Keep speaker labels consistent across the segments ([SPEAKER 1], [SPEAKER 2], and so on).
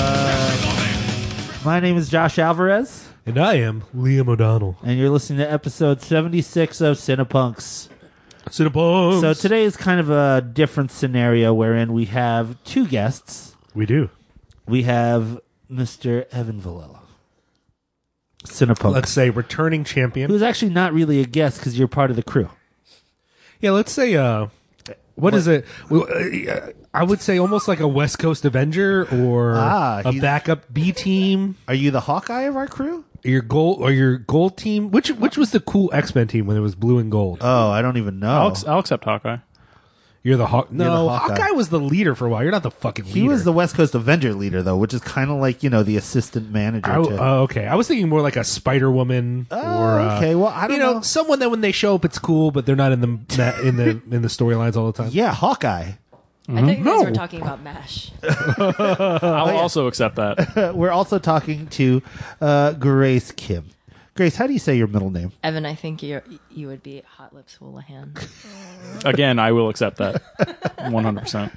[SPEAKER 1] uh, My name is Josh Alvarez,
[SPEAKER 2] And I am Liam O'Donnell.
[SPEAKER 1] and you're listening to episode 76 of Cinepunks.
[SPEAKER 2] Cinnabons.
[SPEAKER 1] So today is kind of a different scenario wherein we have two guests.
[SPEAKER 2] we do.
[SPEAKER 1] We have Mr. Evan Villela, Cinepunk,
[SPEAKER 2] Let's say returning champion.
[SPEAKER 1] who's actually not really a guest because you're part of the crew.
[SPEAKER 2] Yeah, let's say uh what is it? Well, uh, I would say almost like a West Coast Avenger or
[SPEAKER 3] Ah,
[SPEAKER 2] a
[SPEAKER 3] he's-
[SPEAKER 2] backup B team,
[SPEAKER 3] Are you the Hawkeye of our crew?
[SPEAKER 2] your goal or your gold team. Which which was the cool X Men team when it was blue and gold?
[SPEAKER 3] Oh, I don't even know.
[SPEAKER 4] I'll, I'll accept Hawkeye.
[SPEAKER 2] You're the Hawk. No,
[SPEAKER 3] the
[SPEAKER 2] Hawkeye.
[SPEAKER 3] Hawkeye.
[SPEAKER 2] was the leader for a while. You're not the fucking leader.
[SPEAKER 3] he was the West Coast Avenger leader, though, which is kind of like you know the assistant manager.
[SPEAKER 2] I,
[SPEAKER 3] to,
[SPEAKER 2] uh, okay, I was thinking more like a Spider Woman or uh,
[SPEAKER 3] okay. Well, I don't
[SPEAKER 2] you know,
[SPEAKER 3] know.
[SPEAKER 2] someone that when they show up it's cool, but they're not in the that- in the in the storylines all the time.
[SPEAKER 3] yeah, Hawkeye.
[SPEAKER 5] I thought you guys
[SPEAKER 2] No.
[SPEAKER 5] were talking about MASH.
[SPEAKER 2] Oh,
[SPEAKER 4] I'll also accept that.
[SPEAKER 3] Uh, We're also talking to uh, Grace Kim. Grace, how do you say your middle name?
[SPEAKER 5] Evan, I think you you would be Hot Lips Houlihan.
[SPEAKER 4] Again, I will accept that. 100%.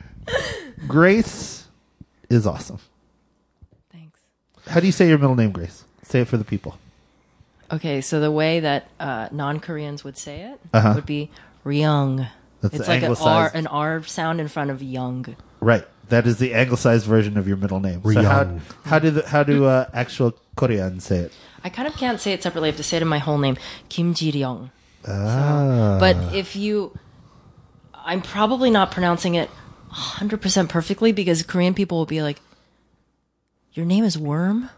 [SPEAKER 3] Grace is awesome.
[SPEAKER 5] Thanks.
[SPEAKER 3] How do you say your middle name, Grace? Say it for the people.
[SPEAKER 5] Okay, so the way that uh, non Koreans would say it would be Ryung.
[SPEAKER 3] Uh-huh. That's
[SPEAKER 5] it's
[SPEAKER 3] the
[SPEAKER 5] like an R,
[SPEAKER 3] anglicized-
[SPEAKER 5] an R sound in front of young.
[SPEAKER 3] Right. That is the anglicized version of your middle name. So
[SPEAKER 2] Ryung.
[SPEAKER 3] how, how do the, how do uh, actual Koreans say it?
[SPEAKER 5] I kind of can't say it separately. I have to say it in my whole name, Kim Ji Ryung. So,
[SPEAKER 3] Ah.
[SPEAKER 5] but if you, I'm probably not pronouncing it 100% perfectly because Korean people will be like, Your name is Worm?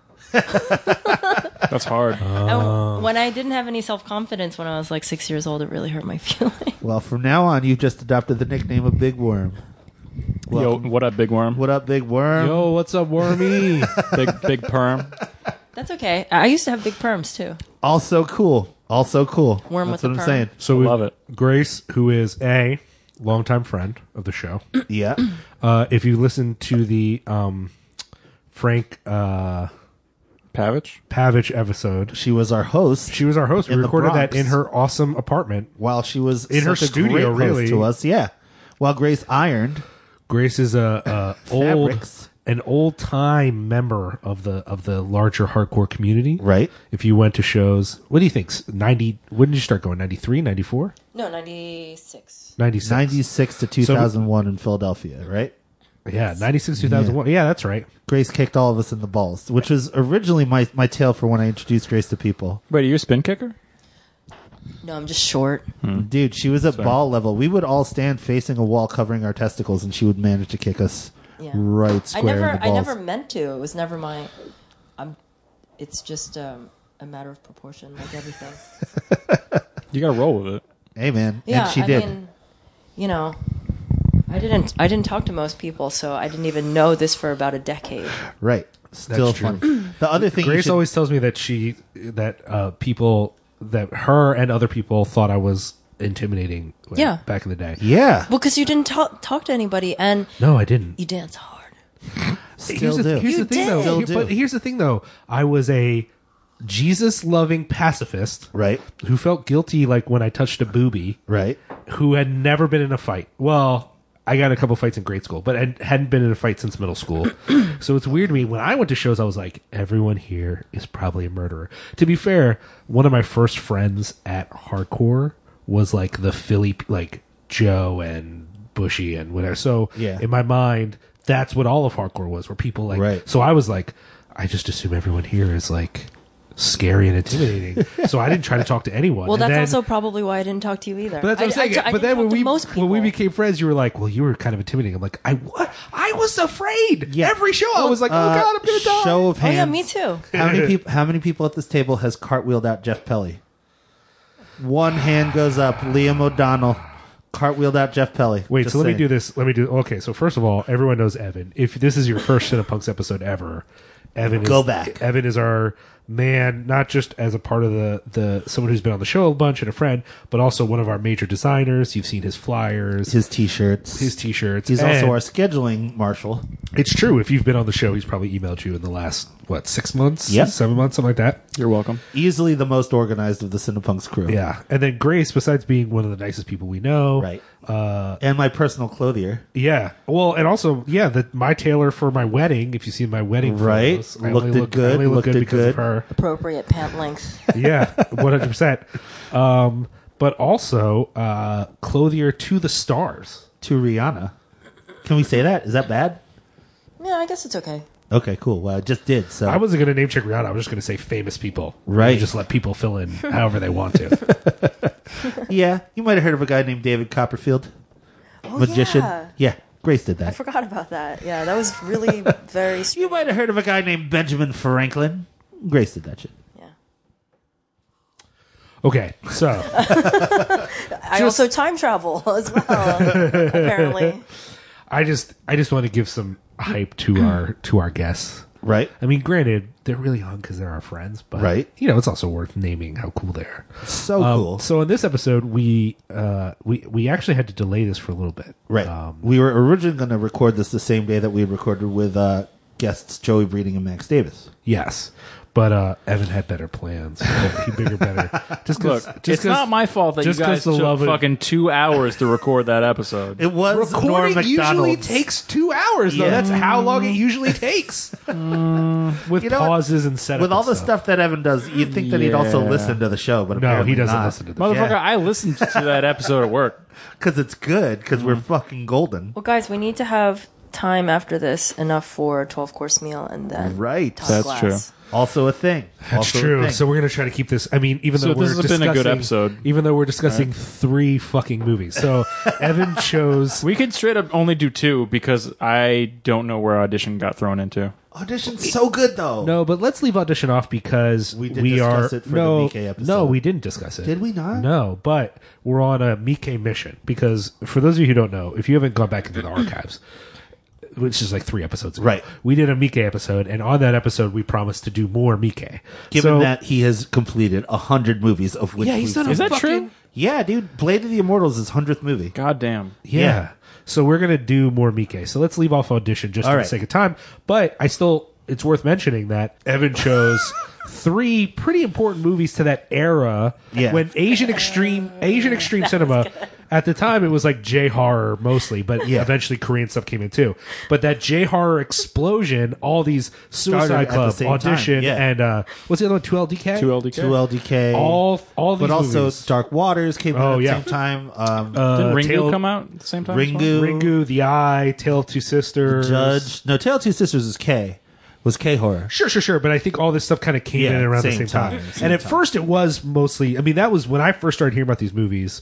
[SPEAKER 4] That's hard.
[SPEAKER 2] Uh,
[SPEAKER 3] Uh.
[SPEAKER 5] And when I didn't have any self confidence when I was like six years old, it really hurt my feelings.
[SPEAKER 3] Well, from now on, you've just adopted the nickname of Big Worm.
[SPEAKER 4] Yo, what up, Big Worm?
[SPEAKER 3] What up, Big Worm?
[SPEAKER 2] Yo, what's up, Wormy?
[SPEAKER 4] Big Big Perm?
[SPEAKER 5] That's okay. I I used to have big perms too.
[SPEAKER 3] Also cool. Also cool.
[SPEAKER 5] Worm
[SPEAKER 3] That's
[SPEAKER 5] with
[SPEAKER 3] what
[SPEAKER 5] the
[SPEAKER 3] I'm
[SPEAKER 5] perm.
[SPEAKER 2] so
[SPEAKER 4] Love it.
[SPEAKER 2] Grace, who is a longtime friend of the show.
[SPEAKER 3] saying. Yeah.
[SPEAKER 2] Uh, if you listen to the um, Frank uh,
[SPEAKER 4] Pavich?
[SPEAKER 2] Pavich episode,
[SPEAKER 3] She was our host
[SPEAKER 2] she was our host. We
[SPEAKER 3] In the
[SPEAKER 2] recorded
[SPEAKER 3] Bronx.
[SPEAKER 2] that in her awesome apartment.
[SPEAKER 3] while she was
[SPEAKER 2] In her
[SPEAKER 3] such a
[SPEAKER 2] studio,
[SPEAKER 3] great host
[SPEAKER 2] really.
[SPEAKER 3] to us. Yeah. While Grace ironed.
[SPEAKER 2] Grace is a, a old
[SPEAKER 3] Fabrics.
[SPEAKER 2] an old time member of the of the larger hardcore community.
[SPEAKER 3] Right.
[SPEAKER 2] If you went to shows, what do you think? 90 when did you start going? 93, 94,
[SPEAKER 5] No, 96.
[SPEAKER 2] 96.
[SPEAKER 3] 96 to 2001 in Philadelphia, right?
[SPEAKER 2] Yeah, 96 2001. Yeah, that's right.
[SPEAKER 3] Grace kicked all of us in the balls, which was originally my, my tale for when I introduced Grace to people.
[SPEAKER 4] Wait, are you a spin kicker?
[SPEAKER 5] No, I'm just short.
[SPEAKER 3] Hmm.
[SPEAKER 2] Hmm.
[SPEAKER 3] Dude, she was at ball level. We would all stand facing a wall covering our testicles, and she would manage to kick us
[SPEAKER 5] Yeah.
[SPEAKER 3] right
[SPEAKER 5] I
[SPEAKER 3] square
[SPEAKER 5] never,
[SPEAKER 3] in the
[SPEAKER 5] I
[SPEAKER 3] balls.
[SPEAKER 5] never meant to. It was never my. I'm. It's just um, a matter of proportion, like everything.
[SPEAKER 4] You got to roll with it.
[SPEAKER 3] Hey, man.
[SPEAKER 5] Yeah,
[SPEAKER 3] and she
[SPEAKER 5] I
[SPEAKER 3] did.
[SPEAKER 5] mean, you know, I didn't, I didn't talk to most people, so I didn't even know this for about a decade.
[SPEAKER 3] Right. Still
[SPEAKER 2] true.
[SPEAKER 3] fun. The other thing you
[SPEAKER 2] Grace
[SPEAKER 3] should-
[SPEAKER 2] always tells me that she that uh, people that her and other people thought I was intimidating. when-
[SPEAKER 5] Yeah.
[SPEAKER 2] back in the day.
[SPEAKER 3] Yeah.
[SPEAKER 5] Well, because you didn't talk talk to anybody, and
[SPEAKER 2] No, I didn't.
[SPEAKER 5] you dance hard.
[SPEAKER 3] Still
[SPEAKER 2] here's the,
[SPEAKER 3] do.
[SPEAKER 2] here's the
[SPEAKER 5] You
[SPEAKER 2] thing,
[SPEAKER 5] did.
[SPEAKER 2] though.
[SPEAKER 3] Still
[SPEAKER 2] Here- but
[SPEAKER 3] do.
[SPEAKER 2] here's the thing, though. I was a Jesus-loving pacifist,
[SPEAKER 3] Right.
[SPEAKER 2] Who felt guilty like when I touched a booby,
[SPEAKER 3] Right.
[SPEAKER 2] Who had never been in a fight. Well, I got in a couple fights in grade school, but I hadn't been in a fight since middle school. so it's weird to me. When I went to shows, I was like, everyone here is probably a murderer. To be fair, one of my first friends at hardcore was like the Philly, like Joe and Bushy and whatever. So
[SPEAKER 3] Yeah.
[SPEAKER 2] in my mind, that's what all of hardcore was, where people like.
[SPEAKER 3] Right.
[SPEAKER 2] So I was like, I just assume everyone here is like scary and intimidating. so I didn't try to talk to anyone.
[SPEAKER 5] Well,
[SPEAKER 2] And
[SPEAKER 5] that's
[SPEAKER 2] then-
[SPEAKER 5] also probably why I didn't talk to you either.
[SPEAKER 2] But that's what
[SPEAKER 5] I,
[SPEAKER 2] I'm saying.
[SPEAKER 5] I- I
[SPEAKER 2] but then
[SPEAKER 5] didn't
[SPEAKER 2] when
[SPEAKER 5] talk to
[SPEAKER 2] we
[SPEAKER 5] most
[SPEAKER 2] when we
[SPEAKER 5] people.
[SPEAKER 2] became friends, you were like, "Well, you were kind of intimidating." I'm like, "I what? I was afraid."
[SPEAKER 3] Yeah.
[SPEAKER 2] Every show, I was like, "Oh
[SPEAKER 3] Uh,
[SPEAKER 2] God, I'm gonna die."
[SPEAKER 3] Show of
[SPEAKER 5] Oh
[SPEAKER 3] hands.
[SPEAKER 5] yeah, me too.
[SPEAKER 3] How many people? How many people at this table has cartwheeled out Jeff Pelly? One hand goes up. Liam O'Donnell cartwheeled out Jeff Pelly.
[SPEAKER 2] Wait,
[SPEAKER 3] Just
[SPEAKER 2] so let me
[SPEAKER 3] saying.
[SPEAKER 2] do this. Let me do. Okay, so first of all, everyone knows Evan. If this is your first Cinepunks episode ever, Evan is,
[SPEAKER 3] Go back.
[SPEAKER 2] Evan is our man, not just as a part of the the someone who's been on the show a bunch and a friend, but also one of our major designers. You've seen his flyers, his,
[SPEAKER 3] His T-shirts.
[SPEAKER 2] t-shirts.
[SPEAKER 3] He's
[SPEAKER 2] and
[SPEAKER 3] also our scheduling marshal.
[SPEAKER 2] It's true. If you've been on the show, he's probably emailed you in the last what six months,
[SPEAKER 3] Yep.
[SPEAKER 2] seven months, something like that.
[SPEAKER 4] You're welcome.
[SPEAKER 3] Easily the most organized of the Cinepunks crew.
[SPEAKER 2] Yeah, and then Grace, besides being one of the nicest people we know,
[SPEAKER 3] Right.
[SPEAKER 2] Uh,
[SPEAKER 3] And my personal clothier.
[SPEAKER 2] yeah. Well, and also, yeah, that my tailor for my wedding. If you see my wedding,
[SPEAKER 3] Right.
[SPEAKER 2] photos, I
[SPEAKER 3] Looked
[SPEAKER 2] only
[SPEAKER 3] it
[SPEAKER 2] look,
[SPEAKER 3] good,
[SPEAKER 2] I only look
[SPEAKER 3] looked
[SPEAKER 2] good
[SPEAKER 3] it
[SPEAKER 2] because of
[SPEAKER 3] good.
[SPEAKER 2] her.
[SPEAKER 5] Appropriate pant length.
[SPEAKER 2] Yeah, one hundred percent. Um, but also, uh, clothier to the stars.
[SPEAKER 3] to Rihanna. Can we say that? Is that bad?
[SPEAKER 5] yeah, I guess it's okay.
[SPEAKER 3] Okay, cool. Well, I just did. So
[SPEAKER 2] I wasn't going to name check Rihanna. I was just going to say famous people.
[SPEAKER 3] Right.
[SPEAKER 2] Just let people fill in however they want to.
[SPEAKER 3] yeah, you might have heard of a guy named David Copperfield, magician.
[SPEAKER 5] Oh, Yeah.
[SPEAKER 3] Grace did
[SPEAKER 5] I
[SPEAKER 3] that.
[SPEAKER 5] forgot about that. Yeah, that was really very. Str-
[SPEAKER 3] You might have heard of a guy named Benjamin Franklin. Grace did that shit.
[SPEAKER 5] yeah.
[SPEAKER 2] Okay, so.
[SPEAKER 5] I also time travel as well. apparently,
[SPEAKER 2] I just I just want to give some hype to our to our guests.
[SPEAKER 3] Right.
[SPEAKER 2] I mean, granted, they're really on because they're our friends, but
[SPEAKER 3] Right.
[SPEAKER 2] you know, it's also worth naming how cool they are.
[SPEAKER 3] So
[SPEAKER 2] Um,
[SPEAKER 3] cool.
[SPEAKER 2] So in this episode, we uh, we we actually had to delay this for a little bit, Um,
[SPEAKER 3] Right. we were originally going to record this the same day that we had recorded with uh, guests Joey Breeding and Max Davis.
[SPEAKER 2] Yes, but uh, Evan had better plans. He bigger, better. Just 'cause-
[SPEAKER 4] Look,
[SPEAKER 2] just
[SPEAKER 4] it's
[SPEAKER 2] 'cause-
[SPEAKER 4] not my fault that
[SPEAKER 2] just
[SPEAKER 4] you
[SPEAKER 2] 'cause
[SPEAKER 4] guys
[SPEAKER 2] the
[SPEAKER 4] took
[SPEAKER 2] love of-
[SPEAKER 4] fucking two hours to record that episode.
[SPEAKER 3] It was Norm
[SPEAKER 2] Recording usually
[SPEAKER 3] McDonald's.
[SPEAKER 2] takes two hours, though.
[SPEAKER 3] Yeah.
[SPEAKER 2] That's how long it
[SPEAKER 4] Mm.
[SPEAKER 2] usually takes, with
[SPEAKER 3] You know what?
[SPEAKER 2] pauses and setup.
[SPEAKER 3] with all
[SPEAKER 2] and
[SPEAKER 3] the stuff that Evan does, you'd think that he'd also
[SPEAKER 4] Yeah.
[SPEAKER 3] listen to the show, but
[SPEAKER 2] No, he doesn't
[SPEAKER 3] not.
[SPEAKER 2] listen to the
[SPEAKER 4] Motherfucker,
[SPEAKER 3] Yeah.
[SPEAKER 4] I listened to that episode at work.
[SPEAKER 3] because it's good because we're
[SPEAKER 2] Mm-hmm.
[SPEAKER 3] fucking golden.
[SPEAKER 5] well, guys, we need to have time after this enough for a twelve course meal and then
[SPEAKER 3] Right.
[SPEAKER 5] top
[SPEAKER 4] That's
[SPEAKER 5] glass.
[SPEAKER 4] true.
[SPEAKER 3] Also a thing.
[SPEAKER 2] That's
[SPEAKER 3] Also a
[SPEAKER 2] true.
[SPEAKER 3] thing.
[SPEAKER 2] So we're gonna try to keep this. I mean, even
[SPEAKER 4] So
[SPEAKER 2] though
[SPEAKER 4] this
[SPEAKER 2] we're
[SPEAKER 4] has been a good
[SPEAKER 2] discussing-
[SPEAKER 4] episode.
[SPEAKER 2] even though we're discussing
[SPEAKER 3] Uh-huh.
[SPEAKER 2] three fucking movies. So Evan chose.
[SPEAKER 4] We could straight up only do two because I don't know where audition got thrown into.
[SPEAKER 3] audition's so good though.
[SPEAKER 2] No, but let's leave audition off because we,
[SPEAKER 3] We did
[SPEAKER 2] are
[SPEAKER 3] discuss it for the
[SPEAKER 2] no,
[SPEAKER 3] Mikkei episode.
[SPEAKER 2] no, we didn't discuss it.
[SPEAKER 3] Did we not?
[SPEAKER 2] No, but we're on a Mike mission because for those of you who don't know, if you haven't gone back into the archives, which is like three episodes ago,
[SPEAKER 3] Right.
[SPEAKER 2] We did a Mike episode, and on that episode, we promised to do more Mike.
[SPEAKER 3] Given
[SPEAKER 2] So-
[SPEAKER 3] that he has completed a hundred movies of which
[SPEAKER 2] yeah, he's
[SPEAKER 3] we've
[SPEAKER 2] done a
[SPEAKER 4] Is that
[SPEAKER 2] fucking-
[SPEAKER 4] true?
[SPEAKER 3] yeah, dude, Blade of the Immortals is hundredth movie.
[SPEAKER 4] God damn.
[SPEAKER 2] Yeah.
[SPEAKER 3] Yeah.
[SPEAKER 2] So we're gonna do more Mike. So let's leave off audition just for
[SPEAKER 3] All
[SPEAKER 2] the
[SPEAKER 3] right.
[SPEAKER 2] sake of time. But I still, it's worth mentioning that Evan chose three pretty important movies to that era
[SPEAKER 3] Yeah.
[SPEAKER 2] when Asian extreme Asian extreme cinema. At the time, it was like J horror mostly, but
[SPEAKER 3] Yeah.
[SPEAKER 2] eventually Korean stuff came in too. But that J horror explosion, all these
[SPEAKER 3] Started
[SPEAKER 2] Suicide
[SPEAKER 3] at the
[SPEAKER 2] Club,
[SPEAKER 3] same time,
[SPEAKER 2] Audition,
[SPEAKER 3] yeah.
[SPEAKER 2] and uh, what's the other one? Two LDK.
[SPEAKER 4] Two LDK.
[SPEAKER 3] Two LDK,
[SPEAKER 2] All all these
[SPEAKER 3] but also
[SPEAKER 2] movies.
[SPEAKER 3] Dark Waters came
[SPEAKER 2] Oh,
[SPEAKER 3] out at
[SPEAKER 2] yeah.
[SPEAKER 3] the same time. Um,
[SPEAKER 4] Didn't
[SPEAKER 2] Uh,
[SPEAKER 4] Ringu
[SPEAKER 2] Tail-
[SPEAKER 4] come out at the same time? as well?
[SPEAKER 3] Ringu,
[SPEAKER 2] Ringu, The Eye, Tale of Two Sisters,
[SPEAKER 3] Judge, no, Tale of Two Sisters is K, was K horror.
[SPEAKER 2] Sure, sure, sure. But I think all this stuff kind of came
[SPEAKER 3] Yeah,
[SPEAKER 2] in around the
[SPEAKER 3] same
[SPEAKER 2] same time.
[SPEAKER 3] time, same
[SPEAKER 2] and at
[SPEAKER 3] time.
[SPEAKER 2] first, it was mostly. I mean, that was when I first started hearing about these movies.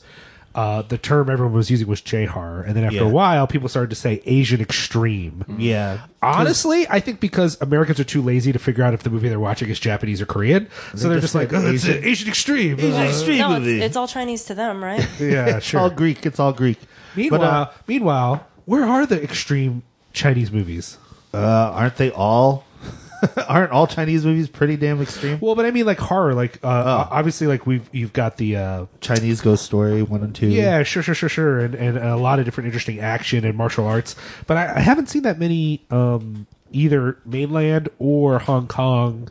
[SPEAKER 2] Uh, the term everyone was using was J horror, and then after
[SPEAKER 3] Yeah. Mm.
[SPEAKER 2] a while, people started to say Asian extreme.
[SPEAKER 3] Yeah,
[SPEAKER 2] Honestly, I think because Americans are too lazy to figure out if the movie they're watching is Japanese or Korean, so they're
[SPEAKER 3] just
[SPEAKER 2] just like,
[SPEAKER 3] said
[SPEAKER 2] "Oh, it's
[SPEAKER 3] Asian-
[SPEAKER 2] Asian, Asian extreme."
[SPEAKER 3] Asian
[SPEAKER 2] Uh,
[SPEAKER 3] extreme
[SPEAKER 5] No,
[SPEAKER 3] movie.
[SPEAKER 5] it's, it's all Chinese to them, right?
[SPEAKER 2] yeah,
[SPEAKER 3] it's all
[SPEAKER 2] sure.
[SPEAKER 3] Greek. It's all Greek.
[SPEAKER 2] meanwhile,
[SPEAKER 3] But, uh,
[SPEAKER 2] meanwhile, where are the extreme Chinese movies?
[SPEAKER 3] uh, aren't they all? aren't all Chinese movies pretty damn extreme?
[SPEAKER 2] Well, but I mean, like horror, like uh,
[SPEAKER 3] Oh.
[SPEAKER 2] obviously, like we've you've got the uh,
[SPEAKER 3] Chinese Ghost Story one and two.
[SPEAKER 4] Mm-hmm.
[SPEAKER 2] Yeah, sure, sure, sure, sure, and, and a lot of different interesting action and martial arts. But I, I haven't seen that many um, either mainland or Hong Kong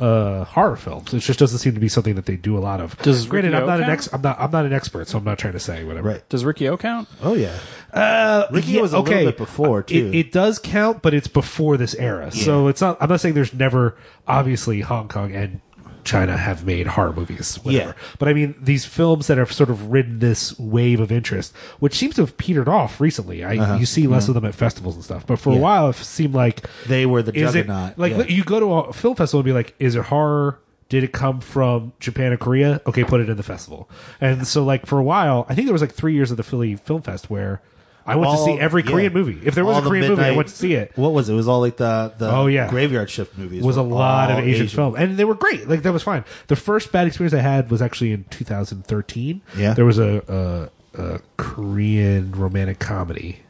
[SPEAKER 2] uh, horror films. It just doesn't seem to be something that they do a lot of.
[SPEAKER 4] Does
[SPEAKER 2] Granted, I'm
[SPEAKER 4] Rikyo
[SPEAKER 2] not an
[SPEAKER 4] count?
[SPEAKER 2] ex, I'm not I'm not an expert, so I'm not trying to say whatever.
[SPEAKER 3] right.
[SPEAKER 4] Does Ricky O count?
[SPEAKER 3] Oh yeah.
[SPEAKER 2] Uh,
[SPEAKER 3] Ricky was a little bit before,
[SPEAKER 2] Uh,
[SPEAKER 3] too.
[SPEAKER 2] It, it does count, but it's before this era, so it's not. I'm not saying there's never. Obviously, Hong Kong and China have made horror movies, whatever.
[SPEAKER 3] Yeah.
[SPEAKER 2] But I mean, these films that have sort of ridden this wave of interest, which seems to have petered off recently. I you see less of them at festivals and stuff, but for a
[SPEAKER 3] Uh-huh. Mm-hmm. Yeah.
[SPEAKER 2] while, it seemed like
[SPEAKER 3] They were the
[SPEAKER 2] is it
[SPEAKER 3] juggernaut.
[SPEAKER 2] like
[SPEAKER 3] yeah.
[SPEAKER 2] you go to a film festival and be like, is it horror? Did it come from Japan or Korea? Okay, put it in the festival. And so, like for a while, I think there was like three years of the Philly Film Fest where I went
[SPEAKER 3] All-
[SPEAKER 2] to see every
[SPEAKER 3] yeah.
[SPEAKER 2] Korean movie. If there was
[SPEAKER 3] All
[SPEAKER 2] a
[SPEAKER 3] the
[SPEAKER 2] Korean movie, I
[SPEAKER 3] midnight-
[SPEAKER 2] went to see it.
[SPEAKER 3] What was it? It was all like the the
[SPEAKER 2] Oh, yeah.
[SPEAKER 3] graveyard shift movies.
[SPEAKER 2] was a
[SPEAKER 3] were
[SPEAKER 2] lot of
[SPEAKER 3] all
[SPEAKER 2] Asian, film, and they were great. Like that was fine. The first bad experience I had was actually in 2013.
[SPEAKER 3] Yeah.
[SPEAKER 2] there was a, a, a Korean romantic comedy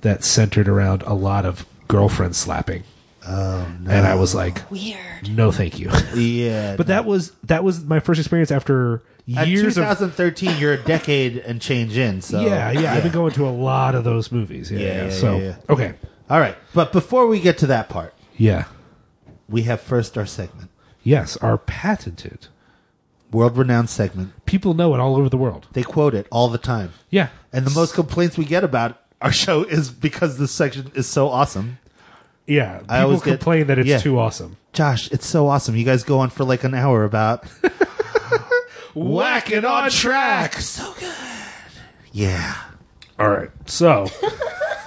[SPEAKER 2] that centered around a lot of girlfriend slapping. and I
[SPEAKER 3] Oh.
[SPEAKER 2] was like,
[SPEAKER 5] Weird.
[SPEAKER 2] no, thank you.
[SPEAKER 3] Yeah.
[SPEAKER 2] but that was that was my first experience after
[SPEAKER 3] At
[SPEAKER 2] years of
[SPEAKER 3] 2013, you're a decade and change in. So
[SPEAKER 2] yeah, yeah, I've been going to a lot of those movies. Yeah,
[SPEAKER 3] Yeah,
[SPEAKER 2] yeah.
[SPEAKER 3] yeah,
[SPEAKER 2] so
[SPEAKER 3] yeah, yeah.
[SPEAKER 2] okay,
[SPEAKER 3] All right, but before we get to that part,
[SPEAKER 2] yeah,
[SPEAKER 3] we have first our segment,
[SPEAKER 2] yes, are patented.
[SPEAKER 3] world-renowned segment.
[SPEAKER 2] People know it all over the world.
[SPEAKER 3] They quote it all the time,
[SPEAKER 2] Yeah,
[SPEAKER 3] and the most complaints we get about our show is because this section is so awesome.
[SPEAKER 2] yeah.
[SPEAKER 3] I
[SPEAKER 2] People
[SPEAKER 3] always get-
[SPEAKER 2] complain that it's
[SPEAKER 3] yeah.
[SPEAKER 2] too awesome.
[SPEAKER 3] Josh, it's so awesome. You guys go on for like an hour about
[SPEAKER 2] Whack it on track.
[SPEAKER 3] so good. Yeah.
[SPEAKER 2] All right, so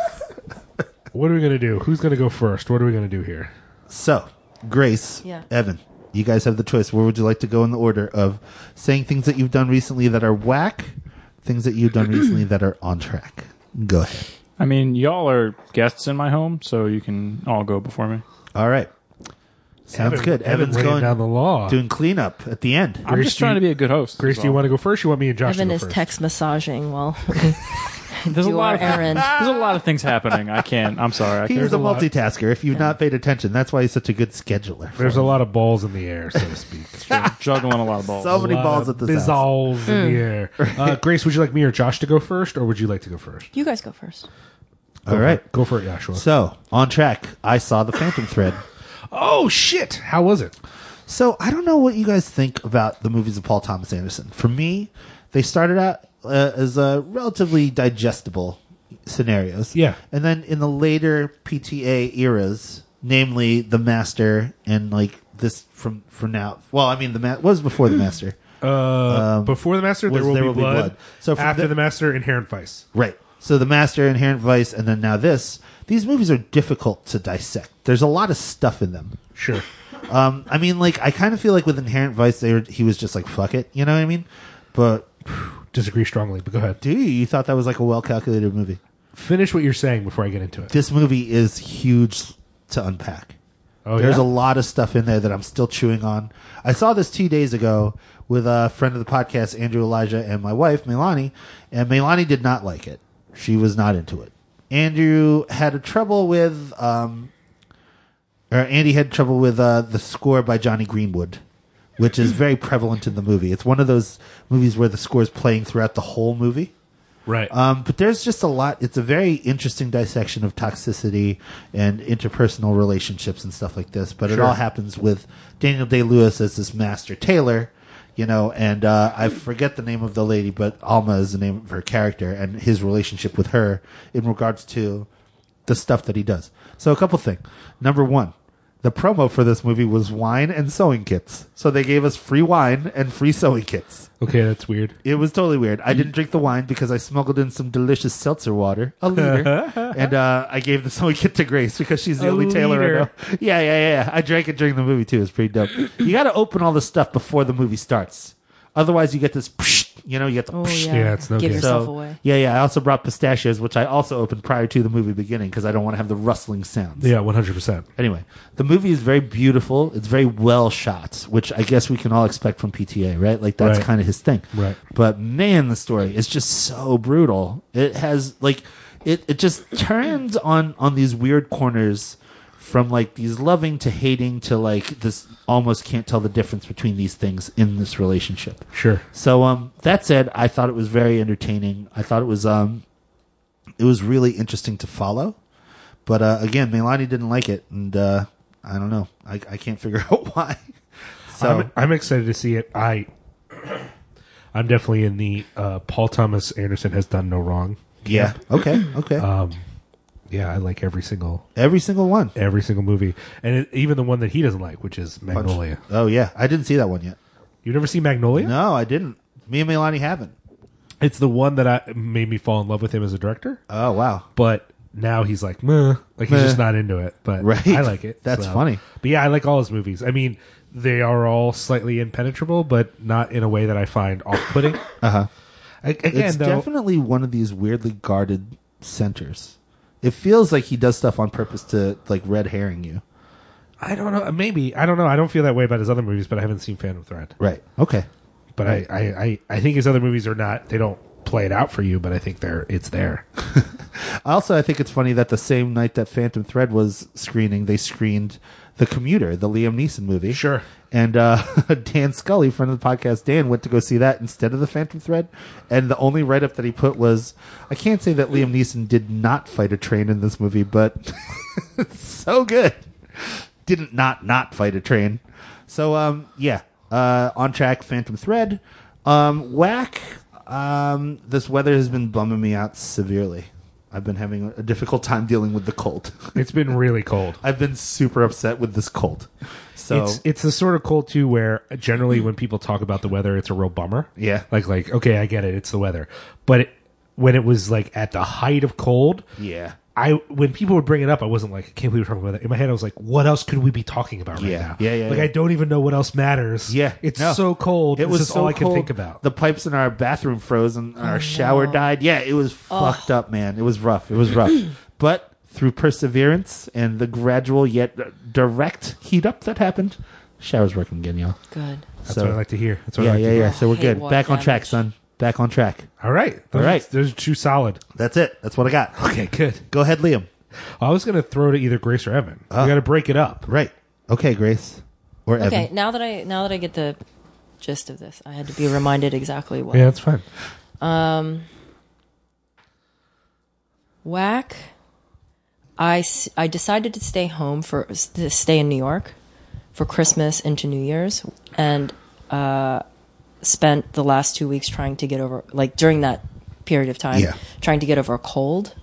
[SPEAKER 2] what are we gonna do? Who's gonna go first? What are we gonna do here?
[SPEAKER 3] So, Grace,
[SPEAKER 5] Yeah.
[SPEAKER 3] Evan, you guys have the choice. Where would you like to go in the order of saying things that you've done recently that are whack, things that you've done recently that are on track? Go ahead.
[SPEAKER 4] I mean, y'all are guests in my home, so you can all go before me.
[SPEAKER 3] All right. Sounds
[SPEAKER 2] Evan-
[SPEAKER 3] good.
[SPEAKER 2] Evan
[SPEAKER 3] Evan's
[SPEAKER 2] laying
[SPEAKER 3] going
[SPEAKER 2] down the law.
[SPEAKER 3] doing cleanup at the end.
[SPEAKER 4] I'm
[SPEAKER 2] Grace,
[SPEAKER 4] just
[SPEAKER 2] do
[SPEAKER 4] trying
[SPEAKER 2] you-
[SPEAKER 4] to be a good host.
[SPEAKER 2] Grace, do you want to go first? Or you want me and Josh?
[SPEAKER 5] Evan
[SPEAKER 2] to go
[SPEAKER 5] is
[SPEAKER 2] first?
[SPEAKER 5] text massaging while
[SPEAKER 4] There's
[SPEAKER 5] do our
[SPEAKER 4] of,
[SPEAKER 5] errand.
[SPEAKER 4] There's a lot of things happening. I can't. I'm sorry. I
[SPEAKER 3] He
[SPEAKER 4] can't.
[SPEAKER 3] is a
[SPEAKER 2] a lot.
[SPEAKER 3] multitasker. If you've not paid attention, that's why he's such a good scheduler.
[SPEAKER 2] There's a lot of balls in the air, so to speak.
[SPEAKER 4] juggling a lot of balls.
[SPEAKER 3] so many
[SPEAKER 2] lot
[SPEAKER 3] balls
[SPEAKER 2] of
[SPEAKER 3] at this house.
[SPEAKER 2] bizzles Uh, in the air. Uh, Grace, would you like me or Josh to go first, or would you like to go first?
[SPEAKER 5] you guys go first.
[SPEAKER 3] All right.
[SPEAKER 2] Go for it, Joshua.
[SPEAKER 3] So, on track, I saw the Phantom Thread.
[SPEAKER 2] oh shit! How was it?
[SPEAKER 3] So I don't know what you guys think about the movies of Paul Thomas Anderson. For me, they started out uh, as uh, relatively digestible scenarios.
[SPEAKER 2] Yeah.
[SPEAKER 3] and then in the later PTA eras, namely The Master and like this from from now. Well, I mean the ma- was before the Master,
[SPEAKER 2] Uh, before the master,
[SPEAKER 3] was
[SPEAKER 2] there will, be, blood.
[SPEAKER 3] So
[SPEAKER 2] So
[SPEAKER 3] from
[SPEAKER 2] after
[SPEAKER 3] the-
[SPEAKER 2] the, master, inherent vice.
[SPEAKER 3] right? So The Master, Inherent Vice, and then now this. These movies are difficult to dissect. There's a lot of stuff in them.
[SPEAKER 2] Sure.
[SPEAKER 3] Um, I mean, like I kind of feel like with Inherent Vice, they were, he was just like fuck it, you know what I mean? But
[SPEAKER 2] Disagree strongly, but go ahead.
[SPEAKER 3] do you? You thought that was like a well calculated movie.
[SPEAKER 2] Finish what you're saying before I get into it.
[SPEAKER 3] This movie is huge to unpack.
[SPEAKER 2] Oh,
[SPEAKER 3] There's
[SPEAKER 2] yeah?
[SPEAKER 3] a lot of stuff in there that I'm still chewing on. I saw this two days ago with a friend of the podcast, Andrew Elijah, and my wife, Milani, and Milani did not like it. She was not into it. Andrew had a trouble with, um, or Andy had trouble with uh, the score by Johnny Greenwood, which is very prevalent in the movie. It's one of those movies where the score is playing throughout the whole movie.
[SPEAKER 2] Right.
[SPEAKER 3] Um, but there's just a lot. It's a very interesting dissection of toxicity and interpersonal relationships and stuff like this. But it
[SPEAKER 2] Sure.
[SPEAKER 3] all happens with Daniel Day Lewis as this master tailor, you know. And uh, I forget the name of the lady, but Alma is the name of her character and his relationship with her in regards to the stuff that he does. So a couple things. Number one. The promo for this movie was wine and sewing kits. So they gave us free wine and free sewing kits.
[SPEAKER 2] okay, that's weird.
[SPEAKER 3] It was totally weird. I didn't drink the wine because I smuggled in some delicious seltzer water, a liter, and uh, I gave the sewing kit to Grace because she's the
[SPEAKER 2] A
[SPEAKER 3] only tailor
[SPEAKER 2] liter.
[SPEAKER 3] I know. Yeah, yeah, yeah. I drank it during the movie too. It's pretty dope. You got to open all the stuff before the movie starts, otherwise you get this. You know, you get the.
[SPEAKER 5] Oh yeah,
[SPEAKER 2] Yeah, it's no
[SPEAKER 5] give
[SPEAKER 2] good.
[SPEAKER 5] yourself away.
[SPEAKER 3] yeah, yeah. I also brought pistachios, which I also opened prior to the movie beginning because I don't want to have the rustling sounds.
[SPEAKER 2] Yeah, 100. percent
[SPEAKER 3] Anyway, the movie is very beautiful. It's very well shot, which I guess we can all expect from PTA, right? Like that's
[SPEAKER 2] Right.
[SPEAKER 3] kind of his thing.
[SPEAKER 2] Right.
[SPEAKER 3] But man, the story is just so brutal. It has like it it just turns on on these weird corners from like these loving to hating to like this almost can't tell the difference between these things in this relationship.
[SPEAKER 2] Sure.
[SPEAKER 3] So um that said, I thought it was very entertaining. I thought it was um it was really interesting to follow. But uh, again, Melani didn't like it and uh I don't know. I I can't figure out why. So
[SPEAKER 2] I'm, I'm excited to see it. I I'm definitely in the uh, Paul Thomas Anderson has done no wrong.
[SPEAKER 3] yeah. Okay. Okay.
[SPEAKER 2] Yeah, I like every single
[SPEAKER 3] Every single one.
[SPEAKER 2] every single movie, and it, even the one that he doesn't like, which is Magnolia.
[SPEAKER 3] Oh yeah. I didn't see that one yet.
[SPEAKER 2] You've never seen Magnolia?
[SPEAKER 3] No, I didn't. Me and Melani haven't.
[SPEAKER 2] It's the one that I made me fall in love with him as a director,
[SPEAKER 3] Oh wow.
[SPEAKER 2] but now he's like, Meh. like he's
[SPEAKER 3] Meh.
[SPEAKER 2] just not into it. But
[SPEAKER 3] Right.
[SPEAKER 2] I like it.
[SPEAKER 3] That's funny.
[SPEAKER 2] But yeah, I like all his movies. I mean, they are all slightly impenetrable, but not in a way that I find off-putting.
[SPEAKER 3] Uh huh.
[SPEAKER 2] A- Again,
[SPEAKER 3] It's
[SPEAKER 2] though,
[SPEAKER 3] definitely one of these weirdly guarded centers. It feels like he does stuff on purpose to like red herring you.
[SPEAKER 2] I don't know. Maybe I don't know. I don't feel that way about his other movies, but I haven't seen Phantom Thread.
[SPEAKER 3] Right. Okay.
[SPEAKER 2] But I, I, I, I think his other movies are not. They don't play it out for you, but I think there it's there.
[SPEAKER 3] Also, I think it's funny that the same night that Phantom Thread was screening, they screened The Commuter, the Liam Neeson movie.
[SPEAKER 2] Sure.
[SPEAKER 3] And uh, Dan Scully, friend of the podcast, Dan went to go see that instead of The Phantom Thread. And the only write up that he put was I can't say that Liam Neeson did not fight a train in this movie, but it's so good. Didn't not not fight a train. So, um, yeah. Uh, on track, Phantom Thread. Um, whack. Um, this weather has been bumming me out severely. I've been having a difficult time dealing with the cold.
[SPEAKER 2] It's been really cold.
[SPEAKER 3] I've been super upset with this cold. So
[SPEAKER 2] It's it's the sort of cold too where generally when people talk about the weather, it's a real bummer.
[SPEAKER 3] Yeah.
[SPEAKER 2] like like okay, I get it, it's the weather. But it, when it was like at the height of cold,
[SPEAKER 3] yeah,
[SPEAKER 2] I when people would bring it up, I wasn't like, I can't believe we're talking about that. In my head, I was like, what else could we be talking about right
[SPEAKER 3] Yeah.
[SPEAKER 2] now?
[SPEAKER 3] Yeah, yeah,
[SPEAKER 2] Like
[SPEAKER 3] yeah.
[SPEAKER 2] I don't even know what else matters.
[SPEAKER 3] yeah.
[SPEAKER 2] it's
[SPEAKER 3] No.
[SPEAKER 2] so cold.
[SPEAKER 3] It was
[SPEAKER 2] just
[SPEAKER 3] so
[SPEAKER 2] all I could
[SPEAKER 3] cold.
[SPEAKER 2] think about.
[SPEAKER 3] The pipes in our bathroom froze and our shower died. Yeah, it was fucked up, man. It was rough. It was rough. but through perseverance and the gradual yet direct heat up that happened, shower's working again, y'all.
[SPEAKER 5] Good.
[SPEAKER 2] That's
[SPEAKER 3] so-
[SPEAKER 2] what I like to hear. That's what I
[SPEAKER 3] yeah,
[SPEAKER 2] like
[SPEAKER 3] yeah,
[SPEAKER 2] to hear.
[SPEAKER 3] yeah. So we're
[SPEAKER 5] Hey,
[SPEAKER 3] good.
[SPEAKER 5] what
[SPEAKER 3] Back on track,
[SPEAKER 5] damage.
[SPEAKER 3] son. Back on track.
[SPEAKER 2] All right, Those-
[SPEAKER 3] right.
[SPEAKER 2] Those are two solid.
[SPEAKER 3] That's it. That's what I got.
[SPEAKER 2] Okay, good.
[SPEAKER 3] Go ahead, Liam.
[SPEAKER 2] I was gonna throw to either Grace or Evan.
[SPEAKER 3] Ah.
[SPEAKER 2] we got to break it up.
[SPEAKER 3] Right. Okay, Grace. Or Evan.
[SPEAKER 5] Okay, now that I now that I get the gist of this, I had to be reminded exactly what.
[SPEAKER 2] Yeah, that's fine.
[SPEAKER 5] Whack. I, s- I decided to stay home for to stay in New York for Christmas into New Year's and uh, spent the last two weeks trying to get over like during that period of time
[SPEAKER 3] Yeah.
[SPEAKER 5] trying to get over a cold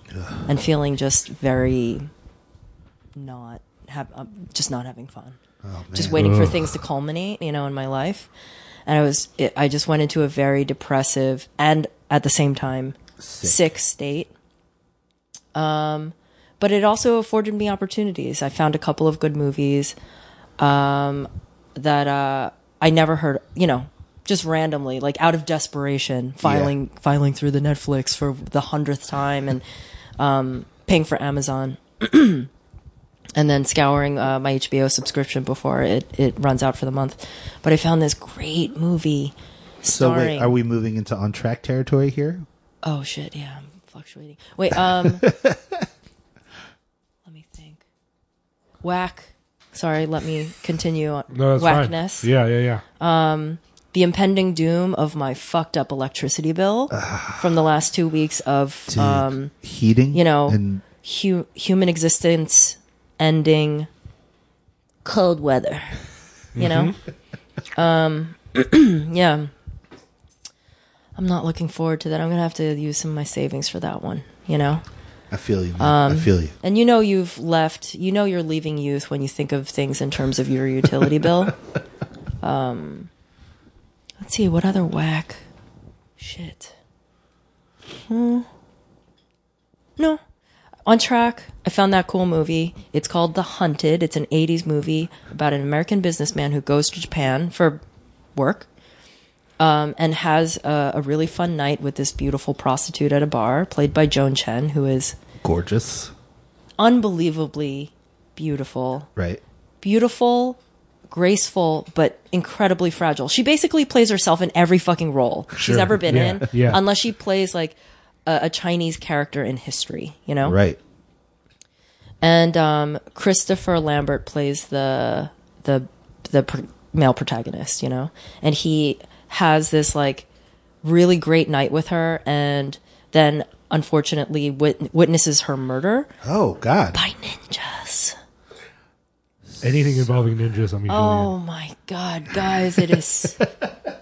[SPEAKER 5] and feeling just very not have um, just not having fun just waiting for things to culminate you know in my life and I was it, I just went into a very depressive and at the same time sick, state. Um, but it also afforded me opportunities. I found a couple of good movies um, that uh, I never heard. You know, just randomly, like out of desperation, filing filing through the Netflix for the hundredth time and um, paying for Amazon. And then scouring uh, my HBO subscription before it, it runs out for the month, but I found this great movie
[SPEAKER 3] So wait,
[SPEAKER 5] starring.
[SPEAKER 3] are we moving into on track territory here?
[SPEAKER 5] Oh shit, yeah, I'm fluctuating. Wait, um Let me think. Whack. Sorry, let me continue on
[SPEAKER 2] No, that's
[SPEAKER 5] whackness.
[SPEAKER 2] fine. Yeah, yeah, yeah.
[SPEAKER 5] The impending doom of my fucked up electricity bill from the last 2 weeks of um
[SPEAKER 3] Heating,
[SPEAKER 5] you know,
[SPEAKER 3] and
[SPEAKER 5] hu- human existence ending cold weather. You know? um, yeah. I'm not looking forward to that. I'm going to have to use some of my savings for that one, you know?
[SPEAKER 3] I feel you.
[SPEAKER 5] um,
[SPEAKER 3] Man. I feel you.
[SPEAKER 5] And you know you've left, you know you're leaving youth when you think of things in terms of your utility bill. Um, let's see, what other whack? Shit. Hmm. No. On track, I found that cool movie. It's called The Hunted. It's an 80s movie about an American businessman who goes to Japan for work um, and has a, a really fun night with this beautiful prostitute at a bar, played by Joan Chen, who is
[SPEAKER 3] Gorgeous,
[SPEAKER 5] unbelievably beautiful,
[SPEAKER 3] right?
[SPEAKER 5] beautiful, graceful, but incredibly fragile. She basically plays herself in every fucking role she's
[SPEAKER 2] Sure.
[SPEAKER 5] ever been
[SPEAKER 2] Yeah.
[SPEAKER 5] in,
[SPEAKER 2] Yeah.
[SPEAKER 5] unless she plays like a, a Chinese character in history, you know?
[SPEAKER 3] Right.
[SPEAKER 5] And um, Christopher Lambert plays the the the pr- male protagonist, you know, and he has this like really great night with her, and then unfortunately wit- witnesses her murder
[SPEAKER 3] Oh God.
[SPEAKER 5] by ninjas.
[SPEAKER 2] Anything involving ninjas, I'm usually
[SPEAKER 5] Oh my god, guys, it is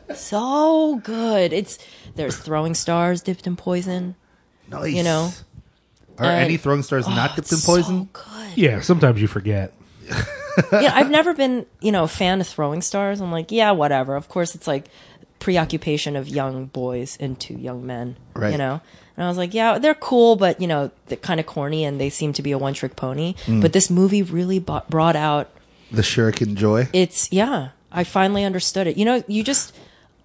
[SPEAKER 5] so good. It's there's throwing stars dipped in poison.
[SPEAKER 3] Nice.
[SPEAKER 5] you know,
[SPEAKER 3] Are
[SPEAKER 5] and- oh,
[SPEAKER 3] any throwing stars not dipped in poison?
[SPEAKER 5] So good.
[SPEAKER 2] in. Yeah, sometimes you forget.
[SPEAKER 5] Yeah, I've never been, you know, a fan of throwing stars. I'm like, yeah, whatever. Of course it's like preoccupation of young boys into young men.
[SPEAKER 3] Right.
[SPEAKER 5] You know? And I was like, yeah, they're cool, but you know, they're kind of corny and they seem to be a one trick pony.
[SPEAKER 3] Mm.
[SPEAKER 5] But this movie really bo- brought out
[SPEAKER 3] the shuriken joy.
[SPEAKER 5] it's yeah i finally understood it you know you just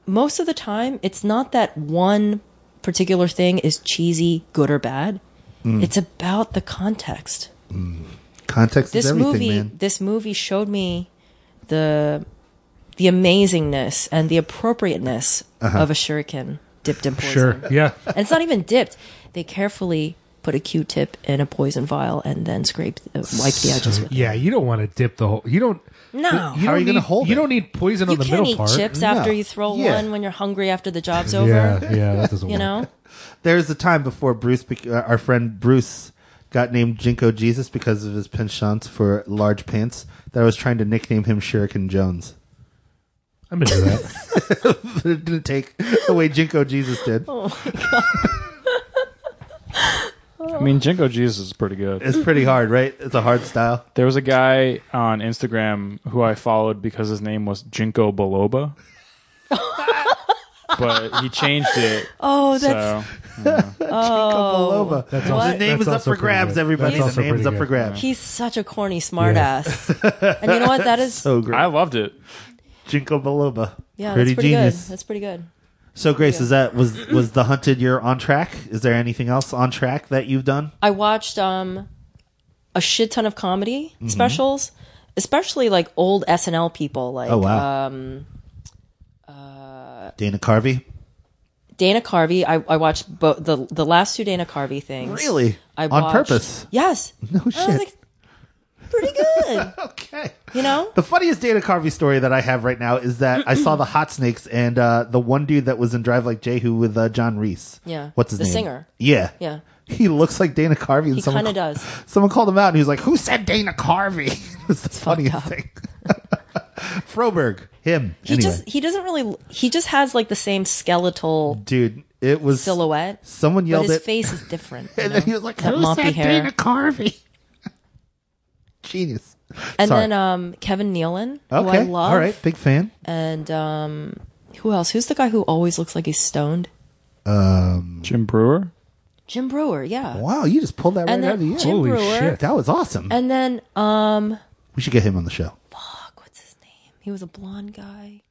[SPEAKER 5] most of the time it's not that one particular thing is cheesy good or bad
[SPEAKER 3] Mm.
[SPEAKER 5] it's about the context
[SPEAKER 3] Context is
[SPEAKER 5] this
[SPEAKER 3] everything,
[SPEAKER 5] movie
[SPEAKER 3] man.
[SPEAKER 5] this movie showed me
[SPEAKER 3] Uh-huh.
[SPEAKER 5] the the amazingness and the appropriateness of a shuriken dipped in poison.
[SPEAKER 2] Sure. Yeah.
[SPEAKER 5] And it's not even dipped. They carefully put a Q-tip in a poison vial and then scrape, uh, wipe the edges with it.
[SPEAKER 2] Yeah. You don't want to dip the whole. You don't.
[SPEAKER 5] No.
[SPEAKER 2] You
[SPEAKER 3] How are
[SPEAKER 2] don't
[SPEAKER 3] you gonna
[SPEAKER 2] need-
[SPEAKER 3] hold
[SPEAKER 2] You
[SPEAKER 3] it?
[SPEAKER 2] don't need poison
[SPEAKER 5] You
[SPEAKER 2] on the
[SPEAKER 5] can't
[SPEAKER 2] middle
[SPEAKER 5] eat
[SPEAKER 2] part.
[SPEAKER 5] chips
[SPEAKER 3] No.
[SPEAKER 5] after you throw
[SPEAKER 3] Yeah.
[SPEAKER 5] one when you're hungry after the job's over.
[SPEAKER 2] Yeah. Yeah. That doesn't
[SPEAKER 5] You
[SPEAKER 2] work.
[SPEAKER 5] know?
[SPEAKER 3] There's a time before Bruce, bec- uh, our friend Bruce, got named Jinko Jesus because of his penchant for large pants. That I was trying to nickname him Shuriken Jones.
[SPEAKER 2] I'm into that.
[SPEAKER 3] But it didn't take the way Jinko Jesus did.
[SPEAKER 5] Oh.
[SPEAKER 4] I mean, Jinko Jesus is pretty good.
[SPEAKER 3] It's pretty hard, right? It's a hard style.
[SPEAKER 4] There was a guy on Instagram who I followed because his name was Jinko Baloba. but he changed it.
[SPEAKER 5] Oh, that's
[SPEAKER 4] so
[SPEAKER 3] Oh,
[SPEAKER 2] That's also,
[SPEAKER 3] the name
[SPEAKER 2] that's
[SPEAKER 3] is up
[SPEAKER 2] also
[SPEAKER 3] for
[SPEAKER 2] pretty
[SPEAKER 3] grabs,
[SPEAKER 2] good.
[SPEAKER 3] everybody.
[SPEAKER 2] That's
[SPEAKER 3] The
[SPEAKER 2] also
[SPEAKER 3] name is
[SPEAKER 2] pretty
[SPEAKER 3] up for
[SPEAKER 2] good.
[SPEAKER 3] grabs.
[SPEAKER 5] he's such a corny smartass. and you know what? That is
[SPEAKER 3] So great.
[SPEAKER 4] I loved it.
[SPEAKER 3] Jinko Biloba.
[SPEAKER 5] yeah,
[SPEAKER 3] pretty
[SPEAKER 5] that's pretty
[SPEAKER 3] genius.
[SPEAKER 5] good. That's pretty good.
[SPEAKER 3] So Grace,
[SPEAKER 5] Yeah.
[SPEAKER 3] is that was was the hunted you're on track? Is there anything else on track that you've done?
[SPEAKER 5] I watched um a shit ton of comedy
[SPEAKER 3] Mm-hmm.
[SPEAKER 5] specials, especially like old SNL people like
[SPEAKER 3] Oh, wow.
[SPEAKER 5] um
[SPEAKER 3] Dana Carvey?
[SPEAKER 5] Dana Carvey. I, I watched bo- the the last two Dana Carvey things.
[SPEAKER 3] Really?
[SPEAKER 5] I
[SPEAKER 3] On
[SPEAKER 5] watched-
[SPEAKER 3] purpose?
[SPEAKER 5] Yes. No I
[SPEAKER 3] shit.
[SPEAKER 5] was like, pretty good.
[SPEAKER 3] Okay.
[SPEAKER 5] You know?
[SPEAKER 3] The funniest Dana Carvey story that I have right now is that I saw the Hot Snakes and uh, the one dude that was in Drive Like Jehu with uh, John Reese.
[SPEAKER 5] Yeah.
[SPEAKER 3] What's his
[SPEAKER 5] The
[SPEAKER 3] name?
[SPEAKER 5] singer.
[SPEAKER 3] Yeah.
[SPEAKER 5] Yeah.
[SPEAKER 3] He looks like Dana Carvey. And
[SPEAKER 5] He
[SPEAKER 3] someone
[SPEAKER 5] kind of
[SPEAKER 3] ca-
[SPEAKER 5] does.
[SPEAKER 3] Someone called him out and he was like, "Who said Dana Carvey?" it's the funniest
[SPEAKER 5] up.
[SPEAKER 3] thing. Froberg, him.
[SPEAKER 5] He
[SPEAKER 3] anyway,
[SPEAKER 5] just he doesn't really he just has like the same skeletal
[SPEAKER 3] dude, it was
[SPEAKER 5] silhouette.
[SPEAKER 3] Someone
[SPEAKER 5] but
[SPEAKER 3] yelled
[SPEAKER 5] his
[SPEAKER 3] it.
[SPEAKER 5] face is different. you
[SPEAKER 3] And then
[SPEAKER 5] know?
[SPEAKER 3] he was like,
[SPEAKER 5] that
[SPEAKER 3] "Who
[SPEAKER 5] mopy
[SPEAKER 3] said
[SPEAKER 5] hair.
[SPEAKER 3] Dana Carvey?" Genius.
[SPEAKER 5] and
[SPEAKER 3] Sorry.
[SPEAKER 5] then um Kevin Nealon,
[SPEAKER 3] Okay.
[SPEAKER 5] who I love.
[SPEAKER 3] All right. Big fan.
[SPEAKER 5] And um who else? Who's the guy who always looks like he's stoned?
[SPEAKER 4] Jim Brewer?
[SPEAKER 5] Jim Brewer, yeah.
[SPEAKER 3] Um, Wow, you just pulled that right
[SPEAKER 5] And
[SPEAKER 3] out of
[SPEAKER 5] then
[SPEAKER 3] the air.
[SPEAKER 5] Jim
[SPEAKER 2] Holy
[SPEAKER 5] Brewer.
[SPEAKER 2] shit.
[SPEAKER 3] That was awesome.
[SPEAKER 5] And then um
[SPEAKER 3] we should get him on the show.
[SPEAKER 5] fuck, what's his name? He was a blonde guy.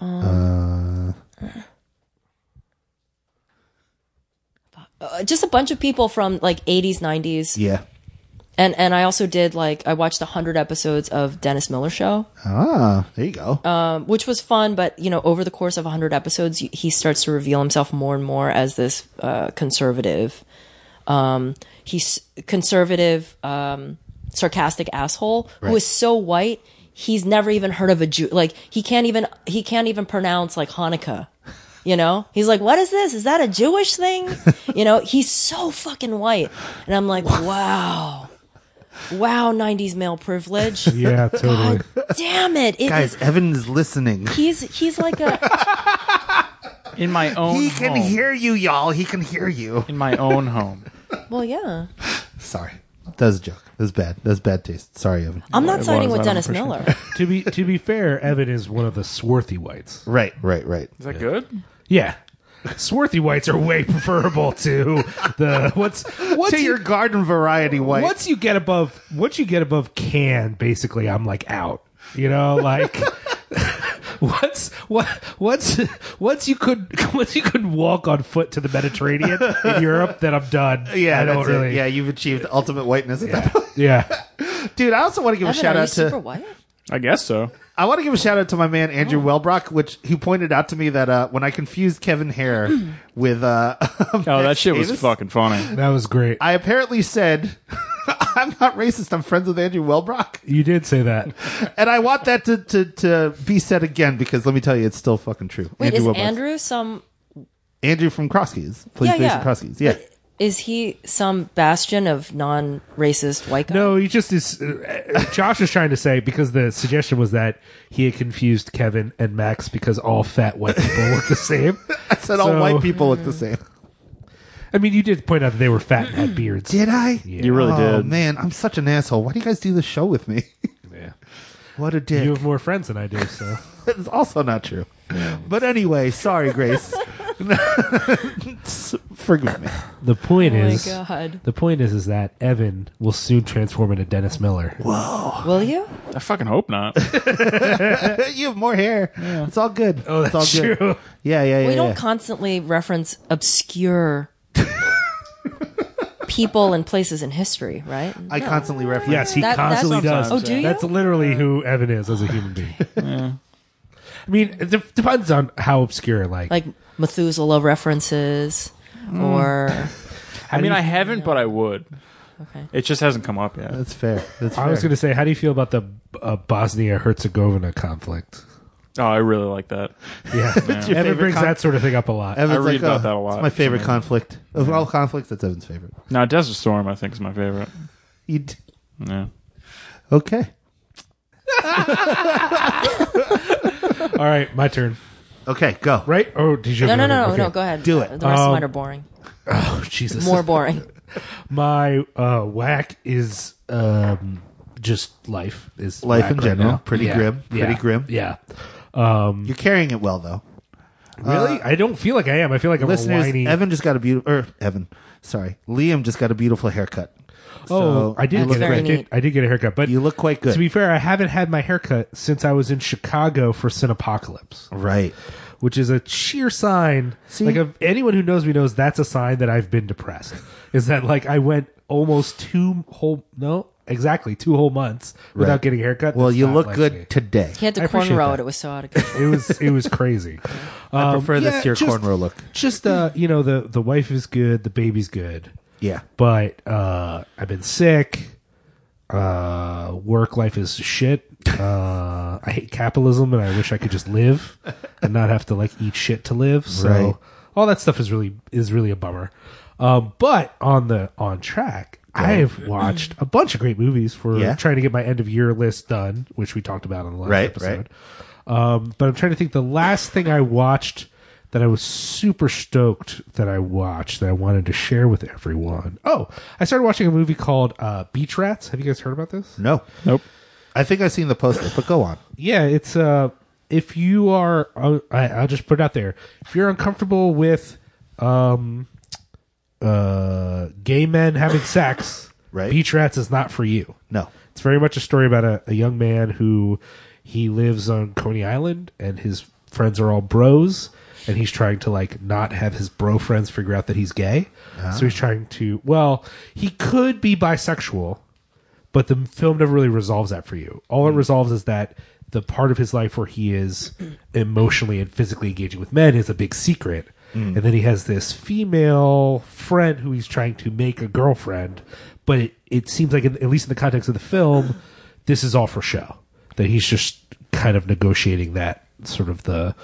[SPEAKER 3] Uh.
[SPEAKER 5] Um Uh, just a bunch of people from like 80s 90s
[SPEAKER 3] Yeah.
[SPEAKER 5] and and i also did like i watched 100 episodes of dennis miller show
[SPEAKER 3] Ah, there you go.
[SPEAKER 5] um, which was fun but you know over the course of 100 episodes y- he starts to reveal himself more and more as this uh, conservative um, he's conservative um, sarcastic asshole who
[SPEAKER 3] Right.
[SPEAKER 5] is so white he's never even heard of a jew like he can't even he can't even pronounce like hanukkah you know he's like what is this is that a jewish thing you know he's so fucking white and i'm like wow wow 90s male privilege
[SPEAKER 2] Yeah. Totally.
[SPEAKER 5] God damn it! It
[SPEAKER 3] Guys,
[SPEAKER 5] is-
[SPEAKER 3] Evan is listening.
[SPEAKER 5] he's he's like a
[SPEAKER 4] In my own
[SPEAKER 3] He can
[SPEAKER 4] home.
[SPEAKER 3] hear you, y'all. He can hear you.
[SPEAKER 4] In my own home.
[SPEAKER 5] well, yeah.
[SPEAKER 3] Sorry. That was a joke. That was bad. That was bad taste. Sorry, Evan.
[SPEAKER 5] I'm not
[SPEAKER 4] It
[SPEAKER 5] siding
[SPEAKER 4] was,
[SPEAKER 5] with
[SPEAKER 4] I don't
[SPEAKER 5] Dennis
[SPEAKER 4] appreciate
[SPEAKER 5] Miller.
[SPEAKER 2] to be to be fair, Evan is one of the swarthy whites.
[SPEAKER 3] Right, right, right.
[SPEAKER 4] Is that good?
[SPEAKER 2] Yeah. Swarthy whites are way preferable to the what's what's
[SPEAKER 3] to your garden variety white.
[SPEAKER 2] Once you get above, once you get above can, basically, I'm like out. You know, like once, what, once, once you could, once you could walk on foot to the Mediterranean in Europe, then I'm done.
[SPEAKER 3] Yeah,
[SPEAKER 2] I don't
[SPEAKER 3] that's it.
[SPEAKER 2] really.
[SPEAKER 3] Yeah, you've achieved ultimate whiteness at that point.
[SPEAKER 2] yeah.
[SPEAKER 3] Dude, I also want to give
[SPEAKER 5] Evan,
[SPEAKER 3] a shout
[SPEAKER 5] are you
[SPEAKER 3] out to
[SPEAKER 5] super white?
[SPEAKER 4] I guess so.
[SPEAKER 3] I want to give a shout out to my man Andrew
[SPEAKER 5] Oh.
[SPEAKER 3] Welbrock, which he pointed out to me that uh, when I confused Kevin Hare
[SPEAKER 5] Hmm.
[SPEAKER 3] with uh,
[SPEAKER 4] Oh, that shit was
[SPEAKER 3] Davis?
[SPEAKER 4] fucking funny.
[SPEAKER 2] That was great.
[SPEAKER 3] I apparently said I'm not racist. I'm friends with Andrew Welbrock,
[SPEAKER 2] you did say that.
[SPEAKER 3] and I want that to, to, to be said again because let me tell you, it's still fucking true.
[SPEAKER 5] Wait, is
[SPEAKER 3] Welbrock.
[SPEAKER 5] Andrew some?
[SPEAKER 3] Andrew from Crosskeys, Police
[SPEAKER 5] Yeah, yeah.
[SPEAKER 3] Station Crosskeys. Yeah,
[SPEAKER 5] Is he some bastion of non-racist white guy?
[SPEAKER 2] No, he just is. Uh, Josh is trying to say because the suggestion was that he had confused Kevin and Max because all fat white people look the same.
[SPEAKER 3] I said all
[SPEAKER 2] So-
[SPEAKER 3] white people look the
[SPEAKER 5] Hmm.
[SPEAKER 3] same.
[SPEAKER 2] I mean, you did point out that they were fat and had beards.
[SPEAKER 3] Did I?
[SPEAKER 4] You really
[SPEAKER 3] oh
[SPEAKER 4] did.
[SPEAKER 3] man, I'm such an asshole. Why do you guys do this show with me?
[SPEAKER 2] Yeah.
[SPEAKER 3] what a dick.
[SPEAKER 2] You have more friends than I do, so.
[SPEAKER 3] It's also not true. But anyway, sorry, Grace. Forgive me.
[SPEAKER 2] The point
[SPEAKER 5] Oh my
[SPEAKER 2] is,
[SPEAKER 5] God.
[SPEAKER 2] the point is, is that Evan will soon transform into Dennis Miller.
[SPEAKER 5] Will you?
[SPEAKER 4] I fucking hope not.
[SPEAKER 3] you have more hair. It's all good.
[SPEAKER 2] Oh, that's
[SPEAKER 3] it's all good.
[SPEAKER 2] true.
[SPEAKER 3] Yeah, yeah, yeah.
[SPEAKER 5] we don't
[SPEAKER 3] yeah.
[SPEAKER 5] constantly reference obscure people and places in history, right?
[SPEAKER 3] I constantly reference.
[SPEAKER 2] Yes, he
[SPEAKER 5] That- that's-
[SPEAKER 2] constantly does.
[SPEAKER 5] Oh, do you?
[SPEAKER 2] That's literally who Evan is as a human being. I mean, it de- depends on how obscure. Like,
[SPEAKER 5] like Methuselah references or
[SPEAKER 4] I mean, I haven't, but I would.
[SPEAKER 5] okay.
[SPEAKER 4] It just hasn't come up yet.
[SPEAKER 3] That's fair. That's fair.
[SPEAKER 2] I was going to say, how do you feel about the uh, Bosnia Herzegovina conflict?
[SPEAKER 4] Oh, I really like that.
[SPEAKER 2] Yeah,
[SPEAKER 3] It's your
[SPEAKER 2] Evan
[SPEAKER 3] favorite
[SPEAKER 2] brings
[SPEAKER 3] con-
[SPEAKER 2] that sort of thing up a lot.
[SPEAKER 3] Evan's
[SPEAKER 4] I read
[SPEAKER 3] like,
[SPEAKER 4] about
[SPEAKER 3] "Oh,
[SPEAKER 4] that a lot,
[SPEAKER 3] It's my favorite
[SPEAKER 4] so-
[SPEAKER 3] conflict of all conflicts. That's Evan's favorite.
[SPEAKER 4] No, Desert Storm, I think, is my favorite.
[SPEAKER 3] You d-
[SPEAKER 4] Yeah.
[SPEAKER 3] okay?
[SPEAKER 2] All right, my turn.
[SPEAKER 3] Okay, go.
[SPEAKER 2] Right? Oh, did you?
[SPEAKER 5] No,
[SPEAKER 2] have
[SPEAKER 5] no, no,
[SPEAKER 2] another-
[SPEAKER 5] no,
[SPEAKER 2] okay.
[SPEAKER 5] no. Go ahead.
[SPEAKER 3] Do it.
[SPEAKER 5] The rest
[SPEAKER 2] Um,
[SPEAKER 5] of mine are boring.
[SPEAKER 2] Oh, Jesus.
[SPEAKER 5] More boring.
[SPEAKER 2] my uh, whack is um, just life. Is
[SPEAKER 3] Life
[SPEAKER 2] whack
[SPEAKER 3] in
[SPEAKER 2] right
[SPEAKER 3] general.
[SPEAKER 2] now.
[SPEAKER 3] Pretty
[SPEAKER 2] Yeah.
[SPEAKER 3] grim. Pretty
[SPEAKER 2] Yeah.
[SPEAKER 3] grim.
[SPEAKER 2] Yeah.
[SPEAKER 3] You're carrying it well though.
[SPEAKER 2] Really? I don't feel like I am. I feel like I'm a
[SPEAKER 3] Uh, Listeners,
[SPEAKER 2] whiny.
[SPEAKER 3] Evan just got a beautiful. Or Evan, sorry, Liam just got a beautiful haircut. so
[SPEAKER 2] oh, I did.
[SPEAKER 5] That's
[SPEAKER 2] Get, a- I
[SPEAKER 5] very
[SPEAKER 2] did.
[SPEAKER 5] neat.
[SPEAKER 2] I did get a haircut, but
[SPEAKER 3] You look quite good.
[SPEAKER 2] To be fair, I haven't had my haircut since I was in Chicago for Cinepocalypse,
[SPEAKER 3] right.
[SPEAKER 2] which is a sheer sign.
[SPEAKER 3] See?
[SPEAKER 2] Like, if anyone who knows me knows that's a sign that I've been depressed. Is that like I went almost two whole no exactly two whole months without
[SPEAKER 3] Right.
[SPEAKER 2] getting a haircut?
[SPEAKER 3] Well,
[SPEAKER 2] That's
[SPEAKER 3] you
[SPEAKER 2] not
[SPEAKER 3] look
[SPEAKER 2] like
[SPEAKER 3] good
[SPEAKER 2] me.
[SPEAKER 3] today.
[SPEAKER 5] He had
[SPEAKER 2] I
[SPEAKER 5] to
[SPEAKER 2] appreciate
[SPEAKER 5] cornrow
[SPEAKER 2] that.
[SPEAKER 5] it. It was so out of control.
[SPEAKER 2] It was it was crazy.
[SPEAKER 3] I prefer this
[SPEAKER 2] yeah,
[SPEAKER 3] to your
[SPEAKER 2] just-
[SPEAKER 3] cornrow look.
[SPEAKER 2] Just uh, you know, the the wife is good, the baby's good.
[SPEAKER 3] Yeah.
[SPEAKER 2] but uh, I've been sick. Uh, work life is shit. Uh, I hate capitalism, and I wish I could just live and not have to like eat shit to live. So
[SPEAKER 3] Right.
[SPEAKER 2] all that stuff is really is really a bummer. Um, but on the on track, I've watched a bunch of great movies for
[SPEAKER 3] Yeah.
[SPEAKER 2] trying to get my end of year list done, which we talked about on the last
[SPEAKER 3] Right,
[SPEAKER 2] episode. Um, but I'm trying to think. The last thing I watched that I was super stoked that I watched that I wanted to share with everyone. Oh, I started watching a movie called uh, Beach Rats. Have you guys heard about this?
[SPEAKER 3] No.
[SPEAKER 4] Nope.
[SPEAKER 3] I think I've seen the poster, but go on.
[SPEAKER 2] Yeah, it's uh, if you are, uh, I, I'll just put it out there. If you're uncomfortable with um, uh, gay men having sex,
[SPEAKER 3] Right.
[SPEAKER 2] Beach Rats is not for you.
[SPEAKER 3] No.
[SPEAKER 2] It's very much a story about a, a young man who he lives on Coney Island and his friends are all bros and he's trying to like not have his bro friends figure out that he's gay. So he's trying to well, he could be bisexual, but the film never really resolves that for you. All it resolves is that the part of his life where he is emotionally and physically engaging with men is a big secret. And then he has this female friend who he's trying to make a girlfriend, but it, it seems like, in, at least in the context of the film, this is all for show. That he's just kind of negotiating that sort of the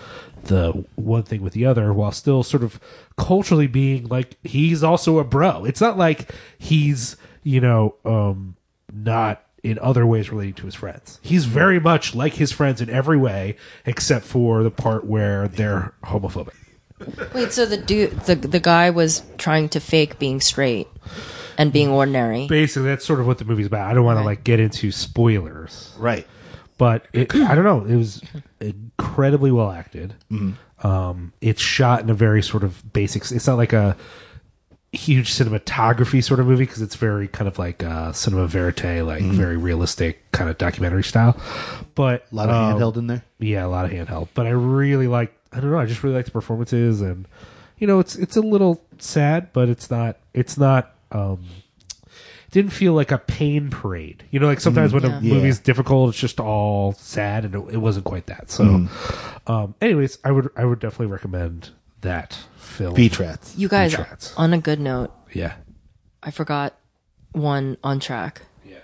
[SPEAKER 2] the one thing with the other while still sort of culturally being like he's also a bro. It's not like he's, you know, um not in other ways relating to his friends. He's very much like his friends in every way except for the part where they're homophobic.
[SPEAKER 5] Wait, so the dude, the the guy was trying to fake being straight and being ordinary.
[SPEAKER 2] Basically that's sort of what the movie's about. I don't want to like get into spoilers.
[SPEAKER 3] Right.
[SPEAKER 2] but it, I don't know. It was incredibly well acted. Um, it's shot in a very sort of basic. It's not like a huge cinematography sort of movie because it's very kind of like uh, cinema verite, like very realistic kind of documentary style. But
[SPEAKER 3] A lot of handheld in there.
[SPEAKER 2] yeah, a lot of handheld. But I really like. I don't know. I just really like the performances, and you know, it's it's a little sad, but it's not. It's not. um Didn't feel like a pain parade. You know, like sometimes when a
[SPEAKER 5] Mm. Yeah.
[SPEAKER 2] movie is difficult, it's just all sad, and it, it wasn't quite that. So,
[SPEAKER 3] Mm-hmm.
[SPEAKER 2] um anyways, I would I would definitely recommend that film.
[SPEAKER 3] Beach rats.
[SPEAKER 5] You guys,
[SPEAKER 2] Beach-rats.
[SPEAKER 5] on a good note,
[SPEAKER 2] Yeah.
[SPEAKER 5] I forgot one on track. Yeah.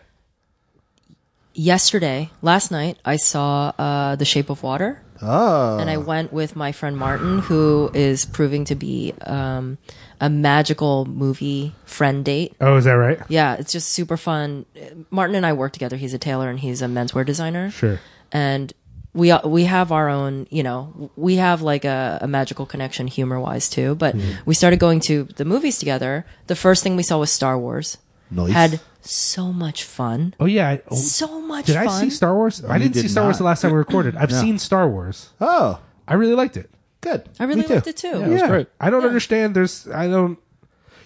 [SPEAKER 5] Yesterday, last night, I saw uh, The Shape of Water. Oh. And I went with my friend Martin, who is proving to be um, a magical movie friend date.
[SPEAKER 2] Oh, is that right?
[SPEAKER 5] Yeah, it's just super fun. Martin and I work together. He's a tailor and he's a menswear designer.
[SPEAKER 2] Sure.
[SPEAKER 5] And we we have our own, you know, we have like a, a magical connection humor wise too. But
[SPEAKER 2] Hmm.
[SPEAKER 5] we started going to the movies together. The first thing we saw was Star Wars.
[SPEAKER 3] Nice.
[SPEAKER 5] Had so much fun.
[SPEAKER 2] Oh yeah. I, oh,
[SPEAKER 5] So much
[SPEAKER 2] did
[SPEAKER 5] fun.
[SPEAKER 2] I see Star Wars? I didn't
[SPEAKER 3] did
[SPEAKER 2] see Star Wars
[SPEAKER 3] not.
[SPEAKER 2] the last time we recorded. I've seen Star Wars.
[SPEAKER 3] Oh,
[SPEAKER 2] I really liked it.
[SPEAKER 3] good.
[SPEAKER 5] I really
[SPEAKER 3] Me too.
[SPEAKER 5] liked it too.
[SPEAKER 2] Yeah.
[SPEAKER 4] great.
[SPEAKER 2] I don't understand. There's I don't.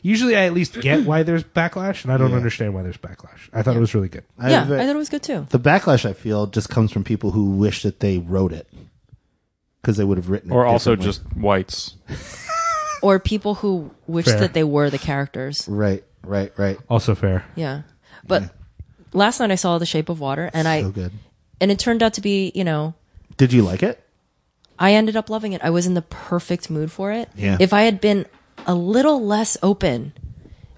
[SPEAKER 2] Usually, I at least get why there's backlash, and I don't understand why there's backlash. I thought it was really good.
[SPEAKER 3] I
[SPEAKER 5] Yeah,
[SPEAKER 3] have a-
[SPEAKER 5] I thought it was good too.
[SPEAKER 3] the backlash I feel just comes from people who wish that they wrote it because they would have written it.
[SPEAKER 4] Or also
[SPEAKER 3] differently.
[SPEAKER 4] just whites.
[SPEAKER 5] Or people who wish
[SPEAKER 2] Fair.
[SPEAKER 5] that they were the characters.
[SPEAKER 3] right, right, right.
[SPEAKER 2] Also fair.
[SPEAKER 5] Yeah. But last night I saw The Shape of Water and I
[SPEAKER 3] so good.
[SPEAKER 5] and it turned out to be, you know,
[SPEAKER 3] Did you like it?
[SPEAKER 5] I ended up loving it. I was in the perfect mood for it.
[SPEAKER 3] Yeah.
[SPEAKER 5] If I had been a little less open,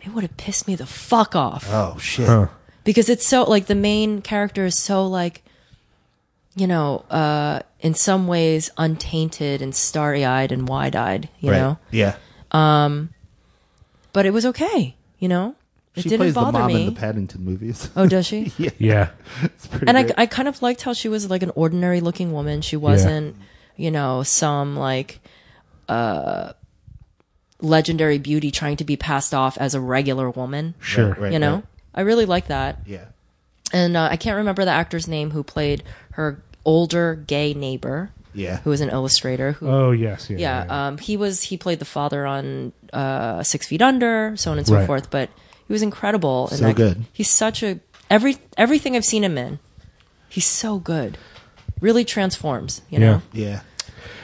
[SPEAKER 5] it would have pissed me the fuck off
[SPEAKER 3] Oh shit.
[SPEAKER 5] because it's so like the main character is so like you know uh in some ways untainted and starry-eyed and wide-eyed you
[SPEAKER 3] right.
[SPEAKER 5] know
[SPEAKER 3] Yeah.
[SPEAKER 5] but it was okay you know it
[SPEAKER 3] She
[SPEAKER 5] didn't
[SPEAKER 3] plays the
[SPEAKER 5] bother
[SPEAKER 3] mom
[SPEAKER 5] me
[SPEAKER 3] in the Paddington movies.
[SPEAKER 5] oh does she
[SPEAKER 2] Yeah.
[SPEAKER 3] it's pretty
[SPEAKER 5] and I,
[SPEAKER 3] great.
[SPEAKER 5] I kind of liked how she was like an ordinary looking woman she wasn't you know some like uh legendary beauty trying to be passed off as a regular woman
[SPEAKER 2] Sure.
[SPEAKER 3] Right, right,
[SPEAKER 5] you know
[SPEAKER 3] right.
[SPEAKER 5] i really like that
[SPEAKER 3] Yeah.
[SPEAKER 5] and uh, I can't remember the actor's name who played her older gay neighbor,
[SPEAKER 3] Yeah.
[SPEAKER 5] who was an illustrator. Who,
[SPEAKER 2] Oh yes. Yeah.
[SPEAKER 5] yeah, um, he was he played the father on uh, Six Feet Under, so on and so
[SPEAKER 2] Right.
[SPEAKER 5] forth. But he was incredible. in
[SPEAKER 3] So
[SPEAKER 5] that-
[SPEAKER 3] good.
[SPEAKER 5] He's such a every everything I've seen him in. He's so good. Really transforms. You
[SPEAKER 2] Yeah.
[SPEAKER 5] know.
[SPEAKER 3] Yeah.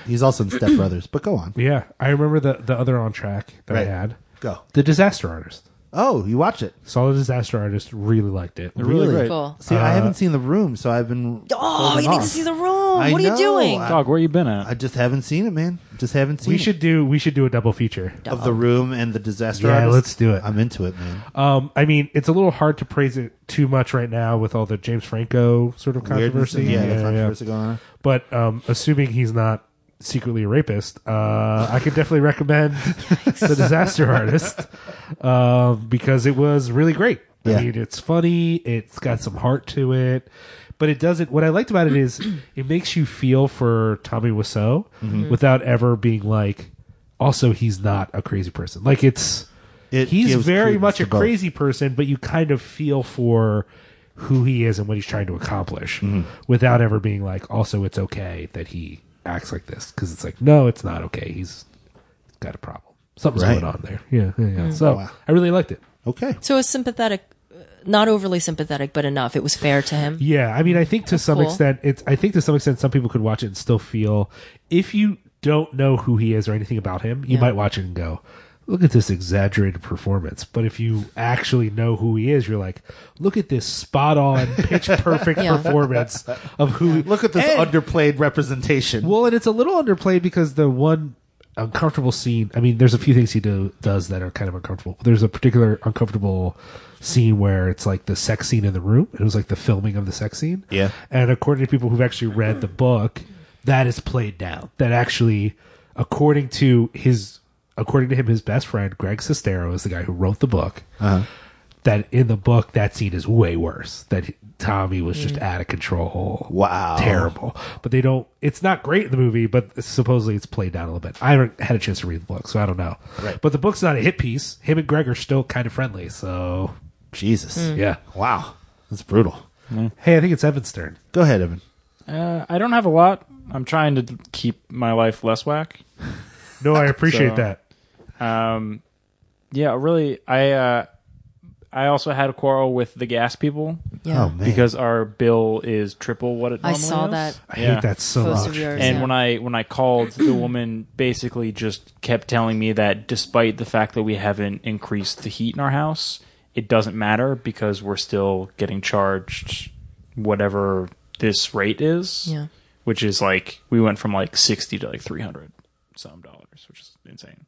[SPEAKER 3] He's also in Step Brothers, but go on.
[SPEAKER 2] Yeah. I remember the the other on track that
[SPEAKER 3] Right.
[SPEAKER 2] I had.
[SPEAKER 3] Go.
[SPEAKER 2] The Disaster Artist.
[SPEAKER 3] Oh, you watch it.
[SPEAKER 2] Saw the Disaster Artist. Really liked it.
[SPEAKER 3] Really
[SPEAKER 5] Really
[SPEAKER 3] great.
[SPEAKER 5] cool.
[SPEAKER 3] See, I haven't seen The Room, so I've been.
[SPEAKER 5] Oh,
[SPEAKER 3] holding
[SPEAKER 5] you need
[SPEAKER 3] off.
[SPEAKER 5] to see the room.
[SPEAKER 3] I
[SPEAKER 5] what are
[SPEAKER 3] know.
[SPEAKER 5] you doing?
[SPEAKER 3] I-
[SPEAKER 4] Dog, where you been at?
[SPEAKER 3] I just haven't seen it, man. Just haven't seen
[SPEAKER 2] We
[SPEAKER 3] it.
[SPEAKER 2] should do we should do a double feature.
[SPEAKER 3] of the room and the disaster.
[SPEAKER 2] Yeah,
[SPEAKER 3] artist.
[SPEAKER 2] let's do it.
[SPEAKER 3] I'm into it, man.
[SPEAKER 2] Um, I mean, it's a little hard to praise it too much right now with all the James Franco sort of
[SPEAKER 3] Weirdness
[SPEAKER 2] controversy.
[SPEAKER 3] and- yeah, the controversy going on.
[SPEAKER 2] But um, assuming he's not secretly a rapist, uh, I could definitely recommend The Disaster Artist uh, because it was really great.
[SPEAKER 3] Yeah.
[SPEAKER 2] I mean, it's funny, it's got some heart to it, but it doesn't. What I liked about it is it makes you feel for Tommy Wiseau without ever being like, also, he's not a crazy person. Like, it's.
[SPEAKER 3] It
[SPEAKER 2] he's
[SPEAKER 3] gives
[SPEAKER 2] very
[SPEAKER 3] credence
[SPEAKER 2] much
[SPEAKER 3] to
[SPEAKER 2] a
[SPEAKER 3] both.
[SPEAKER 2] crazy person, but you kind of feel for who he is and what he's trying to accomplish
[SPEAKER 3] Mm-hmm.
[SPEAKER 2] without ever being like, also, it's okay that he acts like this because it's like, no, it's not okay. He's got a problem. Something's
[SPEAKER 3] Right. Oh,
[SPEAKER 2] going on there. Yeah. yeah, yeah. So I really liked it.
[SPEAKER 3] Okay.
[SPEAKER 5] So it was sympathetic, uh, not overly sympathetic, but enough. It was fair to him.
[SPEAKER 2] Yeah, I mean, I think to some
[SPEAKER 5] cool.
[SPEAKER 2] extent, it's. I think to some extent, some people could watch it and still feel. If you don't know who he is or anything about him, you
[SPEAKER 5] Yeah.
[SPEAKER 2] might watch it and go, "Look at this exaggerated performance." But if you actually know who he is, you're like, "Look at this spot on, pitch perfect
[SPEAKER 5] Yeah.
[SPEAKER 2] performance of who."
[SPEAKER 3] Look at this
[SPEAKER 2] And-
[SPEAKER 3] underplayed representation.
[SPEAKER 2] well, and it's a little underplayed because the one uncomfortable scene. I mean, there's a few things he do, does that are kind of uncomfortable. There's a particular uncomfortable scene where it's like the sex scene in the room. It was like the filming of the sex scene.
[SPEAKER 3] Yeah.
[SPEAKER 2] And according to people who've actually read the book, that is played down. That actually, according to his, according to him, his best friend Greg Sestero is the guy who wrote the book. That in the book, that scene is way worse. That he- Tommy was just out of control
[SPEAKER 3] Wow.
[SPEAKER 2] terrible. But they don't. It's not great in the movie, but supposedly it's played down a little bit. I haven't had a chance to read the book, so I don't know.
[SPEAKER 3] Right.
[SPEAKER 2] But the book's not a hit piece. Him and Greg are still kind of friendly, so
[SPEAKER 3] Jesus.
[SPEAKER 5] Hmm.
[SPEAKER 2] yeah.
[SPEAKER 3] Wow. That's brutal.
[SPEAKER 2] Hey, I think it's Evan's turn.
[SPEAKER 3] Go ahead, Evan.
[SPEAKER 4] Uh, I don't have a lot. I'm trying to keep my life less whack.
[SPEAKER 2] No, I appreciate
[SPEAKER 4] So-
[SPEAKER 2] that.
[SPEAKER 4] Um, yeah, really. I uh, I also had a quarrel with the gas people
[SPEAKER 5] Yeah.
[SPEAKER 3] Oh man.
[SPEAKER 4] because our bill is triple what it.
[SPEAKER 5] I
[SPEAKER 4] normally
[SPEAKER 5] saw
[SPEAKER 4] is.
[SPEAKER 5] that.
[SPEAKER 2] I
[SPEAKER 4] Yeah.
[SPEAKER 2] hate that so
[SPEAKER 5] Close to
[SPEAKER 2] much.
[SPEAKER 5] yours.
[SPEAKER 4] And
[SPEAKER 5] Yeah.
[SPEAKER 4] when I when I called, the woman basically just kept telling me that despite the fact that we haven't increased the heat in our house, it doesn't matter because we're still getting charged whatever this rate is.
[SPEAKER 5] Yeah.
[SPEAKER 4] Which is like we went from like sixty to like three hundred some dollars, which is insane.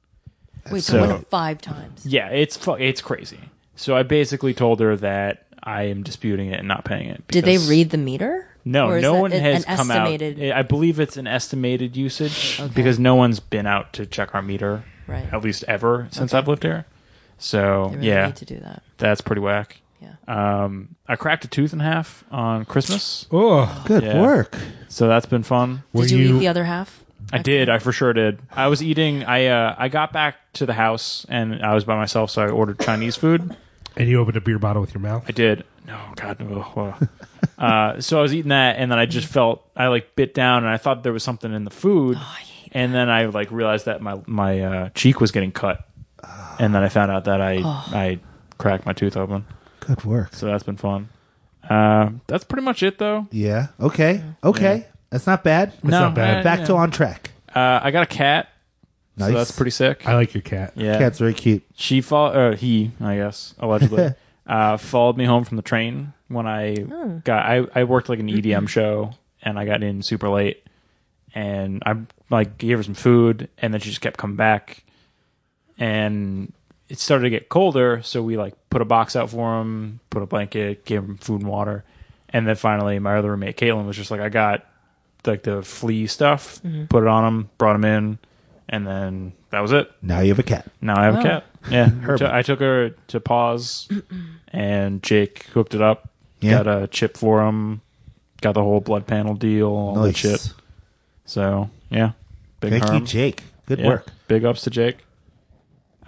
[SPEAKER 5] Wait,
[SPEAKER 4] so-
[SPEAKER 5] so, what? Five times.
[SPEAKER 4] Yeah, it's fu- it's crazy. So I basically told her that I am disputing it and not paying it.
[SPEAKER 5] Did they
[SPEAKER 4] because-
[SPEAKER 5] read the meter?
[SPEAKER 4] No,
[SPEAKER 5] Or is
[SPEAKER 4] no
[SPEAKER 5] that
[SPEAKER 4] one
[SPEAKER 5] an-
[SPEAKER 4] has
[SPEAKER 5] an
[SPEAKER 4] come
[SPEAKER 5] estimated,
[SPEAKER 4] out. I believe it's an estimated usage because no one's been out to check our meter,
[SPEAKER 5] Right.
[SPEAKER 4] at least ever since I've lived here. So
[SPEAKER 5] They really
[SPEAKER 4] yeah,
[SPEAKER 5] need to do that.
[SPEAKER 4] that's pretty whack.
[SPEAKER 5] Yeah.
[SPEAKER 4] Um, I cracked a tooth in half on Christmas,
[SPEAKER 2] Oh,
[SPEAKER 3] Good
[SPEAKER 4] Yeah.
[SPEAKER 3] work.
[SPEAKER 4] so that's been fun.
[SPEAKER 2] were
[SPEAKER 5] did you,
[SPEAKER 2] you-
[SPEAKER 5] eat the other half?
[SPEAKER 4] I did. I for sure did. I was eating. I uh, I got back to the house and I was by myself, so I ordered Chinese food.
[SPEAKER 2] and you opened a beer bottle with your mouth.
[SPEAKER 4] I did. No, God, no. Uh, uh, so I was eating that, and then I just felt I like bit down, and I thought there was something in the food,
[SPEAKER 5] hate
[SPEAKER 4] and then I like realized that my my uh, cheek was getting cut, and then I found out that I I cracked my tooth open.
[SPEAKER 3] Good work.
[SPEAKER 4] So that's been fun. Uh, that's pretty much it, though.
[SPEAKER 3] Yeah. Okay. Okay. That's not bad.
[SPEAKER 4] no,
[SPEAKER 2] not bad.
[SPEAKER 4] I,
[SPEAKER 3] Back to on track.
[SPEAKER 4] Uh, I got a cat,
[SPEAKER 3] Nice.
[SPEAKER 4] so that's pretty sick.
[SPEAKER 2] I like your cat.
[SPEAKER 4] yeah,
[SPEAKER 3] Cat's very cute.
[SPEAKER 4] she followed uh, he i guess allegedly uh, followed me home from the train E when i got I, I worked like an edm show and i got in super late and I like gave her some food, and then she just kept coming back, and it started to get colder, so we like put a box out for him, put a blanket, gave him food and water, and then finally my other roommate Caitlin was just like, I got like the flea stuff, put it on him, brought him in, and then that was it.
[SPEAKER 3] Now you have a cat.
[SPEAKER 4] Now I have
[SPEAKER 5] Oh.
[SPEAKER 4] a cat. Yeah, her, I took her to Paws, and Jake hooked it up.
[SPEAKER 3] Yeah.
[SPEAKER 4] Got a chip for him. Got the whole blood panel deal, all that
[SPEAKER 3] Nice.
[SPEAKER 4] shit. So yeah, big
[SPEAKER 3] Thank
[SPEAKER 4] Herm.
[SPEAKER 3] you, Jake. Good
[SPEAKER 4] Yeah.
[SPEAKER 3] work.
[SPEAKER 4] Big ups to Jake.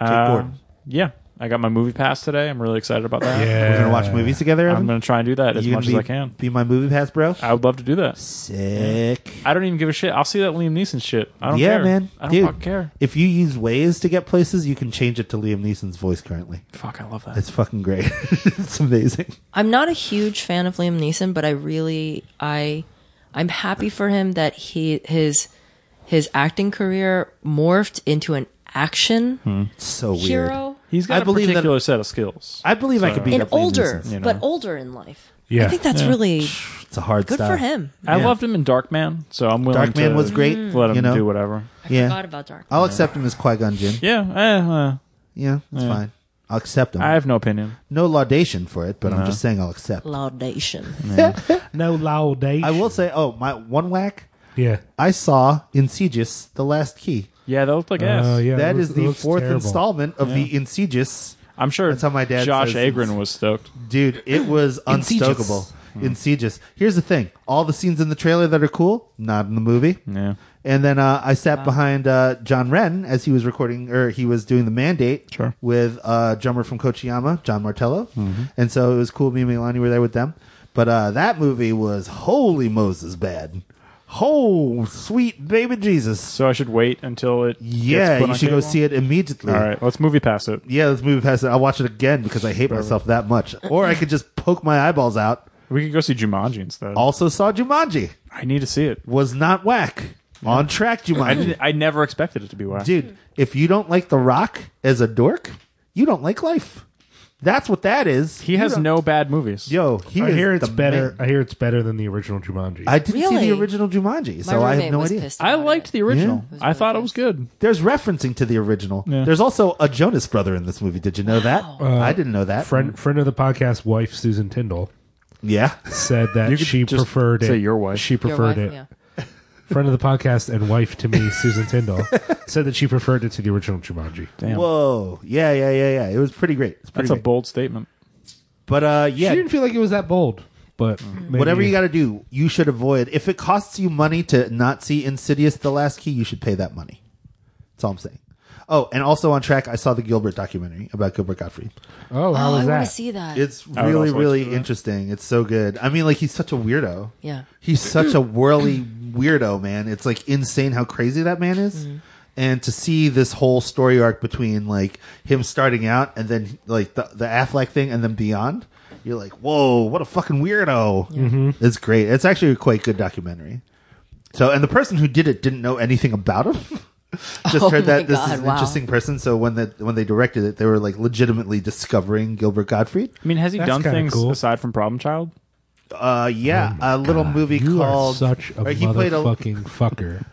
[SPEAKER 4] Jake
[SPEAKER 3] Gordon.
[SPEAKER 4] Yeah, I got my movie pass today. I'm really excited about that.
[SPEAKER 2] Yeah.
[SPEAKER 3] We're gonna watch movies together.
[SPEAKER 4] I'm
[SPEAKER 3] Evan?
[SPEAKER 4] gonna try and do that as
[SPEAKER 3] You
[SPEAKER 4] much
[SPEAKER 3] gonna
[SPEAKER 4] as I
[SPEAKER 3] be-
[SPEAKER 4] can.
[SPEAKER 3] Be my movie pass, bro.
[SPEAKER 4] I would love to do that.
[SPEAKER 3] Sick.
[SPEAKER 4] I don't even give a shit. I'll see that Liam Neeson shit. I don't
[SPEAKER 3] yeah,
[SPEAKER 4] care.
[SPEAKER 3] man.
[SPEAKER 4] I don't
[SPEAKER 3] Dude,
[SPEAKER 4] fucking care.
[SPEAKER 3] If you use Waze to get places, you can change it to Liam Neeson's voice currently.
[SPEAKER 4] Fuck, I love that.
[SPEAKER 3] It's fucking great. it's amazing.
[SPEAKER 5] I'm not a huge fan of Liam Neeson, but I really I I'm happy for him that he his his acting career morphed into an action
[SPEAKER 3] It's so weird.
[SPEAKER 5] hero
[SPEAKER 4] He's got
[SPEAKER 3] I
[SPEAKER 4] a
[SPEAKER 3] believe that-
[SPEAKER 4] particular set of skills.
[SPEAKER 3] I believe I could be
[SPEAKER 5] and older,
[SPEAKER 4] Neeson, you know.
[SPEAKER 5] but older in life.
[SPEAKER 2] Yeah.
[SPEAKER 5] I think that's really
[SPEAKER 3] It's a hard
[SPEAKER 5] good
[SPEAKER 3] style.
[SPEAKER 5] for him.
[SPEAKER 4] I loved him in Darkman, so I'm willing.
[SPEAKER 3] Darkman
[SPEAKER 4] to
[SPEAKER 3] was great,
[SPEAKER 4] Let him
[SPEAKER 3] you know?
[SPEAKER 4] do whatever.
[SPEAKER 3] Yeah.
[SPEAKER 5] Forgot about Dark.
[SPEAKER 3] I'll accept him as Qui Gon Jinn.
[SPEAKER 4] Yeah, eh, eh,
[SPEAKER 3] Yeah, it's fine. I'll accept him.
[SPEAKER 4] I have no opinion.
[SPEAKER 3] no laudation for it, but I'm just saying I'll accept.
[SPEAKER 5] Laudation.
[SPEAKER 2] No laudation.
[SPEAKER 3] I will say, oh, my one whack.
[SPEAKER 2] Yeah.
[SPEAKER 3] I saw Insidious: The Last Key.
[SPEAKER 4] Yeah, that looked like ass.
[SPEAKER 2] Oh, yeah.
[SPEAKER 3] That
[SPEAKER 2] it
[SPEAKER 3] is
[SPEAKER 2] looks- it
[SPEAKER 3] the
[SPEAKER 2] looks
[SPEAKER 3] fourth
[SPEAKER 2] terrible.
[SPEAKER 3] installment of the Insidious.
[SPEAKER 4] I'm sure
[SPEAKER 3] That's how my dad
[SPEAKER 4] Josh
[SPEAKER 3] says
[SPEAKER 4] Agron
[SPEAKER 3] it's-
[SPEAKER 4] was stoked.
[SPEAKER 3] Dude, it was unstokable.
[SPEAKER 2] Hmm.
[SPEAKER 3] Insidious. Here's the thing: all the scenes in the trailer that are cool, not in the movie.
[SPEAKER 4] Yeah.
[SPEAKER 3] And then uh, I sat behind uh, John Wren as he was recording, or he was doing the mandate
[SPEAKER 4] Sure.
[SPEAKER 3] with uh, drummer from Kochiyama, John Martello.
[SPEAKER 2] Mm-hmm.
[SPEAKER 3] And so it was cool. Me and Milani were there with them. But uh, that movie was holy Moses bad. Oh, sweet baby Jesus.
[SPEAKER 4] So I should wait until it.
[SPEAKER 3] Yeah, you should go see it immediately.
[SPEAKER 4] All right, let's movie past it.
[SPEAKER 3] Yeah, let's move past it. I'll watch it again because I hate myself that much. Or I could just poke my eyeballs out.
[SPEAKER 4] We could go see Jumanji instead.
[SPEAKER 3] Also saw Jumanji.
[SPEAKER 4] I need to see it.
[SPEAKER 3] Was not whack. On track,
[SPEAKER 4] I,
[SPEAKER 3] Jumanji.
[SPEAKER 4] didn't, I never expected it to be whack.
[SPEAKER 3] dude if you don't like the rock as a dork you don't like life that's what that is
[SPEAKER 4] he has
[SPEAKER 3] You don't-
[SPEAKER 4] no bad movies.
[SPEAKER 3] yo he
[SPEAKER 2] I
[SPEAKER 3] is
[SPEAKER 2] hear it's
[SPEAKER 3] the
[SPEAKER 2] better.
[SPEAKER 3] man.
[SPEAKER 2] I hear it's better than the original Jumanji.
[SPEAKER 3] i didn't see
[SPEAKER 5] Really?
[SPEAKER 3] the original jumanji
[SPEAKER 5] My
[SPEAKER 3] so i
[SPEAKER 5] roommate
[SPEAKER 3] have no
[SPEAKER 5] was
[SPEAKER 3] idea
[SPEAKER 5] pissed
[SPEAKER 4] I
[SPEAKER 5] about
[SPEAKER 4] liked
[SPEAKER 5] it.
[SPEAKER 4] the original.
[SPEAKER 5] Yeah.
[SPEAKER 4] I thought it was good.
[SPEAKER 3] there's referencing to the original
[SPEAKER 4] Yeah.
[SPEAKER 3] there's also a jonas brother in this movie did you know that
[SPEAKER 5] Uh,
[SPEAKER 3] i didn't know that
[SPEAKER 2] friend friend of the podcast, wife Susan Tyndall
[SPEAKER 3] yeah
[SPEAKER 2] said that
[SPEAKER 4] could
[SPEAKER 2] she
[SPEAKER 4] just
[SPEAKER 2] preferred
[SPEAKER 4] say
[SPEAKER 2] it.
[SPEAKER 4] your wife.
[SPEAKER 2] She
[SPEAKER 5] Your
[SPEAKER 2] preferred
[SPEAKER 5] wife,
[SPEAKER 2] it.
[SPEAKER 5] yeah.
[SPEAKER 2] Friend of the podcast and wife to me, Susan Tyndall said that she preferred it to the original Jumanji.
[SPEAKER 4] Damn,
[SPEAKER 3] whoa yeah yeah yeah yeah it was pretty great it's pretty
[SPEAKER 4] that's a
[SPEAKER 3] great.
[SPEAKER 4] bold statement.
[SPEAKER 3] but uh yeah
[SPEAKER 2] She didn't feel like it was that bold, but maybe-
[SPEAKER 3] Whatever you got to do, you should avoid. If it costs you money to not see Insidious: The Last Key, you should pay that money. That's all I'm saying. Oh, and also on track, I saw the Gilbert documentary about Gilbert Gottfried.
[SPEAKER 2] Oh, how
[SPEAKER 5] Oh,
[SPEAKER 2] was
[SPEAKER 5] I want
[SPEAKER 2] that?
[SPEAKER 5] to see that.
[SPEAKER 3] It's
[SPEAKER 4] would
[SPEAKER 3] really,
[SPEAKER 4] also like to do
[SPEAKER 3] really
[SPEAKER 4] that.
[SPEAKER 3] interesting. It's so good. I mean, like he's such a weirdo.
[SPEAKER 5] Yeah.
[SPEAKER 3] he's such a whirly weirdo, man. It's like insane how crazy that man is.
[SPEAKER 5] Mm-hmm.
[SPEAKER 3] And to see this whole story arc between like him starting out and then like the the Affleck thing and then beyond, you're like, whoa, what a fucking weirdo! It's great. It's actually a quite good documentary. So, and the person who did it didn't know anything about him. Just
[SPEAKER 5] Oh
[SPEAKER 3] heard that
[SPEAKER 5] my
[SPEAKER 3] this
[SPEAKER 5] God,
[SPEAKER 3] is an
[SPEAKER 5] wow.
[SPEAKER 3] interesting person. So when that when they directed it, they were like legitimately discovering Gilbert Gottfried.
[SPEAKER 4] I mean, has he
[SPEAKER 2] That's
[SPEAKER 4] done
[SPEAKER 2] kinda
[SPEAKER 4] things
[SPEAKER 2] cool.
[SPEAKER 4] aside from Problem Child?
[SPEAKER 3] Uh, yeah, a little movie
[SPEAKER 2] You
[SPEAKER 3] called
[SPEAKER 2] are such a
[SPEAKER 3] or he played a
[SPEAKER 2] motherfucking fucker.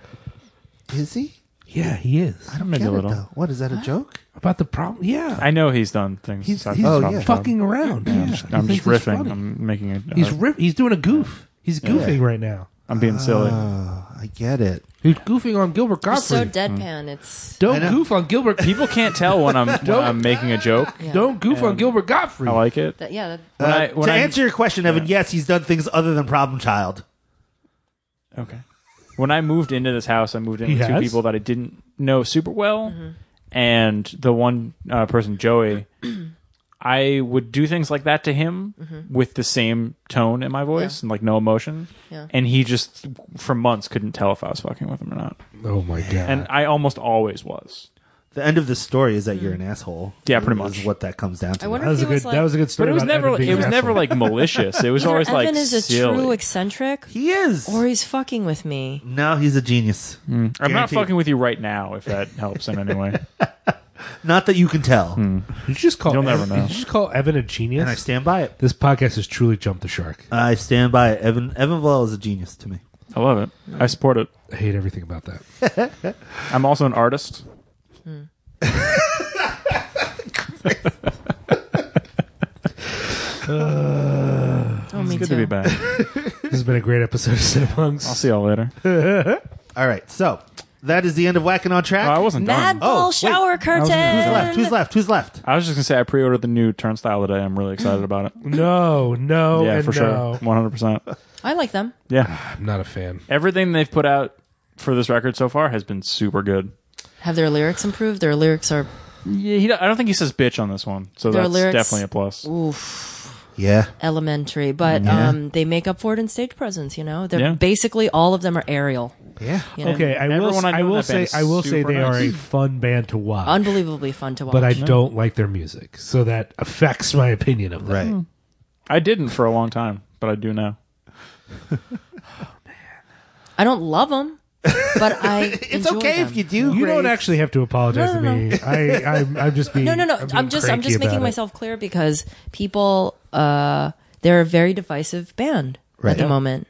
[SPEAKER 3] is he?
[SPEAKER 2] Yeah, he is.
[SPEAKER 3] I don't
[SPEAKER 4] Maybe
[SPEAKER 3] get
[SPEAKER 4] a
[SPEAKER 3] it,
[SPEAKER 4] little.
[SPEAKER 3] though. What is that a joke?
[SPEAKER 2] About the problem, yeah.
[SPEAKER 4] I know he's done things.
[SPEAKER 2] He's-
[SPEAKER 4] aside
[SPEAKER 2] he's
[SPEAKER 4] from
[SPEAKER 3] Oh,
[SPEAKER 4] Problem
[SPEAKER 3] yeah.
[SPEAKER 4] Child.
[SPEAKER 2] fucking around. Yeah.
[SPEAKER 4] I'm just,
[SPEAKER 2] He
[SPEAKER 4] I'm
[SPEAKER 2] thinks he's
[SPEAKER 4] just riffing.
[SPEAKER 2] funny.
[SPEAKER 4] I'm making a. uh,
[SPEAKER 2] He's riff- he's doing a goof. He's goofing right now.
[SPEAKER 4] I'm being silly.
[SPEAKER 3] uh. I get it.
[SPEAKER 2] He's goofing on Gilbert
[SPEAKER 5] You're so
[SPEAKER 2] Gottfried.
[SPEAKER 5] deadpan. It's
[SPEAKER 2] don't goof on Gilbert.
[SPEAKER 4] People can't tell when I'm when I'm making a joke.
[SPEAKER 5] yeah.
[SPEAKER 2] Don't goof on Gilbert Gottfried.
[SPEAKER 4] I like it.
[SPEAKER 5] That, yeah. That,
[SPEAKER 4] When I,
[SPEAKER 3] Uh,
[SPEAKER 4] when
[SPEAKER 3] to
[SPEAKER 4] I,
[SPEAKER 3] answer your question, Evan, yes, he's done things other than Problem Child.
[SPEAKER 4] Okay. When I moved into this house, I moved in
[SPEAKER 2] He
[SPEAKER 4] with two
[SPEAKER 2] has?
[SPEAKER 4] people that I didn't know super well, and the one uh, person, Joey. I would do things like that to him with the same tone in my voice
[SPEAKER 5] Yeah.
[SPEAKER 4] and like no emotion,
[SPEAKER 5] Yeah.
[SPEAKER 4] and he just for months couldn't tell if I was fucking with him or not.
[SPEAKER 2] oh my god.
[SPEAKER 4] And I almost always was.
[SPEAKER 3] The end of the story is that you're an asshole.
[SPEAKER 4] Yeah, pretty
[SPEAKER 3] Is
[SPEAKER 4] much.
[SPEAKER 3] what that comes down to.
[SPEAKER 5] I wonder
[SPEAKER 2] that
[SPEAKER 5] if
[SPEAKER 2] was
[SPEAKER 5] he
[SPEAKER 2] a good.
[SPEAKER 5] was like.
[SPEAKER 2] that was a good
[SPEAKER 4] But
[SPEAKER 2] story.
[SPEAKER 4] it was
[SPEAKER 2] about
[SPEAKER 4] never.
[SPEAKER 2] Evan
[SPEAKER 4] It
[SPEAKER 2] being
[SPEAKER 4] was
[SPEAKER 2] an
[SPEAKER 4] never
[SPEAKER 2] asshole.
[SPEAKER 4] like malicious. It was
[SPEAKER 5] either
[SPEAKER 4] always
[SPEAKER 5] Evan
[SPEAKER 4] like
[SPEAKER 5] is a
[SPEAKER 4] silly.
[SPEAKER 5] true eccentric,
[SPEAKER 3] he is.
[SPEAKER 5] or he's fucking with me.
[SPEAKER 3] no, he's a genius.
[SPEAKER 4] I'm not
[SPEAKER 3] Guaranteed.
[SPEAKER 4] fucking with you right now. If that helps in any way.
[SPEAKER 3] Not that you can tell.
[SPEAKER 2] You just call.
[SPEAKER 4] You'll never
[SPEAKER 2] Evan,
[SPEAKER 4] know.
[SPEAKER 2] You just call Evan a
[SPEAKER 3] And I
[SPEAKER 2] genius.
[SPEAKER 3] stand by it.
[SPEAKER 2] This podcast has truly jumped the shark.
[SPEAKER 3] I stand by it. Evan Evan Vall is a genius to me.
[SPEAKER 4] I love it. I support it.
[SPEAKER 2] I hate everything about that.
[SPEAKER 4] I'm also an artist.
[SPEAKER 5] Oh, me
[SPEAKER 4] Good
[SPEAKER 5] too.
[SPEAKER 4] to be back.
[SPEAKER 2] This has been a great episode of Cinepunks.
[SPEAKER 4] I'll see y'all later. Oh,
[SPEAKER 3] All right, so that is the end of Whacking on Track.
[SPEAKER 4] I wasn't
[SPEAKER 5] Madball
[SPEAKER 4] done.
[SPEAKER 3] Oh, wait.
[SPEAKER 5] shower curtain.
[SPEAKER 3] Who's left? Who's left? Who's left?
[SPEAKER 4] I was just gonna say I pre-ordered the new Turnstile today. I'm really excited about it.
[SPEAKER 2] No,
[SPEAKER 5] Oh,
[SPEAKER 2] no,
[SPEAKER 4] yeah,
[SPEAKER 2] and
[SPEAKER 4] for
[SPEAKER 2] no.
[SPEAKER 4] sure, 100. percent
[SPEAKER 5] I like them.
[SPEAKER 4] Yeah,
[SPEAKER 2] I'm not a fan.
[SPEAKER 4] everything they've put out for this record so far has been super good.
[SPEAKER 5] Have their lyrics improved? Their lyrics are
[SPEAKER 4] Yeah, he, I don't think he says bitch on this one, so
[SPEAKER 5] Their
[SPEAKER 4] that's
[SPEAKER 5] lyrics-
[SPEAKER 4] definitely a plus.
[SPEAKER 3] Yeah.
[SPEAKER 5] elementary, but um, they make up for it in stage presence. You know, they're
[SPEAKER 4] Yeah.
[SPEAKER 5] basically all of them are aerial.
[SPEAKER 3] Yeah.
[SPEAKER 5] You know?
[SPEAKER 2] Okay, I will.
[SPEAKER 4] Everyone I know
[SPEAKER 2] I
[SPEAKER 4] in
[SPEAKER 2] will
[SPEAKER 4] that band
[SPEAKER 2] say.
[SPEAKER 4] is
[SPEAKER 2] I will say
[SPEAKER 4] super
[SPEAKER 2] they are a
[SPEAKER 4] nice.
[SPEAKER 2] fun band to watch,
[SPEAKER 5] unbelievably fun to watch.
[SPEAKER 2] but I don't like their music, so that affects my opinion of them.
[SPEAKER 3] Right.
[SPEAKER 4] I didn't for a long time, but I do now.
[SPEAKER 5] I don't love them, but I
[SPEAKER 3] It's
[SPEAKER 5] enjoy
[SPEAKER 3] okay
[SPEAKER 5] them.
[SPEAKER 3] if you do.
[SPEAKER 2] You don't
[SPEAKER 3] Grace.
[SPEAKER 2] actually have to apologize
[SPEAKER 5] No, no,
[SPEAKER 2] to me. I, I'm, I'm just being.
[SPEAKER 5] No, no, no. I'm,
[SPEAKER 2] being
[SPEAKER 5] just I'm
[SPEAKER 2] cranky
[SPEAKER 5] just making
[SPEAKER 2] about it.
[SPEAKER 5] myself clear because people uh they're a very divisive band
[SPEAKER 3] Right.
[SPEAKER 5] at the
[SPEAKER 3] Yeah.
[SPEAKER 5] moment.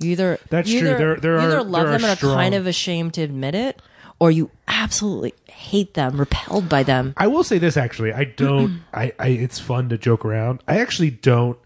[SPEAKER 5] You either
[SPEAKER 2] That's
[SPEAKER 5] you
[SPEAKER 2] true.
[SPEAKER 5] Either,
[SPEAKER 2] There- there
[SPEAKER 5] you
[SPEAKER 2] are-
[SPEAKER 5] either love
[SPEAKER 2] there are
[SPEAKER 5] them and
[SPEAKER 2] strong-
[SPEAKER 5] are kind of ashamed to admit it, or you absolutely hate them, repelled by them.
[SPEAKER 2] I will say this actually. I don't. I, I. It's fun to joke around. I actually don't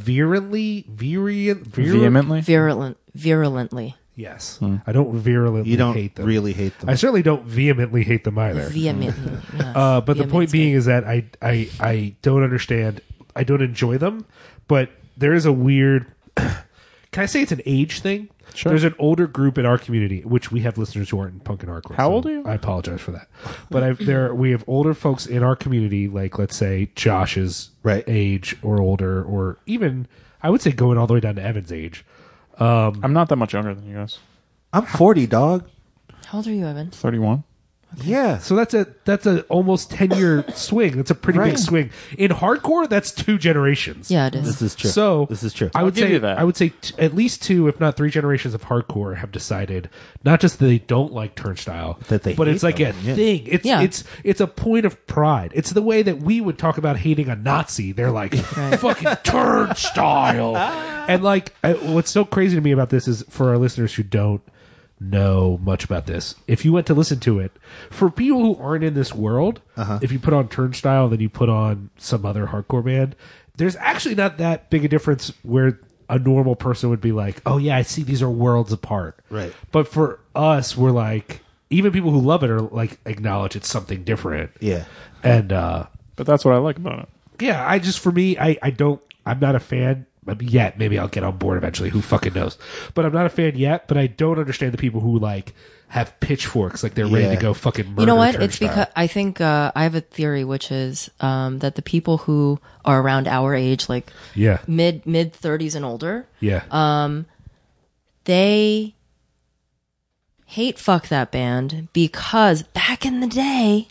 [SPEAKER 2] virulently, virulent, virulent.
[SPEAKER 4] Vehemently,
[SPEAKER 5] Virulent, virulently,
[SPEAKER 2] Yes, I don't virulently.
[SPEAKER 3] Hmm. You don't
[SPEAKER 2] hate them.
[SPEAKER 3] really hate them.
[SPEAKER 2] I certainly don't vehemently hate them either.
[SPEAKER 5] vehemently. yes.
[SPEAKER 2] Uh, but the
[SPEAKER 5] Vehement's
[SPEAKER 2] point
[SPEAKER 5] good.
[SPEAKER 2] being is that I, I I don't understand. I don't enjoy them, but there is a weird. Can I say it's an age thing?
[SPEAKER 4] Sure.
[SPEAKER 2] There's an older group in our community, which we have listeners who aren't in punk and hardcore.
[SPEAKER 4] How old are you?
[SPEAKER 2] I apologize for that, but I've, there we have older folks in our community, like let's say Josh's
[SPEAKER 3] Right.
[SPEAKER 2] age or older, or even I would say going all the way down to Evan's age.
[SPEAKER 4] I'm not that much younger than you guys.
[SPEAKER 3] I'm 40, dog.
[SPEAKER 5] How old are you, Evan?
[SPEAKER 4] 31.
[SPEAKER 3] Yeah.
[SPEAKER 2] So that's a that's a almost ten year swing. That's a pretty big
[SPEAKER 3] Right.
[SPEAKER 2] swing in hardcore. That's two generations.
[SPEAKER 5] Yeah, it is.
[SPEAKER 3] This is true.
[SPEAKER 2] So
[SPEAKER 3] this is true.
[SPEAKER 2] I would
[SPEAKER 4] give
[SPEAKER 2] say
[SPEAKER 4] you that.
[SPEAKER 2] I would say t- at least two, if not three, generations of hardcore have decided not just that they don't like Turnstile,
[SPEAKER 3] That they
[SPEAKER 2] but
[SPEAKER 3] hate
[SPEAKER 2] it's like
[SPEAKER 3] them,
[SPEAKER 2] a
[SPEAKER 3] yeah.
[SPEAKER 2] thing. It's
[SPEAKER 5] Yeah.
[SPEAKER 2] it's it's a point of pride. It's the way that we would talk about hating a Nazi. They're like fucking Turnstile, and like I, what's so crazy to me about this is for our listeners who don't know much about this if you went to listen to it for people who aren't in this world if you put on turnstile then you put on some other hardcore band there's actually not that big a difference where a normal person would be like oh yeah i see these are worlds apart
[SPEAKER 3] Right.
[SPEAKER 2] but for us we're like even people who love it are like acknowledge it's something different
[SPEAKER 3] yeah.
[SPEAKER 2] and uh
[SPEAKER 4] But that's what I like about it.
[SPEAKER 2] yeah, I just for me, I I don't. I'm not a fan but yet. Maybe I'll get on board eventually. Who fucking knows? But I'm not a fan yet. But I don't understand the people who like have pitchforks, like they're ready
[SPEAKER 3] Yeah.
[SPEAKER 2] to go fucking. Murder
[SPEAKER 5] you know what? It's
[SPEAKER 2] Turnstile.
[SPEAKER 5] because I think uh, I have a theory, which is um, that the people who are around our age, like
[SPEAKER 2] yeah,
[SPEAKER 5] mid mid thirties and older,
[SPEAKER 2] yeah,
[SPEAKER 5] Um, they hate fuck that band because back in the day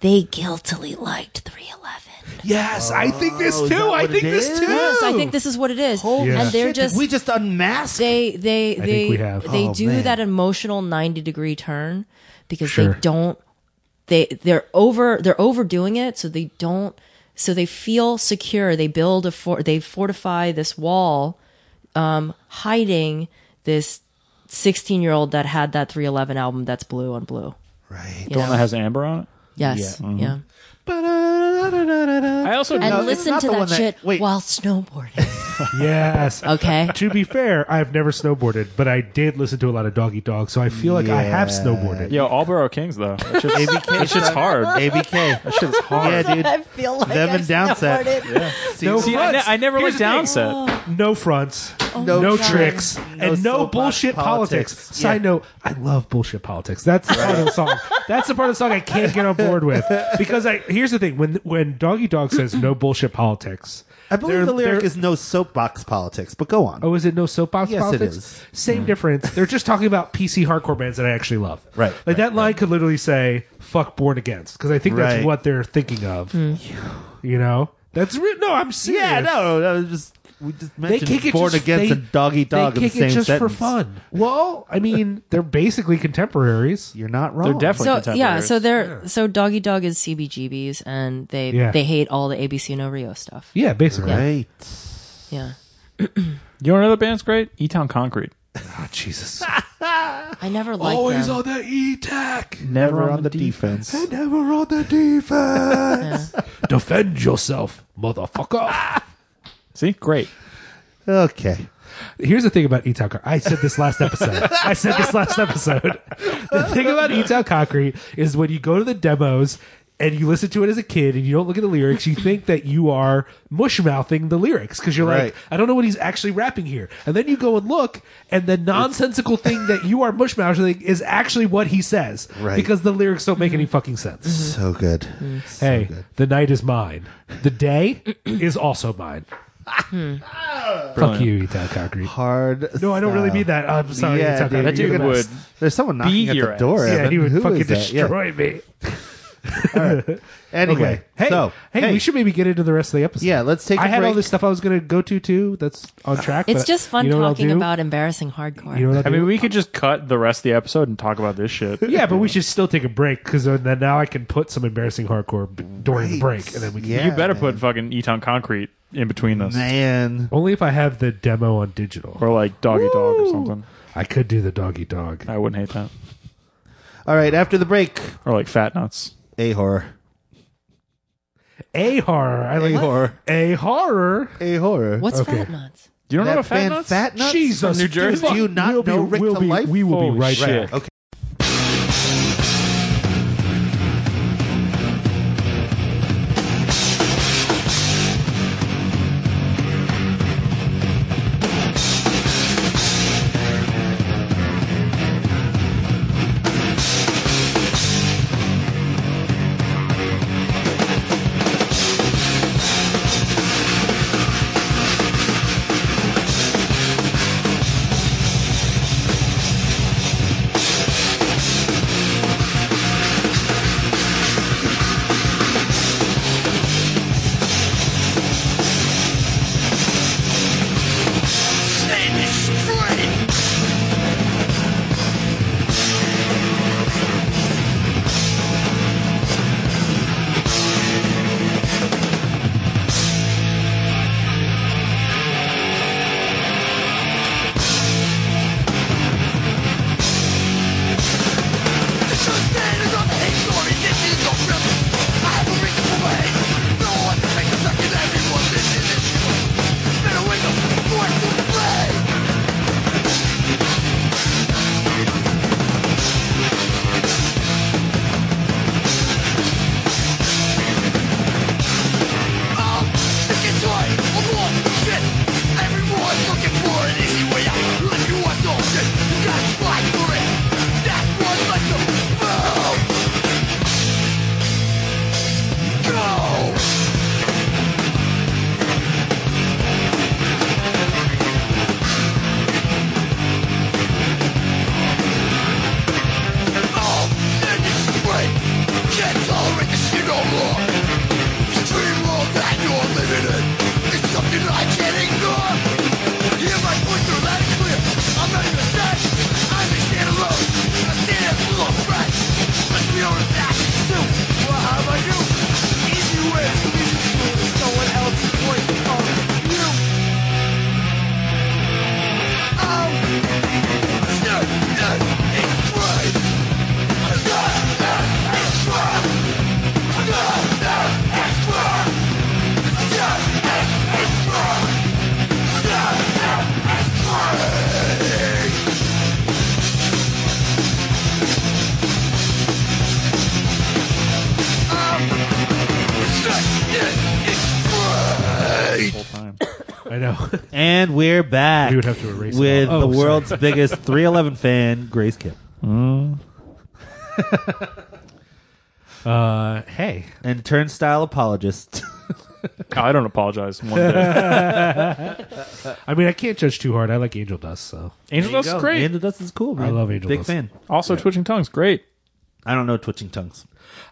[SPEAKER 5] they guiltily liked 311
[SPEAKER 2] yes. I think this
[SPEAKER 3] Oh, is
[SPEAKER 2] too.
[SPEAKER 3] that
[SPEAKER 2] I
[SPEAKER 3] what
[SPEAKER 2] think
[SPEAKER 3] it
[SPEAKER 2] this
[SPEAKER 3] is?
[SPEAKER 2] too.
[SPEAKER 5] yes i think this is what it is
[SPEAKER 2] Yeah.
[SPEAKER 5] and they're
[SPEAKER 3] Shit,
[SPEAKER 5] just
[SPEAKER 3] did we just unmasked.
[SPEAKER 5] they they
[SPEAKER 2] think
[SPEAKER 5] they
[SPEAKER 2] we have.
[SPEAKER 5] they
[SPEAKER 3] Oh,
[SPEAKER 5] do
[SPEAKER 3] man.
[SPEAKER 5] that emotional 90 degree turn because
[SPEAKER 2] Sure.
[SPEAKER 5] they don't they they're over they're overdoing it so they don't so they feel secure they build a for they fortify this wall um hiding this 16 year old that had that 311 album that's blue on blue
[SPEAKER 3] right.
[SPEAKER 5] you
[SPEAKER 4] The one
[SPEAKER 5] know?
[SPEAKER 4] that has Amber on it.
[SPEAKER 5] yes yeah,
[SPEAKER 4] I also
[SPEAKER 5] and
[SPEAKER 4] know-
[SPEAKER 5] listen
[SPEAKER 3] not
[SPEAKER 5] to
[SPEAKER 3] the
[SPEAKER 5] that,
[SPEAKER 3] one that-
[SPEAKER 5] shit
[SPEAKER 3] wait.
[SPEAKER 5] while snowboarding
[SPEAKER 2] Yes.
[SPEAKER 5] okay
[SPEAKER 2] to be fair, I've never snowboarded, but I did listen to a lot of Doggy Dog, so I feel like I have
[SPEAKER 3] Yeah.
[SPEAKER 2] snowboarded.
[SPEAKER 4] yo Alboro Kings though. It's just, it's just hard.
[SPEAKER 3] ABK.
[SPEAKER 4] Shit's hard.
[SPEAKER 3] yeah, dude.
[SPEAKER 5] i feel like
[SPEAKER 3] Them
[SPEAKER 5] I
[SPEAKER 3] and Downset.
[SPEAKER 5] snowboarded.
[SPEAKER 2] No
[SPEAKER 4] See, I,
[SPEAKER 2] fronts.
[SPEAKER 4] ne- I never
[SPEAKER 2] Here's
[SPEAKER 4] went
[SPEAKER 2] the thing.
[SPEAKER 4] down set.
[SPEAKER 2] no fronts,
[SPEAKER 3] No
[SPEAKER 2] no,
[SPEAKER 3] fronts,
[SPEAKER 2] tricks,
[SPEAKER 3] no
[SPEAKER 2] and no
[SPEAKER 3] soapbox
[SPEAKER 2] bullshit politics.
[SPEAKER 3] politics.
[SPEAKER 2] Side
[SPEAKER 3] Yeah.
[SPEAKER 2] note: I love bullshit politics. That's the part of the song. That's the part of the song I can't get on board with because I. Here's the thing: when when Doggy Dog says no bullshit politics,
[SPEAKER 3] I believe
[SPEAKER 2] they're-
[SPEAKER 3] the lyric
[SPEAKER 2] they're-
[SPEAKER 3] is no soapbox politics, but go on.
[SPEAKER 2] Oh, is it no soapbox
[SPEAKER 3] Yes, it
[SPEAKER 2] politics?
[SPEAKER 3] is. Mm.
[SPEAKER 2] Same difference. They're just talking about PC hardcore bands that I actually love.
[SPEAKER 3] Right,
[SPEAKER 2] Like that line could literally say "fuck born against" because I think that's
[SPEAKER 3] Right.
[SPEAKER 2] what they're thinking of. You know, that's re- no. I'm serious.
[SPEAKER 3] yeah, no, that was just we just
[SPEAKER 2] They
[SPEAKER 3] mentioned
[SPEAKER 2] kick it
[SPEAKER 3] born
[SPEAKER 2] just,
[SPEAKER 3] against
[SPEAKER 2] they,
[SPEAKER 3] and doggy dog
[SPEAKER 2] They
[SPEAKER 3] in the
[SPEAKER 2] kick
[SPEAKER 3] same
[SPEAKER 2] it just
[SPEAKER 3] sentence.
[SPEAKER 2] for fun. Well, I mean, they're basically contemporaries.
[SPEAKER 3] You're not wrong.
[SPEAKER 4] They're definitely
[SPEAKER 5] so yeah
[SPEAKER 4] contemporaries.
[SPEAKER 5] so they're so doggy dog is cbgb's and they
[SPEAKER 2] Yeah.
[SPEAKER 5] they hate all the abc no rio stuff
[SPEAKER 2] Yeah, basically.
[SPEAKER 3] right.
[SPEAKER 5] yeah
[SPEAKER 4] You know another band's great? E Town Concrete.
[SPEAKER 2] Ah, Jesus.
[SPEAKER 5] I never liked them.
[SPEAKER 2] on the E-tack.
[SPEAKER 4] Never,
[SPEAKER 3] We're on the defense.
[SPEAKER 2] Never on the defense. Defend yourself, motherfucker.
[SPEAKER 4] See, great.
[SPEAKER 3] Okay.
[SPEAKER 2] Here's the thing about Etal Concrete. I said this last episode. I said this last episode. The thing about Etal Concrete is when you go to the demos and you listen to it as a kid and you don't look at the lyrics, you think that you are mushmouthing the lyrics because you're
[SPEAKER 3] Right.
[SPEAKER 2] like, I don't know what he's actually rapping here. And then you go and look, and the nonsensical thing that you are mushmouthing is actually what he says
[SPEAKER 3] Right.
[SPEAKER 2] because the lyrics don't make any fucking sense.
[SPEAKER 3] So Mm-hmm. good.
[SPEAKER 2] hey, the night is mine. The day is also mine. Fuck you, Etal Concrete.
[SPEAKER 3] Hard.
[SPEAKER 2] No, I don't really
[SPEAKER 3] style.
[SPEAKER 2] mean that. I'm sorry.
[SPEAKER 3] Uh, Yeah, dude,
[SPEAKER 2] Etal Concrete,
[SPEAKER 4] That
[SPEAKER 2] you're
[SPEAKER 4] dude
[SPEAKER 2] the
[SPEAKER 4] would.
[SPEAKER 2] best.
[SPEAKER 3] There's someone knocking at
[SPEAKER 4] your
[SPEAKER 3] the
[SPEAKER 4] ass.
[SPEAKER 3] door.
[SPEAKER 2] Yeah,
[SPEAKER 3] Evan.
[SPEAKER 2] he would
[SPEAKER 3] Who
[SPEAKER 2] fucking
[SPEAKER 3] is that? Yeah.
[SPEAKER 2] destroy me.
[SPEAKER 3] Anyway,
[SPEAKER 2] Hey,
[SPEAKER 3] so
[SPEAKER 2] hey, we should maybe get into the rest of the episode.
[SPEAKER 3] Yeah, let's take a
[SPEAKER 2] I had all
[SPEAKER 3] break.
[SPEAKER 2] this stuff I was going to go to too. That's on track.
[SPEAKER 5] It's
[SPEAKER 2] but
[SPEAKER 5] just fun
[SPEAKER 2] you know what I'll
[SPEAKER 5] talking
[SPEAKER 2] do?
[SPEAKER 5] about embarrassing hardcore.
[SPEAKER 2] You know what
[SPEAKER 4] I
[SPEAKER 2] I'll do?
[SPEAKER 4] mean, we could just cut the rest of the episode and talk about this shit.
[SPEAKER 2] yeah, but we should still take a break because then now I can put some embarrassing hardcore b- during the break, and then we can.
[SPEAKER 3] Yeah,
[SPEAKER 4] you better
[SPEAKER 3] man.
[SPEAKER 4] put fucking Eton Concrete in between us,
[SPEAKER 3] man.
[SPEAKER 2] Only if I have the demo on digital,
[SPEAKER 4] or like Doggy Dog or something.
[SPEAKER 2] I could do the doggy dog.
[SPEAKER 4] I wouldn't hate that.
[SPEAKER 3] All right, after the break,
[SPEAKER 4] Or like Fat Nuts.
[SPEAKER 3] a horror,
[SPEAKER 2] A horror. I
[SPEAKER 3] a
[SPEAKER 2] like
[SPEAKER 3] horror,
[SPEAKER 2] a horror.
[SPEAKER 3] a horror.
[SPEAKER 5] What's
[SPEAKER 2] Okay.
[SPEAKER 5] Fat Nuts?
[SPEAKER 4] Do you don't
[SPEAKER 3] that
[SPEAKER 4] know about Fat
[SPEAKER 3] band
[SPEAKER 4] Nuts?
[SPEAKER 3] Fat Nuts?
[SPEAKER 2] Jesus,
[SPEAKER 4] New Jersey?
[SPEAKER 2] fuck.
[SPEAKER 3] Do you not
[SPEAKER 2] We'll be-
[SPEAKER 3] know Rick
[SPEAKER 2] we'll
[SPEAKER 3] to
[SPEAKER 2] be-
[SPEAKER 3] life?
[SPEAKER 2] We will be
[SPEAKER 4] Holy
[SPEAKER 2] right
[SPEAKER 4] shit.
[SPEAKER 2] back.
[SPEAKER 3] Okay.
[SPEAKER 6] Go! Can't tolerate this shit no more. Extreme world that you're living in is something I can't ignore. Hear my voice through loud and clear. I'm not even sad. I'm just standing alone. I stand here full of friends. Let's be honest, actions too. Well, how about you? Easy way to music school is someone else's point of view. Oh, shit, shit, it's great.
[SPEAKER 4] Whole time.
[SPEAKER 2] I know.
[SPEAKER 1] And we're back.
[SPEAKER 2] We would have to erase it
[SPEAKER 1] with
[SPEAKER 2] all.
[SPEAKER 1] the
[SPEAKER 2] Oh, sorry.
[SPEAKER 1] world's biggest 311 fan, Grace Kim,
[SPEAKER 2] Uh, hey,
[SPEAKER 1] and turnstile apologist.
[SPEAKER 4] I don't apologize. One day.
[SPEAKER 2] I mean, I can't judge too hard. I like Angel Dust, so
[SPEAKER 4] Angel Dust is great.
[SPEAKER 1] Angel Dust is cool. Man.
[SPEAKER 2] I love Angel
[SPEAKER 1] Big
[SPEAKER 2] Dust.
[SPEAKER 1] fan.
[SPEAKER 4] also, Twitching Tongues, great.
[SPEAKER 1] I don't know twitching tongues.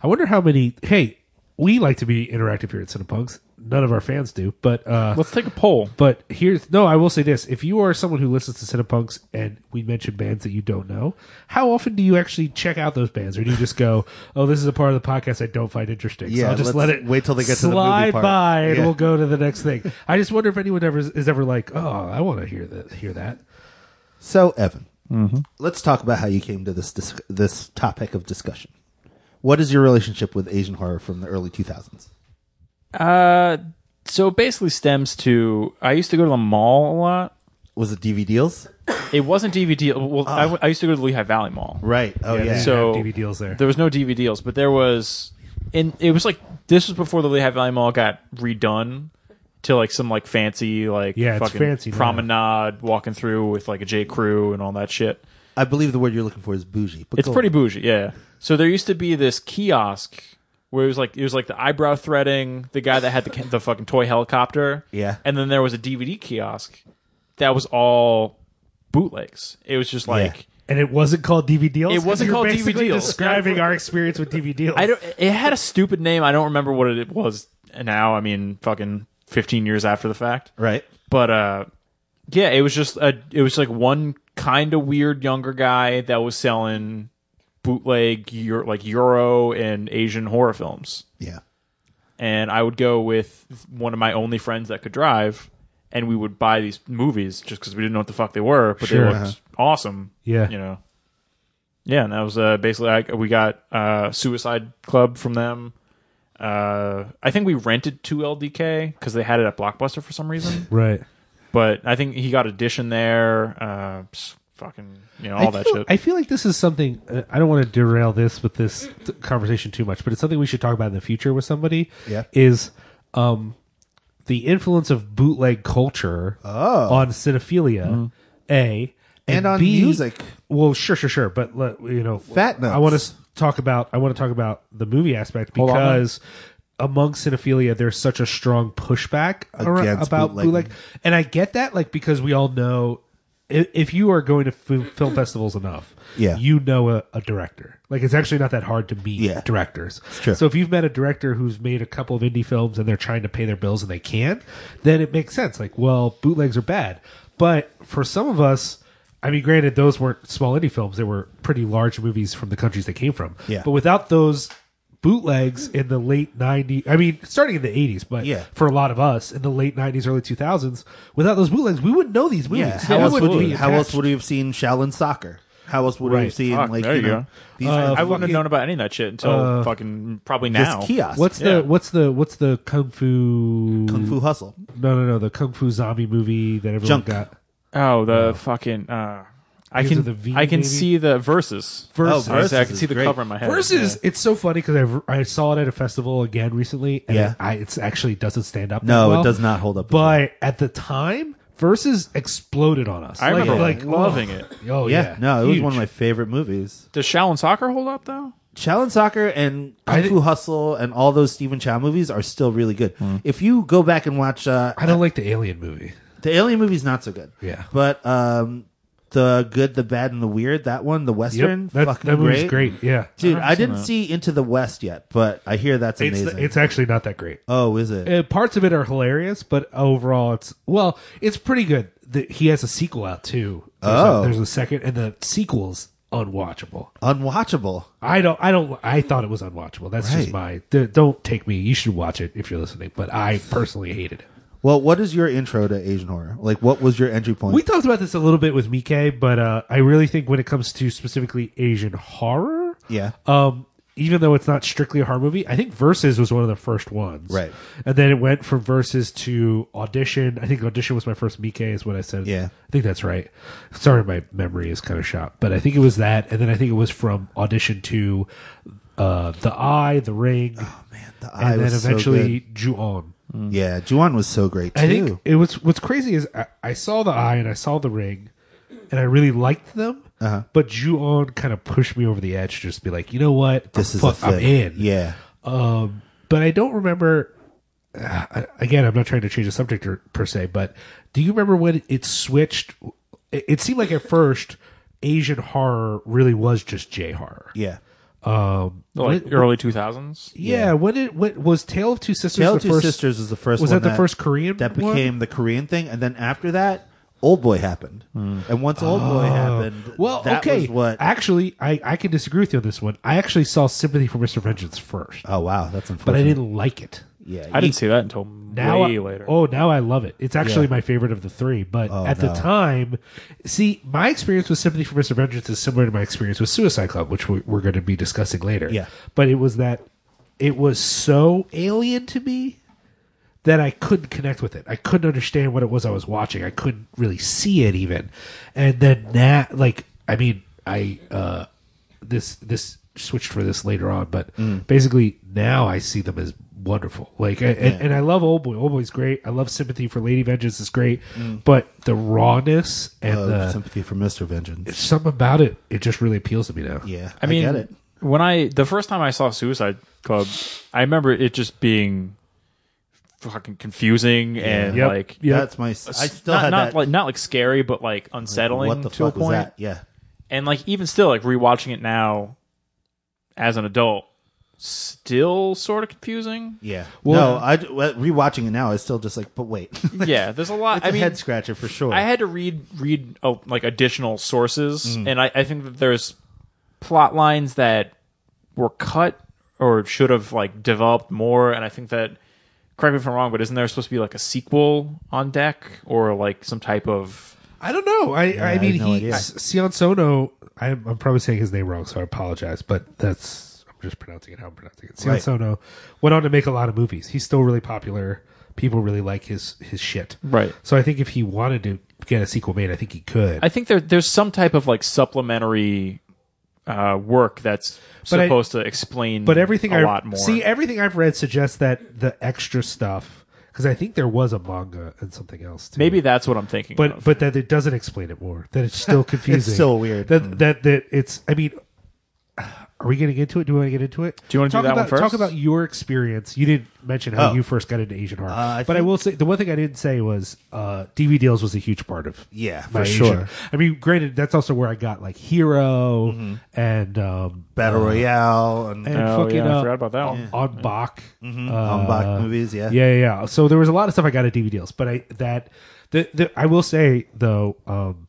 [SPEAKER 2] I wonder how many. Hey, we like to be interactive here at Cinepunks. None of our fans do, but uh,
[SPEAKER 4] Let's take a poll.
[SPEAKER 2] but here's no. I will say this: if you are someone who listens to Cinepunks and we mention bands that you don't know, how often do you actually check out those bands, or do you just go, "Oh, this is a part of the podcast I don't find interesting"? so
[SPEAKER 3] Yeah,
[SPEAKER 2] I'll just
[SPEAKER 3] let's
[SPEAKER 2] let it
[SPEAKER 3] wait till they get to the movie
[SPEAKER 2] slide
[SPEAKER 3] part."
[SPEAKER 2] by, and
[SPEAKER 3] Yeah.
[SPEAKER 2] we'll go to the next thing. I just wonder if anyone ever is, is ever like, "Oh, I want to hear that." Hear that.
[SPEAKER 3] So, Evan, let's talk about how you came to this dis- this topic of discussion. What is your relationship with Asian horror from the early 2000s?
[SPEAKER 4] Uh, so it basically stems to I used to go to the mall a lot.
[SPEAKER 3] Was it DV deals?
[SPEAKER 4] It wasn't DVD. Well,
[SPEAKER 2] Ah.
[SPEAKER 4] I, I used to go to the Lehigh Valley Mall.
[SPEAKER 3] Right. Oh, yeah.
[SPEAKER 2] they didn't
[SPEAKER 4] So
[SPEAKER 2] have DV deals there.
[SPEAKER 4] There was no DV deals, but there was, and it was like this was before the Lehigh Valley Mall got redone to like some like fancy like
[SPEAKER 2] Yeah, it's
[SPEAKER 4] fucking
[SPEAKER 2] fancy now.
[SPEAKER 4] promenade walking through with like a J Crew and all that shit.
[SPEAKER 3] I believe the word you're looking for is bougie. But
[SPEAKER 4] It's
[SPEAKER 3] go
[SPEAKER 4] pretty
[SPEAKER 3] on.
[SPEAKER 4] bougie, yeah. So there used to be this kiosk where it was like it was like the eyebrow threading, the guy that had the ca- the fucking toy helicopter,
[SPEAKER 3] Yeah.
[SPEAKER 4] and then there was a DVD kiosk that was all bootlegs. It was just like.
[SPEAKER 2] and it wasn't called DV deals.
[SPEAKER 4] It wasn't
[SPEAKER 2] You're
[SPEAKER 4] called DV
[SPEAKER 2] basically
[SPEAKER 4] deals.
[SPEAKER 2] Describing our experience with DV deals.
[SPEAKER 4] I don't. It had a stupid name. I don't remember what it was now. I mean, fucking fifteen years after the fact.
[SPEAKER 3] Right.
[SPEAKER 4] But uh, yeah, it was just a. It was like one kind of weird younger guy that was selling bootleg Euro, like Euro and Asian horror films,
[SPEAKER 3] Yeah.
[SPEAKER 4] and I would go with one of my only friends that could drive. And we would buy these movies just because we didn't know what the fuck they were, but
[SPEAKER 2] Sure.
[SPEAKER 4] they looked
[SPEAKER 2] Uh-huh.
[SPEAKER 4] awesome.
[SPEAKER 2] Yeah.
[SPEAKER 4] you know, yeah. And that was uh, basically I, we got uh, Suicide Club from them. Uh, I think we rented two LDK because they had it at Blockbuster for some reason.
[SPEAKER 2] Right.
[SPEAKER 4] but I think he got Edition there. Uh, s- fucking, you know, all
[SPEAKER 2] I
[SPEAKER 4] that
[SPEAKER 2] feel,
[SPEAKER 4] shit.
[SPEAKER 2] I feel like this is something uh, I don't want to derail this with this t- conversation too much, but it's something we should talk about in the future with somebody.
[SPEAKER 3] Yeah.
[SPEAKER 2] is um, the influence of bootleg culture on cinephilia. A
[SPEAKER 3] Oh. Mm-hmm. And on
[SPEAKER 2] B-
[SPEAKER 3] music.
[SPEAKER 2] Well, sure, sure, sure, but let, you know,
[SPEAKER 3] Fat
[SPEAKER 2] I want
[SPEAKER 3] notes.
[SPEAKER 2] to talk about. I want to talk about the movie aspect
[SPEAKER 4] on, man.
[SPEAKER 2] because. Among cinephilia, there's such a strong pushback ar-
[SPEAKER 3] Against
[SPEAKER 2] about
[SPEAKER 3] bootlegging.
[SPEAKER 2] bootleg and I get that, like, because we all know if, if you are going to f- film festivals enough,
[SPEAKER 3] Yeah.
[SPEAKER 2] you know a, a director. Like, it's actually not that hard to meet
[SPEAKER 3] Yeah.
[SPEAKER 2] directors.
[SPEAKER 3] true.
[SPEAKER 2] So if you've met a director who's made a couple of indie films and they're trying to pay their bills and they can't, then it makes sense. Like, well, bootlegs are bad, but for some of us. I mean, granted, those weren't small indie films. They were pretty large movies from the countries they came from.
[SPEAKER 3] Yeah.
[SPEAKER 2] But without those bootlegs in the late 90s, I mean, starting in the 80s, but
[SPEAKER 3] Yeah.
[SPEAKER 2] for a lot of us in the late 90s, early 2000s, without those bootlegs, we wouldn't know these movies.
[SPEAKER 3] Yeah. How,
[SPEAKER 2] We
[SPEAKER 3] else would,
[SPEAKER 2] wouldn't
[SPEAKER 3] we,
[SPEAKER 2] be
[SPEAKER 3] how else
[SPEAKER 2] attached.
[SPEAKER 3] would we have seen Shaolin Soccer? How else would we have
[SPEAKER 2] Right.
[SPEAKER 3] seen,
[SPEAKER 4] Fuck,
[SPEAKER 3] like,
[SPEAKER 4] there
[SPEAKER 3] you
[SPEAKER 4] you
[SPEAKER 3] know,
[SPEAKER 4] go. Uh,
[SPEAKER 3] these kinds of
[SPEAKER 4] I wouldn't have
[SPEAKER 3] fucking-
[SPEAKER 4] known about any of that shit until
[SPEAKER 2] Uh,
[SPEAKER 4] fucking probably now.
[SPEAKER 3] this kiosk.
[SPEAKER 2] What's
[SPEAKER 4] Yeah.
[SPEAKER 2] the what's the what's the kung fu
[SPEAKER 3] Kung Fu Hustle?
[SPEAKER 2] no no no the kung fu zombie movie that everyone
[SPEAKER 3] Junk.
[SPEAKER 2] got
[SPEAKER 4] Oh, the fucking. Uh, I
[SPEAKER 2] Because
[SPEAKER 4] can.
[SPEAKER 2] of the V,
[SPEAKER 4] I can
[SPEAKER 2] maybe?
[SPEAKER 4] see the verses.
[SPEAKER 2] Versus.
[SPEAKER 4] I was- I
[SPEAKER 3] Versus
[SPEAKER 4] can
[SPEAKER 3] is
[SPEAKER 4] see the
[SPEAKER 3] great.
[SPEAKER 4] cover in my head.
[SPEAKER 2] versus it's so funny because I I saw it at a festival again recently and
[SPEAKER 3] Yeah.
[SPEAKER 2] it, I it's actually doesn't stand up that
[SPEAKER 3] No,
[SPEAKER 2] well.
[SPEAKER 3] it does not hold up.
[SPEAKER 2] but at the time versus exploded on us
[SPEAKER 4] I
[SPEAKER 2] Like-
[SPEAKER 4] remember
[SPEAKER 2] like,
[SPEAKER 4] loving it.
[SPEAKER 2] oh, oh
[SPEAKER 3] yeah,
[SPEAKER 2] yeah,
[SPEAKER 3] no, it was
[SPEAKER 2] Huge.
[SPEAKER 3] one of my favorite movies.
[SPEAKER 4] Does Shaolin Soccer hold up though?
[SPEAKER 3] Shaolin Soccer and
[SPEAKER 2] I
[SPEAKER 3] Kung
[SPEAKER 2] di-
[SPEAKER 3] Fu Hustle and all those Stephen Chow movies are still really good.
[SPEAKER 4] Mm.
[SPEAKER 3] If you go back and watch uh,
[SPEAKER 2] I don't like the alien movie
[SPEAKER 3] the Alien movie's, not so good.
[SPEAKER 2] Yeah.
[SPEAKER 3] but um, the good, the bad, and the weird. That one, the Western,
[SPEAKER 2] Yep, that,
[SPEAKER 3] fucking
[SPEAKER 2] that movie's great yeah
[SPEAKER 3] Dude, I didn't see Into the West yet, but I hear that's
[SPEAKER 2] it's,
[SPEAKER 3] amazing.
[SPEAKER 2] it's actually not that great
[SPEAKER 3] oh, is it?
[SPEAKER 2] uh, parts of it are hilarious, but overall, it's well, it's pretty good. The, he has a sequel out too. There's
[SPEAKER 3] Oh.
[SPEAKER 2] a, there's a second, and the sequel's unwatchable.
[SPEAKER 3] Unwatchable.
[SPEAKER 2] I don't, I don't, I thought it was unwatchable. That's just my. th- don't take me. You should watch it if you're listening, but I personally hated it.
[SPEAKER 3] Well, what is your intro to Asian horror? Like, what was your entry point?
[SPEAKER 2] We talked about this a little bit with Mike, but uh, I really think when it comes to specifically Asian horror,
[SPEAKER 3] yeah,
[SPEAKER 2] um, even though it's not strictly a horror movie, I think Versus was one of the first ones.
[SPEAKER 3] Right.
[SPEAKER 2] And then it went from Versus to Audition. I think Audition was my first Mike, is what I said.
[SPEAKER 3] Yeah.
[SPEAKER 2] I think that's right. Sorry, my memory is kind of shot, but I think it was that. And then I think it was from Audition to uh, The Eye, The Ring. Oh, man.
[SPEAKER 3] the eye
[SPEAKER 2] And then
[SPEAKER 3] was so
[SPEAKER 2] eventually Ju-On.
[SPEAKER 3] good. yeah, Juan was so great too.
[SPEAKER 2] I think it was what's crazy is I, I saw the eye and I saw the ring, and I really liked them.
[SPEAKER 3] Uh-huh.
[SPEAKER 2] But Ju-on kind of pushed me over the edge to just be like, you know what,
[SPEAKER 3] this is
[SPEAKER 2] Fuck,
[SPEAKER 3] a thing.
[SPEAKER 2] I'm in.
[SPEAKER 3] Yeah,
[SPEAKER 2] Um, but I don't remember. ah, I- Again, I'm not trying to change the subject or, per se, but do you remember when it switched? It, it seemed like at first Asian horror really was just J horror.
[SPEAKER 3] yeah.
[SPEAKER 2] Um,
[SPEAKER 4] Like
[SPEAKER 2] when-
[SPEAKER 4] early two thousands.
[SPEAKER 2] yeah, When did what was Tale of Two Sisters?
[SPEAKER 3] Tale
[SPEAKER 2] the
[SPEAKER 3] of Two
[SPEAKER 2] first,
[SPEAKER 3] Sisters was the first.
[SPEAKER 2] was
[SPEAKER 3] one
[SPEAKER 2] that the first Korean
[SPEAKER 3] that
[SPEAKER 2] one?
[SPEAKER 3] became the Korean thing, and then after that, Old Boy happened. And once Old Boy happened,
[SPEAKER 2] Oh. Well,
[SPEAKER 3] that
[SPEAKER 2] okay.
[SPEAKER 3] was what?
[SPEAKER 2] Actually, I, I can disagree with you on this one. I actually saw Sympathy for Mr. Vengeance first,
[SPEAKER 3] oh wow, that's unfortunate.
[SPEAKER 2] but I didn't like it.
[SPEAKER 1] Yeah,
[SPEAKER 4] I didn't see that until
[SPEAKER 2] now
[SPEAKER 4] way
[SPEAKER 2] I-
[SPEAKER 4] later.
[SPEAKER 2] Oh, now I love it. It's actually my favorite of the three. But at the
[SPEAKER 3] no.
[SPEAKER 2] time, see, my experience with Sympathy for Mr. Vengeance is similar to my experience with Suicide Club, which we- we're going to be discussing later.
[SPEAKER 3] Yeah.
[SPEAKER 2] But it was that it was so alien to me that I couldn't connect with it. I couldn't understand what it was I was watching. I couldn't really see it even. And then that, like, I mean, I uh, this this switched for this later on, but basically now I see them as wonderful. Like, I, and, and I love Old Boy. Old Boy's great. I love Sympathy for Lady Vengeance is great, but the rawness and
[SPEAKER 3] of
[SPEAKER 4] uh,
[SPEAKER 2] the
[SPEAKER 3] sympathy for Mr. Vengeance.
[SPEAKER 2] something about it, it just really appeals to me now.
[SPEAKER 3] Yeah,
[SPEAKER 4] I mean,
[SPEAKER 3] get it.
[SPEAKER 4] when I the first time I saw Suicide Club, I remember it just being fucking confusing and
[SPEAKER 2] Yep.
[SPEAKER 4] like
[SPEAKER 2] Yep.
[SPEAKER 3] That's my. I still
[SPEAKER 4] not,
[SPEAKER 3] had
[SPEAKER 4] not
[SPEAKER 3] that.
[SPEAKER 4] like not like scary, but like unsettling
[SPEAKER 3] what the
[SPEAKER 4] to a
[SPEAKER 3] fuck
[SPEAKER 4] point.
[SPEAKER 3] was that? Yeah,
[SPEAKER 4] And like even still, like rewatching it now as an adult, still sort of confusing.
[SPEAKER 3] yeah.
[SPEAKER 2] Well-
[SPEAKER 4] uh,
[SPEAKER 3] no, I well, rewatching it now. I still just like, but wait, it's
[SPEAKER 4] Yeah, there's a lot.
[SPEAKER 3] a
[SPEAKER 4] I mean,
[SPEAKER 3] head scratcher for sure.
[SPEAKER 4] I had to read read oh, like additional sources,
[SPEAKER 3] Mm.
[SPEAKER 4] and I, I think that there's plot lines that were cut or should have like developed more. And I think that correct me if I'm wrong, but isn't there supposed to be like a sequel on deck or like some type of
[SPEAKER 2] I don't know. I I
[SPEAKER 3] have
[SPEAKER 2] mean,
[SPEAKER 3] no
[SPEAKER 2] he
[SPEAKER 3] idea.
[SPEAKER 2] S- Sion Sono. I'm, I'm probably saying his name wrong, so I apologize. But that's I'm just pronouncing it how I'm pronouncing it. Sion
[SPEAKER 3] Right.
[SPEAKER 2] Sono went on to make a lot of movies. He's still really popular. People really like his his shit.
[SPEAKER 4] Right.
[SPEAKER 2] So I think if he wanted to get a sequel made, I think he could.
[SPEAKER 4] I think there there's some type of like supplementary uh, work that's
[SPEAKER 2] But I-
[SPEAKER 4] supposed to explain
[SPEAKER 2] but everything
[SPEAKER 4] a
[SPEAKER 2] I
[SPEAKER 4] lot more.
[SPEAKER 2] see, everything I've read suggests that the extra stuff, because I think there was a manga and something else too.
[SPEAKER 4] Maybe that's what I'm thinking.
[SPEAKER 2] but
[SPEAKER 4] of.
[SPEAKER 2] but that it doesn't explain it more. That it's still confusing.
[SPEAKER 3] still weird.
[SPEAKER 2] That that that it's. I mean, are we getting into it? Do we want to get into it?
[SPEAKER 4] Do you wanna do
[SPEAKER 2] talk
[SPEAKER 4] that one
[SPEAKER 2] about, Talk
[SPEAKER 4] first?
[SPEAKER 2] about your experience. You didn't mention how
[SPEAKER 3] Oh.
[SPEAKER 2] you first got into Asian
[SPEAKER 4] Uh,
[SPEAKER 2] horror,
[SPEAKER 3] I
[SPEAKER 2] but I
[SPEAKER 3] think-
[SPEAKER 2] will say the one thing I didn't say was uh, DV deals was a huge part of
[SPEAKER 3] Yeah,
[SPEAKER 2] my
[SPEAKER 3] for
[SPEAKER 2] Asian-
[SPEAKER 3] sure.
[SPEAKER 2] I mean, granted, that's also where I got like Hero and um,
[SPEAKER 3] Battle
[SPEAKER 4] Uh,
[SPEAKER 3] Royale and,
[SPEAKER 2] and
[SPEAKER 4] Mm-hmm. Oh,
[SPEAKER 2] fucking
[SPEAKER 4] yeah, I
[SPEAKER 2] uh,
[SPEAKER 4] forgot about that one.
[SPEAKER 2] on, on Bach, mm-hmm.
[SPEAKER 4] uh,
[SPEAKER 3] Bach movies, yeah.
[SPEAKER 2] yeah, yeah. So there was a lot of stuff I got at DVD deals, but I that the, the I will say though, um,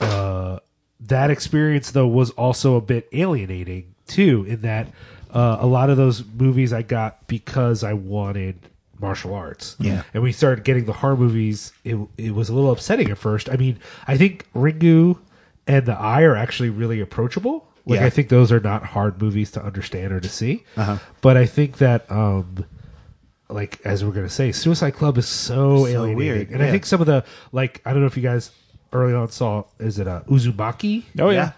[SPEAKER 2] uh, that experience though was also a bit alienating too, in that uh, a lot of those movies I got because I wanted martial arts.
[SPEAKER 3] Yeah.
[SPEAKER 2] and we started getting the horror movies. It it was a little upsetting at first. I mean, I think Ringu and the Eye are actually really approachable.
[SPEAKER 3] Yeah.
[SPEAKER 2] Like
[SPEAKER 3] Uh-huh.
[SPEAKER 2] I think those are not hard movies to understand or to see. But I think that um like as we're gonna say, Suicide Club is so, alienating.
[SPEAKER 3] weird,
[SPEAKER 2] And I
[SPEAKER 3] yeah.
[SPEAKER 2] think some of the like I don't know if you guys early on saw is it uh, Uzumaki?
[SPEAKER 4] oh yeah.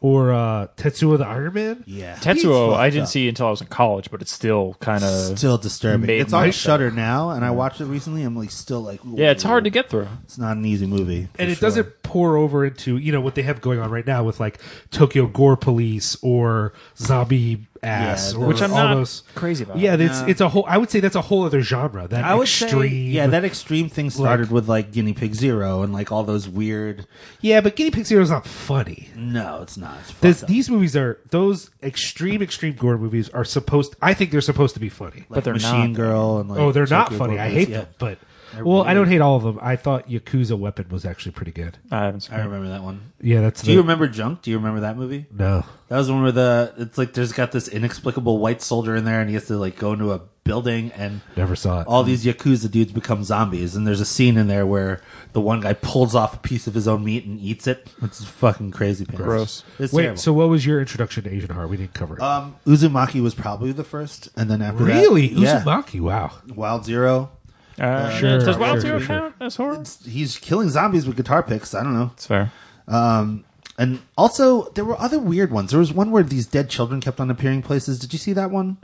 [SPEAKER 2] Or uh, Tetsuo the Iron Man?
[SPEAKER 3] yeah.
[SPEAKER 4] Tetsuo, I
[SPEAKER 3] fucked
[SPEAKER 4] didn't
[SPEAKER 3] up.
[SPEAKER 4] see until I was in college, but it's still kind of
[SPEAKER 3] Still disturbing.
[SPEAKER 4] made
[SPEAKER 3] It's on
[SPEAKER 4] my-
[SPEAKER 3] Shutter now, and I watched it recently. I'm like, still like,
[SPEAKER 4] yeah, it's hard to get through.
[SPEAKER 3] It's not an easy movie, for
[SPEAKER 2] and it
[SPEAKER 3] sure.
[SPEAKER 2] doesn't pour over into you know what they have going on right now with like Tokyo Gore Police or Zombie Ass,
[SPEAKER 3] Yeah,
[SPEAKER 2] or
[SPEAKER 3] which
[SPEAKER 4] I'm
[SPEAKER 2] all
[SPEAKER 4] not
[SPEAKER 2] those-
[SPEAKER 4] crazy about.
[SPEAKER 2] Yeah, it's it's a whole. I would say that's a whole other genre. That
[SPEAKER 3] I would say,
[SPEAKER 2] extreme.
[SPEAKER 3] yeah, that extreme thing started with like Guinea Pig Zero and like all those weird.
[SPEAKER 2] yeah, but Guinea Pig Zero is not funny.
[SPEAKER 3] No, it's not. It's fucked
[SPEAKER 2] This,
[SPEAKER 3] up.
[SPEAKER 2] these movies are those extreme extreme gore movies are supposed. I think they're supposed to be funny.
[SPEAKER 3] like
[SPEAKER 4] they're
[SPEAKER 3] Machine
[SPEAKER 4] not.
[SPEAKER 3] Girl and like
[SPEAKER 2] oh, they're not
[SPEAKER 3] Tokyo
[SPEAKER 2] funny.
[SPEAKER 3] Gore
[SPEAKER 2] I
[SPEAKER 3] Police,
[SPEAKER 2] hate
[SPEAKER 3] yeah.
[SPEAKER 2] them, but well, I don't hate all of them. I thought Yakuza Weapon was actually pretty good.
[SPEAKER 4] I haven't seen
[SPEAKER 3] I remember that one.
[SPEAKER 2] Yeah, that's.
[SPEAKER 3] Do you remember Junk? Do you remember that movie?
[SPEAKER 2] No.
[SPEAKER 3] That was the one where the it's like there's got this inexplicable white soldier in there, and he has to like go into a building, and
[SPEAKER 2] Never saw it.
[SPEAKER 3] all these yakuza dudes become zombies. And there's a scene in there where the one guy pulls off a piece of his own meat and eats it. It's fucking crazy. Pants.
[SPEAKER 4] Gross.
[SPEAKER 3] It's
[SPEAKER 2] Wait,
[SPEAKER 3] terrible.
[SPEAKER 2] so what was your introduction to Asian horror? We didn't cover it.
[SPEAKER 3] um, Uzumaki was probably the first, and then after
[SPEAKER 2] Really?
[SPEAKER 3] that, yeah,
[SPEAKER 2] Uzumaki? Wow.
[SPEAKER 3] Wild Zero.
[SPEAKER 4] Uh,
[SPEAKER 2] Sure,
[SPEAKER 4] Does
[SPEAKER 2] sure,
[SPEAKER 4] Wild
[SPEAKER 2] sure,
[SPEAKER 4] Zero
[SPEAKER 2] sure.
[SPEAKER 4] count as horror?
[SPEAKER 3] He's killing zombies with guitar picks. I don't know.
[SPEAKER 4] It's fair.
[SPEAKER 3] Um, and also, there were other weird ones. There was one where these dead children kept on appearing places. Did you see that one?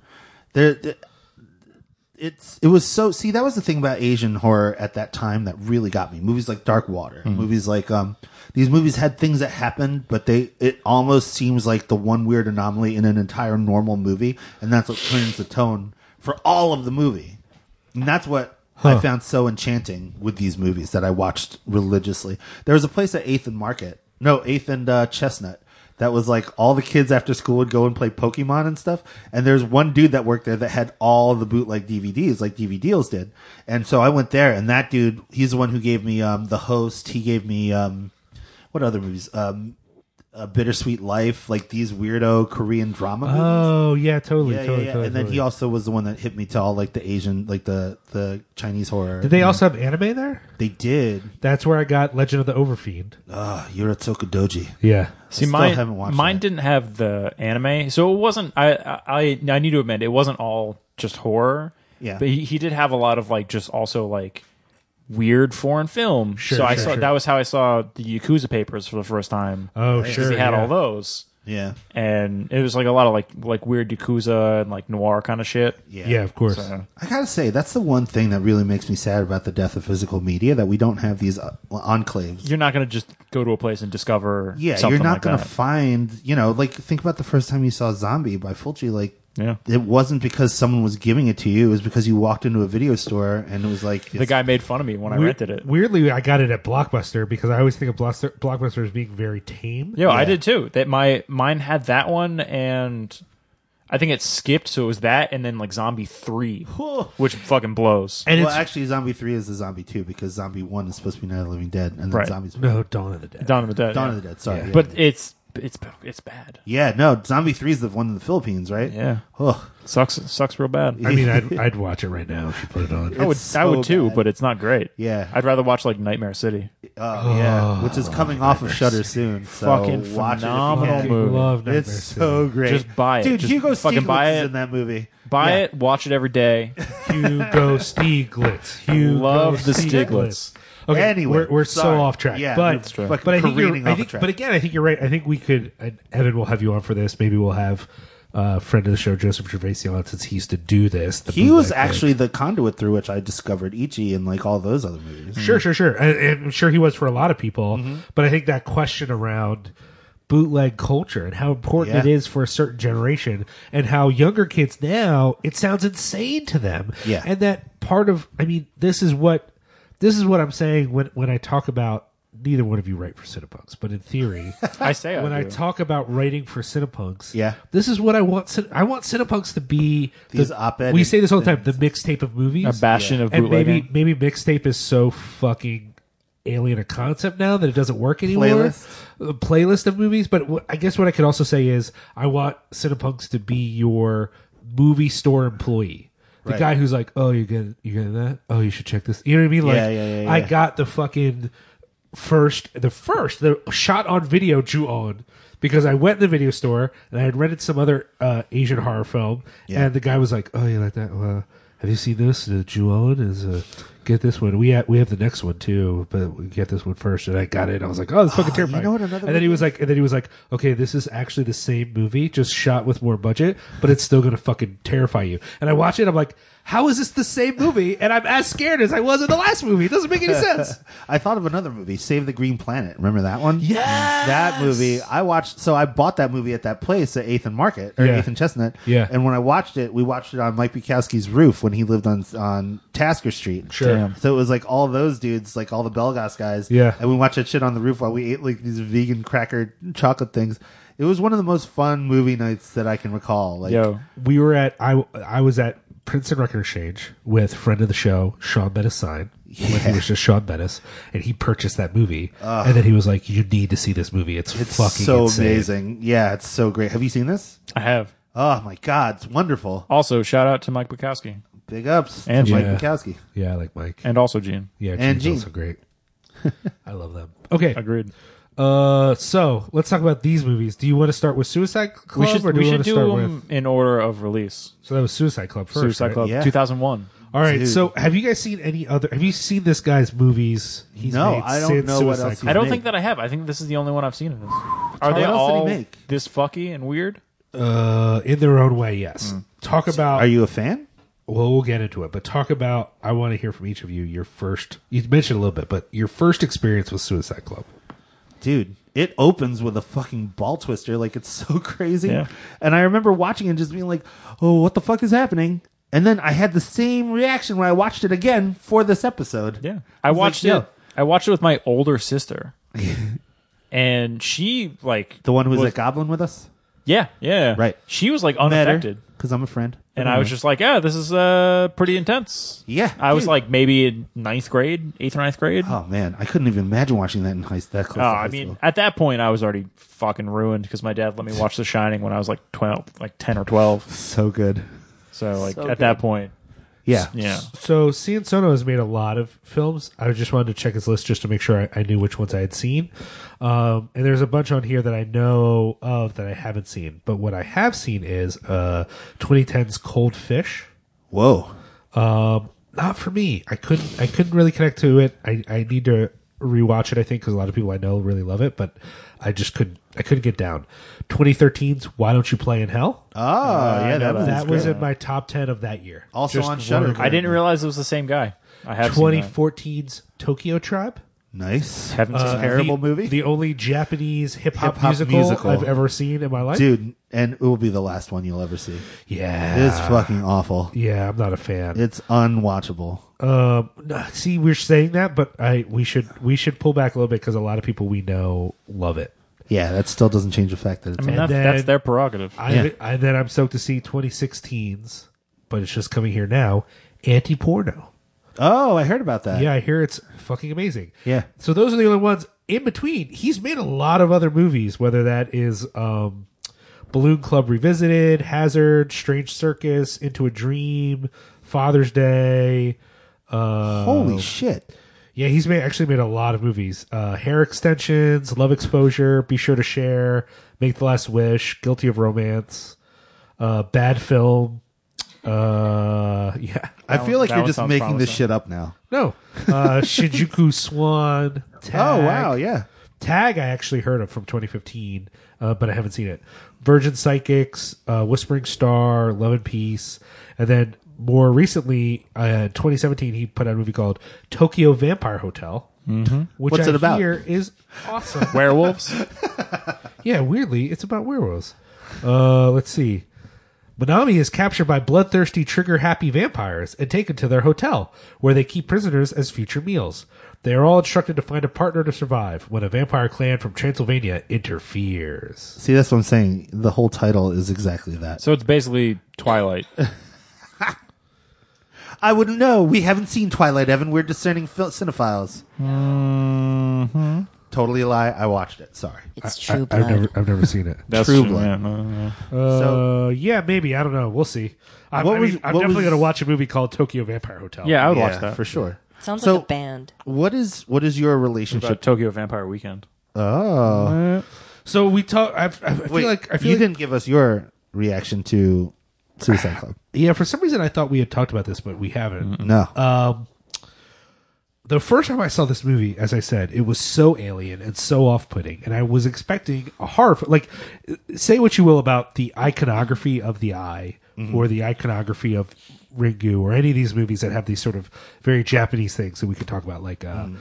[SPEAKER 3] There, there- it's it was so. See, that was the thing about Asian horror at that time that really got me. Movies like Dark Water,
[SPEAKER 2] Hmm.
[SPEAKER 3] movies like um, these movies had things that happened, but they it almost seems like the one weird anomaly in an entire normal movie, and that's what turns the tone for all of the movie. And that's what I found so enchanting with these movies that I watched religiously. There was a place at 8th and Market, no, 8th and uh, Chestnut, that was like all the kids after school would go and play Pokemon and stuff. And there's one dude that worked there that had all the bootleg DVDs, like DVD deals did. And so I went there, and that dude, he's the one who gave me um, The Host. He gave me, um, what other movies? Um, uh, Bittersweet Life, like these weirdo Korean drama movies.
[SPEAKER 2] Oh yeah, totally,
[SPEAKER 3] yeah, yeah,
[SPEAKER 2] totally,
[SPEAKER 3] yeah.
[SPEAKER 2] totally.
[SPEAKER 3] and then
[SPEAKER 2] totally.
[SPEAKER 3] he also was the one that hit me to all like the Asian, like the the Chinese horror.
[SPEAKER 2] did they also have anime there?
[SPEAKER 3] They did.
[SPEAKER 2] That's where I got Legend of the Overfiend.
[SPEAKER 3] Ah, Yuritsuka Doji.
[SPEAKER 2] Yeah,
[SPEAKER 4] See,
[SPEAKER 3] still
[SPEAKER 4] mine,
[SPEAKER 3] haven't watched
[SPEAKER 4] mine
[SPEAKER 3] that.
[SPEAKER 4] didn't have the anime, so it wasn't. I, I, I need to admit, it wasn't all just horror.
[SPEAKER 3] Yeah.
[SPEAKER 4] but he, he did have a lot of like just also like weird foreign film.
[SPEAKER 2] Sure,
[SPEAKER 4] so I
[SPEAKER 2] sure,
[SPEAKER 4] saw
[SPEAKER 2] sure.
[SPEAKER 4] that was how I saw the Yakuza Papers for the first time.
[SPEAKER 2] Oh,
[SPEAKER 4] because
[SPEAKER 2] sure.
[SPEAKER 4] he had
[SPEAKER 2] yeah.
[SPEAKER 4] all those,
[SPEAKER 3] Yeah,
[SPEAKER 4] and it was like a lot of like like weird Yakuza and like noir kind of shit.
[SPEAKER 3] yeah,
[SPEAKER 2] Yeah, of course.
[SPEAKER 4] So-
[SPEAKER 3] I gotta say, that's the one thing that really makes me sad about the death of physical media that we don't have these uh, enclaves.
[SPEAKER 4] You're not going to just go to a place and discover.
[SPEAKER 3] Yeah,
[SPEAKER 4] something
[SPEAKER 3] you're not
[SPEAKER 4] like
[SPEAKER 3] gonna
[SPEAKER 4] that.
[SPEAKER 3] find, you know, like think about the first time you saw Zombie by Fulci. Like,
[SPEAKER 4] Yeah.
[SPEAKER 3] it wasn't because someone was giving it to you; it was because you walked into a video store and it was like
[SPEAKER 4] the guy made fun of me when I
[SPEAKER 2] Weir-
[SPEAKER 4] rented it.
[SPEAKER 2] Weirdly, I got it at Blockbuster because I always think of Blockbuster, Blockbuster as being very tame.
[SPEAKER 4] Yo, I did too. That my mine had that one, and I think it skipped, so it was that, and then like Zombie Three, which fucking blows.
[SPEAKER 2] and
[SPEAKER 3] Well,
[SPEAKER 2] it's
[SPEAKER 3] actually, Zombie Three is the Zombie Two because Zombie One is supposed to be Night of the Living Dead, and then
[SPEAKER 4] Right.
[SPEAKER 3] Zombies
[SPEAKER 2] no Dawn of the Dead.
[SPEAKER 4] Dawn of the Dead.
[SPEAKER 3] Dawn
[SPEAKER 4] yeah.
[SPEAKER 3] of the Dead. Sorry, yeah.
[SPEAKER 4] But it's it's it's bad.
[SPEAKER 3] yeah, no, Zombie Three is the one in the Philippines, right?
[SPEAKER 4] Yeah,
[SPEAKER 3] Ugh.
[SPEAKER 4] sucks sucks real bad.
[SPEAKER 2] I mean, I'd, I'd watch it right now if you put it on.
[SPEAKER 4] I would
[SPEAKER 3] It's
[SPEAKER 4] I
[SPEAKER 3] so
[SPEAKER 4] would too,
[SPEAKER 3] bad.
[SPEAKER 4] but it's not great.
[SPEAKER 3] Yeah.
[SPEAKER 4] I'd rather watch like Nightmare City.
[SPEAKER 3] Oh, yeah, which is coming off of Shutter soon. So
[SPEAKER 4] Fucking
[SPEAKER 3] watch it if you
[SPEAKER 4] phenomenal
[SPEAKER 3] can.
[SPEAKER 2] I
[SPEAKER 4] movie.
[SPEAKER 2] love Nightmare
[SPEAKER 3] It's
[SPEAKER 2] City.
[SPEAKER 3] so great.
[SPEAKER 4] Just buy it.
[SPEAKER 3] dude.
[SPEAKER 4] Just
[SPEAKER 3] Hugo
[SPEAKER 4] fucking
[SPEAKER 3] Stieglitz
[SPEAKER 4] buy
[SPEAKER 3] is
[SPEAKER 4] it.
[SPEAKER 3] in that movie.
[SPEAKER 4] Buy
[SPEAKER 3] Yeah.
[SPEAKER 4] it, watch it every day.
[SPEAKER 2] Hugo Stieglitz. Hugo
[SPEAKER 4] Love the Stieglitz.
[SPEAKER 2] Okay,
[SPEAKER 3] Anyway,
[SPEAKER 2] we're, we're
[SPEAKER 3] sorry.
[SPEAKER 2] so off track.
[SPEAKER 3] Yeah,
[SPEAKER 2] but
[SPEAKER 3] that's true. Fucking
[SPEAKER 2] but I think you're,
[SPEAKER 3] careening
[SPEAKER 2] I
[SPEAKER 3] off
[SPEAKER 2] think,
[SPEAKER 3] track.
[SPEAKER 2] but again, I think you're right. I think we could. and Evan will have you on for this. Maybe we'll have uh, friend of the show Joseph Gervaisi on since he used to do this. the
[SPEAKER 3] He was
[SPEAKER 2] bootleg thing.
[SPEAKER 3] actually the conduit through which I discovered Ichi and like all those other movies.
[SPEAKER 2] Sure, sure, sure. I, I'm sure he was for a lot of people,
[SPEAKER 3] Mm-hmm.
[SPEAKER 2] but I think that question around bootleg culture and how important it
[SPEAKER 3] Yeah.
[SPEAKER 2] is for a certain generation and how younger kids now it sounds insane to them.
[SPEAKER 3] Yeah.
[SPEAKER 2] And that part of I mean, this is what this is what I'm saying when when I talk about neither one of you write for Cinepunks, but in theory
[SPEAKER 4] I say I
[SPEAKER 2] when I
[SPEAKER 4] do.
[SPEAKER 2] talk about writing for Cinepunks,
[SPEAKER 3] Yeah.
[SPEAKER 2] this is what I want. Cin- I want Cinepunks to be the-
[SPEAKER 3] These op-ed
[SPEAKER 2] We say this all the time: the mixtape of movies,
[SPEAKER 4] A bastion of
[SPEAKER 2] and maybe
[SPEAKER 4] bootlegging.
[SPEAKER 2] maybe mixtape is so fucking alien a concept now that it doesn't work anymore.
[SPEAKER 3] Playlist.
[SPEAKER 2] A playlist of movies, but wh- I guess what I could also say is I want Cinepunks to be your movie store employee. The
[SPEAKER 3] Right.
[SPEAKER 2] guy who's like, "Oh, you get you get that? Oh, you should check this." You know what I mean? Like,
[SPEAKER 3] Yeah, yeah, yeah,
[SPEAKER 2] I
[SPEAKER 3] yeah.
[SPEAKER 2] got the fucking first, the first, the shot on video Ju on because I went in the video store and I had rented some other uh, Asian horror film,
[SPEAKER 3] Yeah.
[SPEAKER 2] and the guy was like, "Oh, you like that? Well, have you seen this? The Ju on is uh, get this one. We ha- we have the next one too, but we get this one first. And I got it. I was like, "Oh, it's fucking terrifying."
[SPEAKER 3] Ah, know what another
[SPEAKER 2] and then
[SPEAKER 3] movie-
[SPEAKER 2] he was like, and then he was like, "Okay, this is actually the same movie, just shot with more budget, but it's still gonna fucking terrify you." And I watch it. I'm like. How is this the same movie? And I'm as scared as I was in the last movie. It doesn't make any sense.
[SPEAKER 3] I thought of another movie, Save the Green Planet. Remember that one? Yeah, that movie. I watched. So I bought that movie at that place at Eighth and Market or
[SPEAKER 2] Yeah.
[SPEAKER 3] Eighth and Chestnut.
[SPEAKER 2] Yeah.
[SPEAKER 3] And when I watched it, we watched it on Mike Bukowski's roof when he lived on on Tasker Street.
[SPEAKER 2] Sure.
[SPEAKER 4] Damn.
[SPEAKER 3] So it was like all those dudes, like all the Belgas guys.
[SPEAKER 2] Yeah.
[SPEAKER 3] And we watched that shit on the roof while we ate like these vegan cracker chocolate things. It was one of the most fun movie nights that I can recall. Like,
[SPEAKER 4] Yo,
[SPEAKER 2] we were at I I was at Princeton Record Exchange with friend of the show Sean Bettis sign when he was just Sean Bettis, and he purchased that movie, and then he was like, "You need to see this movie. It's,
[SPEAKER 3] it's
[SPEAKER 2] fucking
[SPEAKER 3] so
[SPEAKER 2] insane."
[SPEAKER 3] amazing. Yeah, it's so great. Have you seen this?
[SPEAKER 4] I have.
[SPEAKER 3] Oh my god, it's wonderful.
[SPEAKER 4] Also, shout out to Mike Bukowski
[SPEAKER 3] Big ups
[SPEAKER 4] And
[SPEAKER 3] to Mike
[SPEAKER 2] yeah.
[SPEAKER 3] Bukowski.
[SPEAKER 2] Yeah, I like Mike.
[SPEAKER 4] and also Gene.
[SPEAKER 2] yeah,
[SPEAKER 3] and
[SPEAKER 2] Gene's
[SPEAKER 3] Gene.
[SPEAKER 2] also great. I love them. Okay,
[SPEAKER 4] Agreed.
[SPEAKER 2] uh, so let's talk about these movies. Do you want to start with Suicide Club,
[SPEAKER 4] we should
[SPEAKER 2] or do
[SPEAKER 4] we
[SPEAKER 2] you
[SPEAKER 4] should
[SPEAKER 2] want to
[SPEAKER 4] do
[SPEAKER 2] start
[SPEAKER 4] them
[SPEAKER 2] with?
[SPEAKER 4] in order of release.
[SPEAKER 2] So that was Suicide Club first.
[SPEAKER 4] Suicide
[SPEAKER 2] right?
[SPEAKER 4] Club,
[SPEAKER 3] Yeah.
[SPEAKER 4] 2001.
[SPEAKER 2] All right.
[SPEAKER 3] Dude.
[SPEAKER 2] So have you guys seen any other? Have you seen this guy's movies? He's
[SPEAKER 3] No,
[SPEAKER 2] made
[SPEAKER 3] I don't
[SPEAKER 2] since
[SPEAKER 3] know what
[SPEAKER 2] Suicide
[SPEAKER 3] else
[SPEAKER 2] Club?
[SPEAKER 3] he's
[SPEAKER 4] I don't
[SPEAKER 3] made.
[SPEAKER 4] think that I have. I think this is the only one I've seen of him. Are
[SPEAKER 3] What else did
[SPEAKER 4] they
[SPEAKER 3] he
[SPEAKER 4] all
[SPEAKER 3] make?
[SPEAKER 4] this fucky and weird?
[SPEAKER 2] Uh, in their own way, yes. Talk about.
[SPEAKER 3] Hmm. Are you a fan?
[SPEAKER 2] well, we'll get into it, but talk about. I want to hear from each of you your first. You mentioned a little bit, but your first experience with Suicide Club.
[SPEAKER 3] Dude, it opens with a fucking ball twister. Like, it's so crazy.
[SPEAKER 4] Yeah.
[SPEAKER 3] And I remember watching it and just being like, oh, what the fuck is happening? And then I had the same reaction when I watched it again for this episode.
[SPEAKER 4] I
[SPEAKER 3] was like,
[SPEAKER 4] watched
[SPEAKER 3] yo.
[SPEAKER 4] it. I watched it with my older sister, and she like
[SPEAKER 3] The one who was,
[SPEAKER 4] was-
[SPEAKER 3] at Goblin with us?
[SPEAKER 4] yeah yeah
[SPEAKER 3] Right.
[SPEAKER 4] She was like
[SPEAKER 3] Met her,
[SPEAKER 4] unaffected.
[SPEAKER 3] Because I'm a friend.
[SPEAKER 4] and I was just like, "Yeah, this is uh, pretty intense."
[SPEAKER 3] Yeah,
[SPEAKER 4] I was
[SPEAKER 3] dude.
[SPEAKER 4] like maybe in ninth grade, eighth or ninth grade.
[SPEAKER 3] Oh man, I couldn't even imagine watching that in high that close.
[SPEAKER 4] Oh,
[SPEAKER 3] to
[SPEAKER 4] I
[SPEAKER 3] high
[SPEAKER 4] mean,
[SPEAKER 3] school.
[SPEAKER 4] at that point, I was already fucking ruined because my dad let me watch The Shining when I was like twelve, like ten or twelve.
[SPEAKER 3] so good.
[SPEAKER 4] So like
[SPEAKER 5] So
[SPEAKER 4] at
[SPEAKER 5] good.
[SPEAKER 4] that point,
[SPEAKER 3] Yeah,
[SPEAKER 4] yeah,
[SPEAKER 2] So Cian Sono has made a lot of films. I just wanted to check his list just to make sure I, I knew which ones I had seen. Um, and there's a bunch on here that I know of that I haven't seen. But what I have seen is uh, 2010's Cold Fish.
[SPEAKER 3] Whoa.
[SPEAKER 2] Um, not for me. I couldn't. I couldn't really connect to it. I, I need to rewatch it. I think because a lot of people I know really love it, but I just couldn't. I couldn't get down. 2013's Why Don't You Play in Hell?
[SPEAKER 3] Oh, yeah, that was
[SPEAKER 2] that
[SPEAKER 3] great.
[SPEAKER 2] was in my top ten of that year.
[SPEAKER 3] Also on
[SPEAKER 2] one
[SPEAKER 3] Shudder.
[SPEAKER 2] of-
[SPEAKER 4] I didn't realize it was the same guy. I have seen that.
[SPEAKER 2] 2014's Tokyo Tribe.
[SPEAKER 3] nice.
[SPEAKER 4] haven't seen
[SPEAKER 2] Uh,
[SPEAKER 4] that.
[SPEAKER 3] terrible
[SPEAKER 2] the-
[SPEAKER 3] movie.
[SPEAKER 2] The only Japanese hip hop
[SPEAKER 3] Hip-hop
[SPEAKER 2] musical,
[SPEAKER 3] musical.
[SPEAKER 2] I've ever seen in my life.
[SPEAKER 3] Dude, and it will be the last one you'll ever see.
[SPEAKER 2] Yeah.
[SPEAKER 3] It's fucking awful.
[SPEAKER 2] yeah, I'm not a fan.
[SPEAKER 3] It's unwatchable.
[SPEAKER 2] Um, no, see, we're saying that, but I we should we should pull back a little bit because a lot of people we know love it.
[SPEAKER 3] Yeah, that still doesn't change the fact that it's.
[SPEAKER 4] I mean,
[SPEAKER 2] And
[SPEAKER 4] that's,
[SPEAKER 2] then-
[SPEAKER 4] that's their prerogative.
[SPEAKER 2] I,
[SPEAKER 3] Yeah.
[SPEAKER 2] I then I'm stoked to see 2016's, but it's just coming here now. Anti porno.
[SPEAKER 3] oh, I heard about that.
[SPEAKER 2] Yeah, I hear it's fucking amazing.
[SPEAKER 3] Yeah.
[SPEAKER 2] So those are the only ones in between. He's made a lot of other movies, whether that is um, Balloon Club Revisited, Hazard, Strange Circus, Into a Dream, Father's Day. Uh,
[SPEAKER 3] Holy shit.
[SPEAKER 2] yeah, he's made actually made a lot of movies. Uh, Hair extensions, Love Exposure, Be Sure to Share, Make the Last Wish, Guilty of Romance, uh, Bad Film. Uh, yeah,
[SPEAKER 3] I feel like
[SPEAKER 4] that
[SPEAKER 3] you're
[SPEAKER 4] one
[SPEAKER 3] just
[SPEAKER 4] sounds
[SPEAKER 3] making this
[SPEAKER 4] promising.
[SPEAKER 3] shit up now.
[SPEAKER 2] no, uh, Shinjuku Swan. Tag.
[SPEAKER 3] Oh wow, yeah.
[SPEAKER 2] Tag I actually heard of from 2015, uh, but I haven't seen it. Virgin Psychics, uh, Whispering Star, Love and Peace, and then more recently, uh, 2017, he put out a movie called Tokyo Vampire Hotel, which
[SPEAKER 3] Mm-hmm. What's
[SPEAKER 2] I
[SPEAKER 3] it about?
[SPEAKER 2] hear is awesome.
[SPEAKER 4] Werewolves.
[SPEAKER 2] yeah, weirdly, it's about werewolves. Uh, let's see. Manami is captured by bloodthirsty, trigger happy vampires and taken to their hotel, where they keep prisoners as future meals. They are all instructed to find a partner to survive when a vampire clan from Transylvania interferes.
[SPEAKER 3] See, that's what I'm saying. The whole title is exactly that.
[SPEAKER 4] so it's basically Twilight.
[SPEAKER 3] I wouldn't know. We haven't seen Twilight, Evan. We're discerning fil- cinephiles. Mm-hmm.
[SPEAKER 4] Mm-hmm.
[SPEAKER 3] Totally a lie. I watched it. Sorry.
[SPEAKER 5] It's true
[SPEAKER 2] I've
[SPEAKER 5] blood.
[SPEAKER 2] never, I've never seen it.
[SPEAKER 4] That's
[SPEAKER 3] True
[SPEAKER 4] true.
[SPEAKER 3] Blood.
[SPEAKER 4] yeah, no, no, no.
[SPEAKER 2] Uh, yeah, maybe. I don't know. We'll see. I'm,
[SPEAKER 3] What
[SPEAKER 2] I
[SPEAKER 3] was-
[SPEAKER 2] mean, I'm
[SPEAKER 3] what
[SPEAKER 2] definitely
[SPEAKER 3] was-
[SPEAKER 2] going to watch a movie called Tokyo Vampire Hotel.
[SPEAKER 4] Yeah, I would
[SPEAKER 3] Yeah,
[SPEAKER 4] watch that
[SPEAKER 3] for sure.
[SPEAKER 5] Sounds
[SPEAKER 3] So-
[SPEAKER 5] like a band.
[SPEAKER 3] What is what is your
[SPEAKER 4] About
[SPEAKER 3] relationship?
[SPEAKER 4] Tokyo Vampire Weekend.
[SPEAKER 3] oh,
[SPEAKER 2] So we talk. I, I, I
[SPEAKER 3] wait.
[SPEAKER 2] feel like I feel
[SPEAKER 3] you
[SPEAKER 2] like,
[SPEAKER 3] didn't give us your reaction to Suicide Club.
[SPEAKER 2] Yeah, for some reason I thought we had talked about this, but we haven't.
[SPEAKER 3] No.
[SPEAKER 4] Uh,
[SPEAKER 2] Um, the first time I saw this movie, as I said, it was so alien and so off-putting, and I was expecting a horror. fi- Like, say what you will about the iconography of the eye
[SPEAKER 3] Mm-hmm.
[SPEAKER 2] or the iconography of Ringu or any of these movies that have these sort of very Japanese things that we could talk about, like uh,
[SPEAKER 3] Mm-hmm.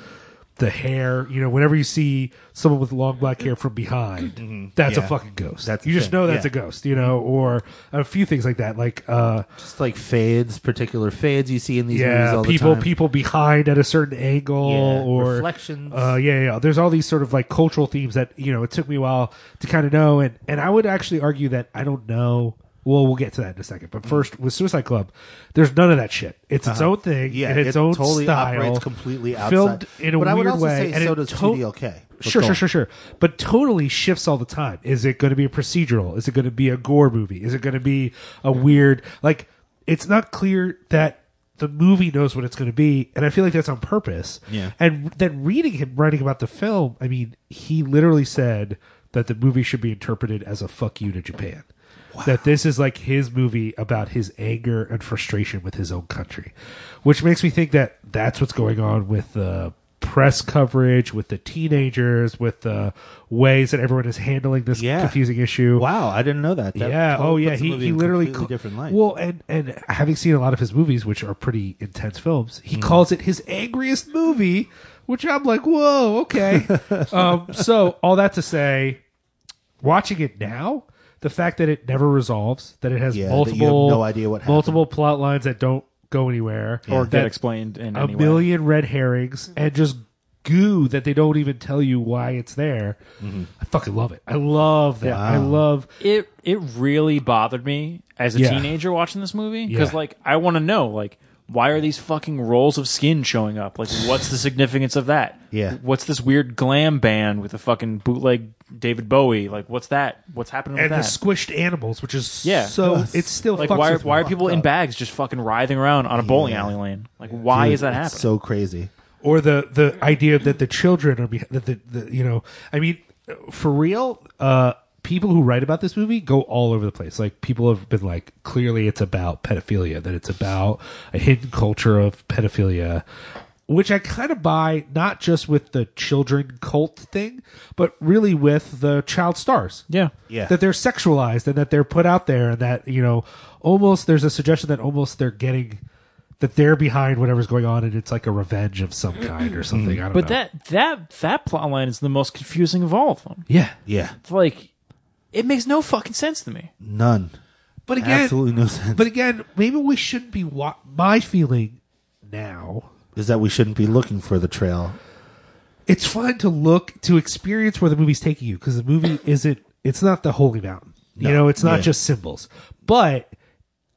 [SPEAKER 2] the hair. You know, whenever you see someone with long black hair from behind, that's
[SPEAKER 3] Mm-hmm. Yeah.
[SPEAKER 2] a fucking ghost.
[SPEAKER 3] That's
[SPEAKER 2] you
[SPEAKER 3] the
[SPEAKER 2] just
[SPEAKER 3] thing.
[SPEAKER 2] know that's
[SPEAKER 3] Yeah.
[SPEAKER 2] a ghost. You know, or a few things like that, like. uh
[SPEAKER 3] Just like fades, particular fades you see in these movies
[SPEAKER 2] yeah,
[SPEAKER 3] all
[SPEAKER 2] people
[SPEAKER 3] the time.
[SPEAKER 2] people behind at a certain angle
[SPEAKER 3] Yeah,
[SPEAKER 2] or
[SPEAKER 3] reflections.
[SPEAKER 2] Uh, yeah, yeah. There's all these sort of like cultural themes that you know it took me a while to kind of know, and and I would actually argue that I don't know. Well, we'll get to that in a second.
[SPEAKER 3] Mm.
[SPEAKER 2] But first, with Suicide Club, there's none of that shit. It's its own thing.
[SPEAKER 3] Uh-huh. Yeah,
[SPEAKER 2] in
[SPEAKER 3] it
[SPEAKER 2] its own
[SPEAKER 3] totally
[SPEAKER 2] style.
[SPEAKER 3] operates completely outside.
[SPEAKER 2] Filmed in a
[SPEAKER 3] But
[SPEAKER 2] weird
[SPEAKER 3] I would also
[SPEAKER 2] way.
[SPEAKER 3] say
[SPEAKER 2] and
[SPEAKER 3] so
[SPEAKER 2] it
[SPEAKER 3] does
[SPEAKER 2] to-
[SPEAKER 3] 2DLK. But go
[SPEAKER 2] Sure, sure,
[SPEAKER 3] on.
[SPEAKER 2] sure, sure. But totally shifts all the time. Is it going to be a procedural? Is it going to be a gore movie? Is it going to be a weird like? It's not clear that the movie knows what it's going to be, and I feel like that's on purpose.
[SPEAKER 3] Yeah.
[SPEAKER 2] And then reading him writing about the film, I mean, he literally said that the movie should be interpreted as a fuck you to Japan. That this is like his movie about his anger and frustration with his own country, which makes me think that that's what's going on with the press coverage, with the teenagers, with the ways that everyone is handling this
[SPEAKER 3] Yeah.
[SPEAKER 2] confusing issue
[SPEAKER 3] Wow, I didn't know that. That
[SPEAKER 2] yeah.
[SPEAKER 3] totally
[SPEAKER 2] oh, yeah.
[SPEAKER 3] puts the
[SPEAKER 2] He,
[SPEAKER 3] movie
[SPEAKER 2] he
[SPEAKER 3] in
[SPEAKER 2] literally
[SPEAKER 3] completely
[SPEAKER 2] ca-
[SPEAKER 3] different light.
[SPEAKER 2] Well, and and having seen a lot of his movies, which are pretty intense films,
[SPEAKER 3] Mm.
[SPEAKER 2] he calls it his angriest movie, which I'm like, whoa, okay. um, so all that to say, watching it now, the fact that it never resolves, that it has
[SPEAKER 3] Yeah, that you have
[SPEAKER 2] multiple,
[SPEAKER 3] no idea what happened.
[SPEAKER 2] multiple plot lines that don't go anywhere,
[SPEAKER 4] Or get
[SPEAKER 2] that
[SPEAKER 4] explained in
[SPEAKER 2] a
[SPEAKER 4] any way.
[SPEAKER 2] million red herrings and just goo that they don't even tell you why it's there.
[SPEAKER 3] Mm-hmm.
[SPEAKER 2] I fucking love it. I love that. I love
[SPEAKER 4] It it really bothered me as a
[SPEAKER 2] Yeah.
[SPEAKER 4] teenager watching this movie because
[SPEAKER 2] Yeah.
[SPEAKER 4] like I want to know like why are these fucking rolls of skin showing up? Like what's the significance of that?
[SPEAKER 3] Yeah.
[SPEAKER 4] What's this weird glam band with a fucking bootleg David Bowie? Like what's that? What's happening
[SPEAKER 2] and
[SPEAKER 4] with
[SPEAKER 2] the
[SPEAKER 4] that?
[SPEAKER 2] squished animals, which is
[SPEAKER 4] Yeah.
[SPEAKER 2] so it's still
[SPEAKER 4] like
[SPEAKER 2] fucks
[SPEAKER 4] why are,
[SPEAKER 2] with me.
[SPEAKER 4] why are people in bags just fucking writhing around on a bowling alley lane? Like why is that
[SPEAKER 3] It's
[SPEAKER 4] happening?
[SPEAKER 3] So crazy.
[SPEAKER 2] or the the idea that the children are be- that the, the you know I mean for real uh people who write about this movie go all over the place like people have been like clearly it's about pedophilia that it's about a hidden culture of pedophilia which I kind of buy not just with the children cult thing but really with the child stars
[SPEAKER 4] yeah.
[SPEAKER 3] Yeah.
[SPEAKER 2] that they're sexualized and that they're put out there and that you know almost there's a suggestion that almost they're getting that they're behind whatever's going on and it's like a revenge of some kind or something. I don't
[SPEAKER 4] But
[SPEAKER 2] know.
[SPEAKER 4] that that that plot line is the most confusing of all of them.
[SPEAKER 2] yeah.
[SPEAKER 3] Yeah.
[SPEAKER 4] It's like it makes no fucking sense to me.
[SPEAKER 3] None.
[SPEAKER 2] But again,
[SPEAKER 3] Absolutely no sense.
[SPEAKER 2] But again, maybe we shouldn't be. Wa- my feeling now,
[SPEAKER 3] Is that we shouldn't be looking for the trail.
[SPEAKER 2] it's fun to look to experience where the movie's taking you because the movie isn't. It's not the holy mountain. you know, it's not
[SPEAKER 3] Yeah.
[SPEAKER 2] just symbols, but.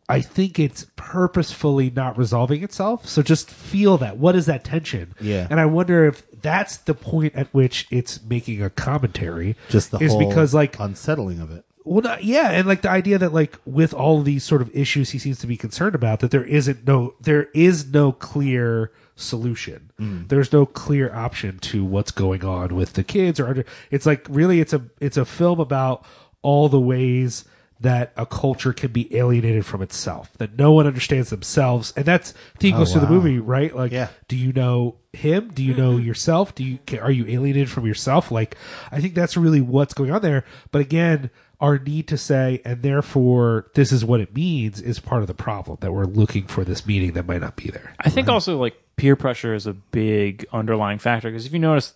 [SPEAKER 2] I think it's purposefully not resolving itself. So just feel that. What is that tension?
[SPEAKER 3] Yeah.
[SPEAKER 2] And I wonder if that's the point at which it's making a commentary.
[SPEAKER 3] Just the
[SPEAKER 2] is
[SPEAKER 3] whole
[SPEAKER 2] because like
[SPEAKER 3] unsettling of it.
[SPEAKER 2] Well, not, yeah, and like the idea that like with all these sort of issues he seems to be concerned about, that there isn't no there is no clear solution. There's no clear option to what's going on with the kids or under. It's like really, it's a it's a film about all the ways that a culture can be alienated from itself, that no one understands themselves, and that's theme goes through the movie, right? Like,
[SPEAKER 3] Yeah.
[SPEAKER 2] do you know him? Do you know yourself? Do you are you alienated from yourself? Like, I think that's really what's going on there. But again, our need to say, and therefore this is what it means, is part of the problem that we're looking for this meaning that might not be there.
[SPEAKER 4] I think also like peer pressure is a big underlying factor because if you notice,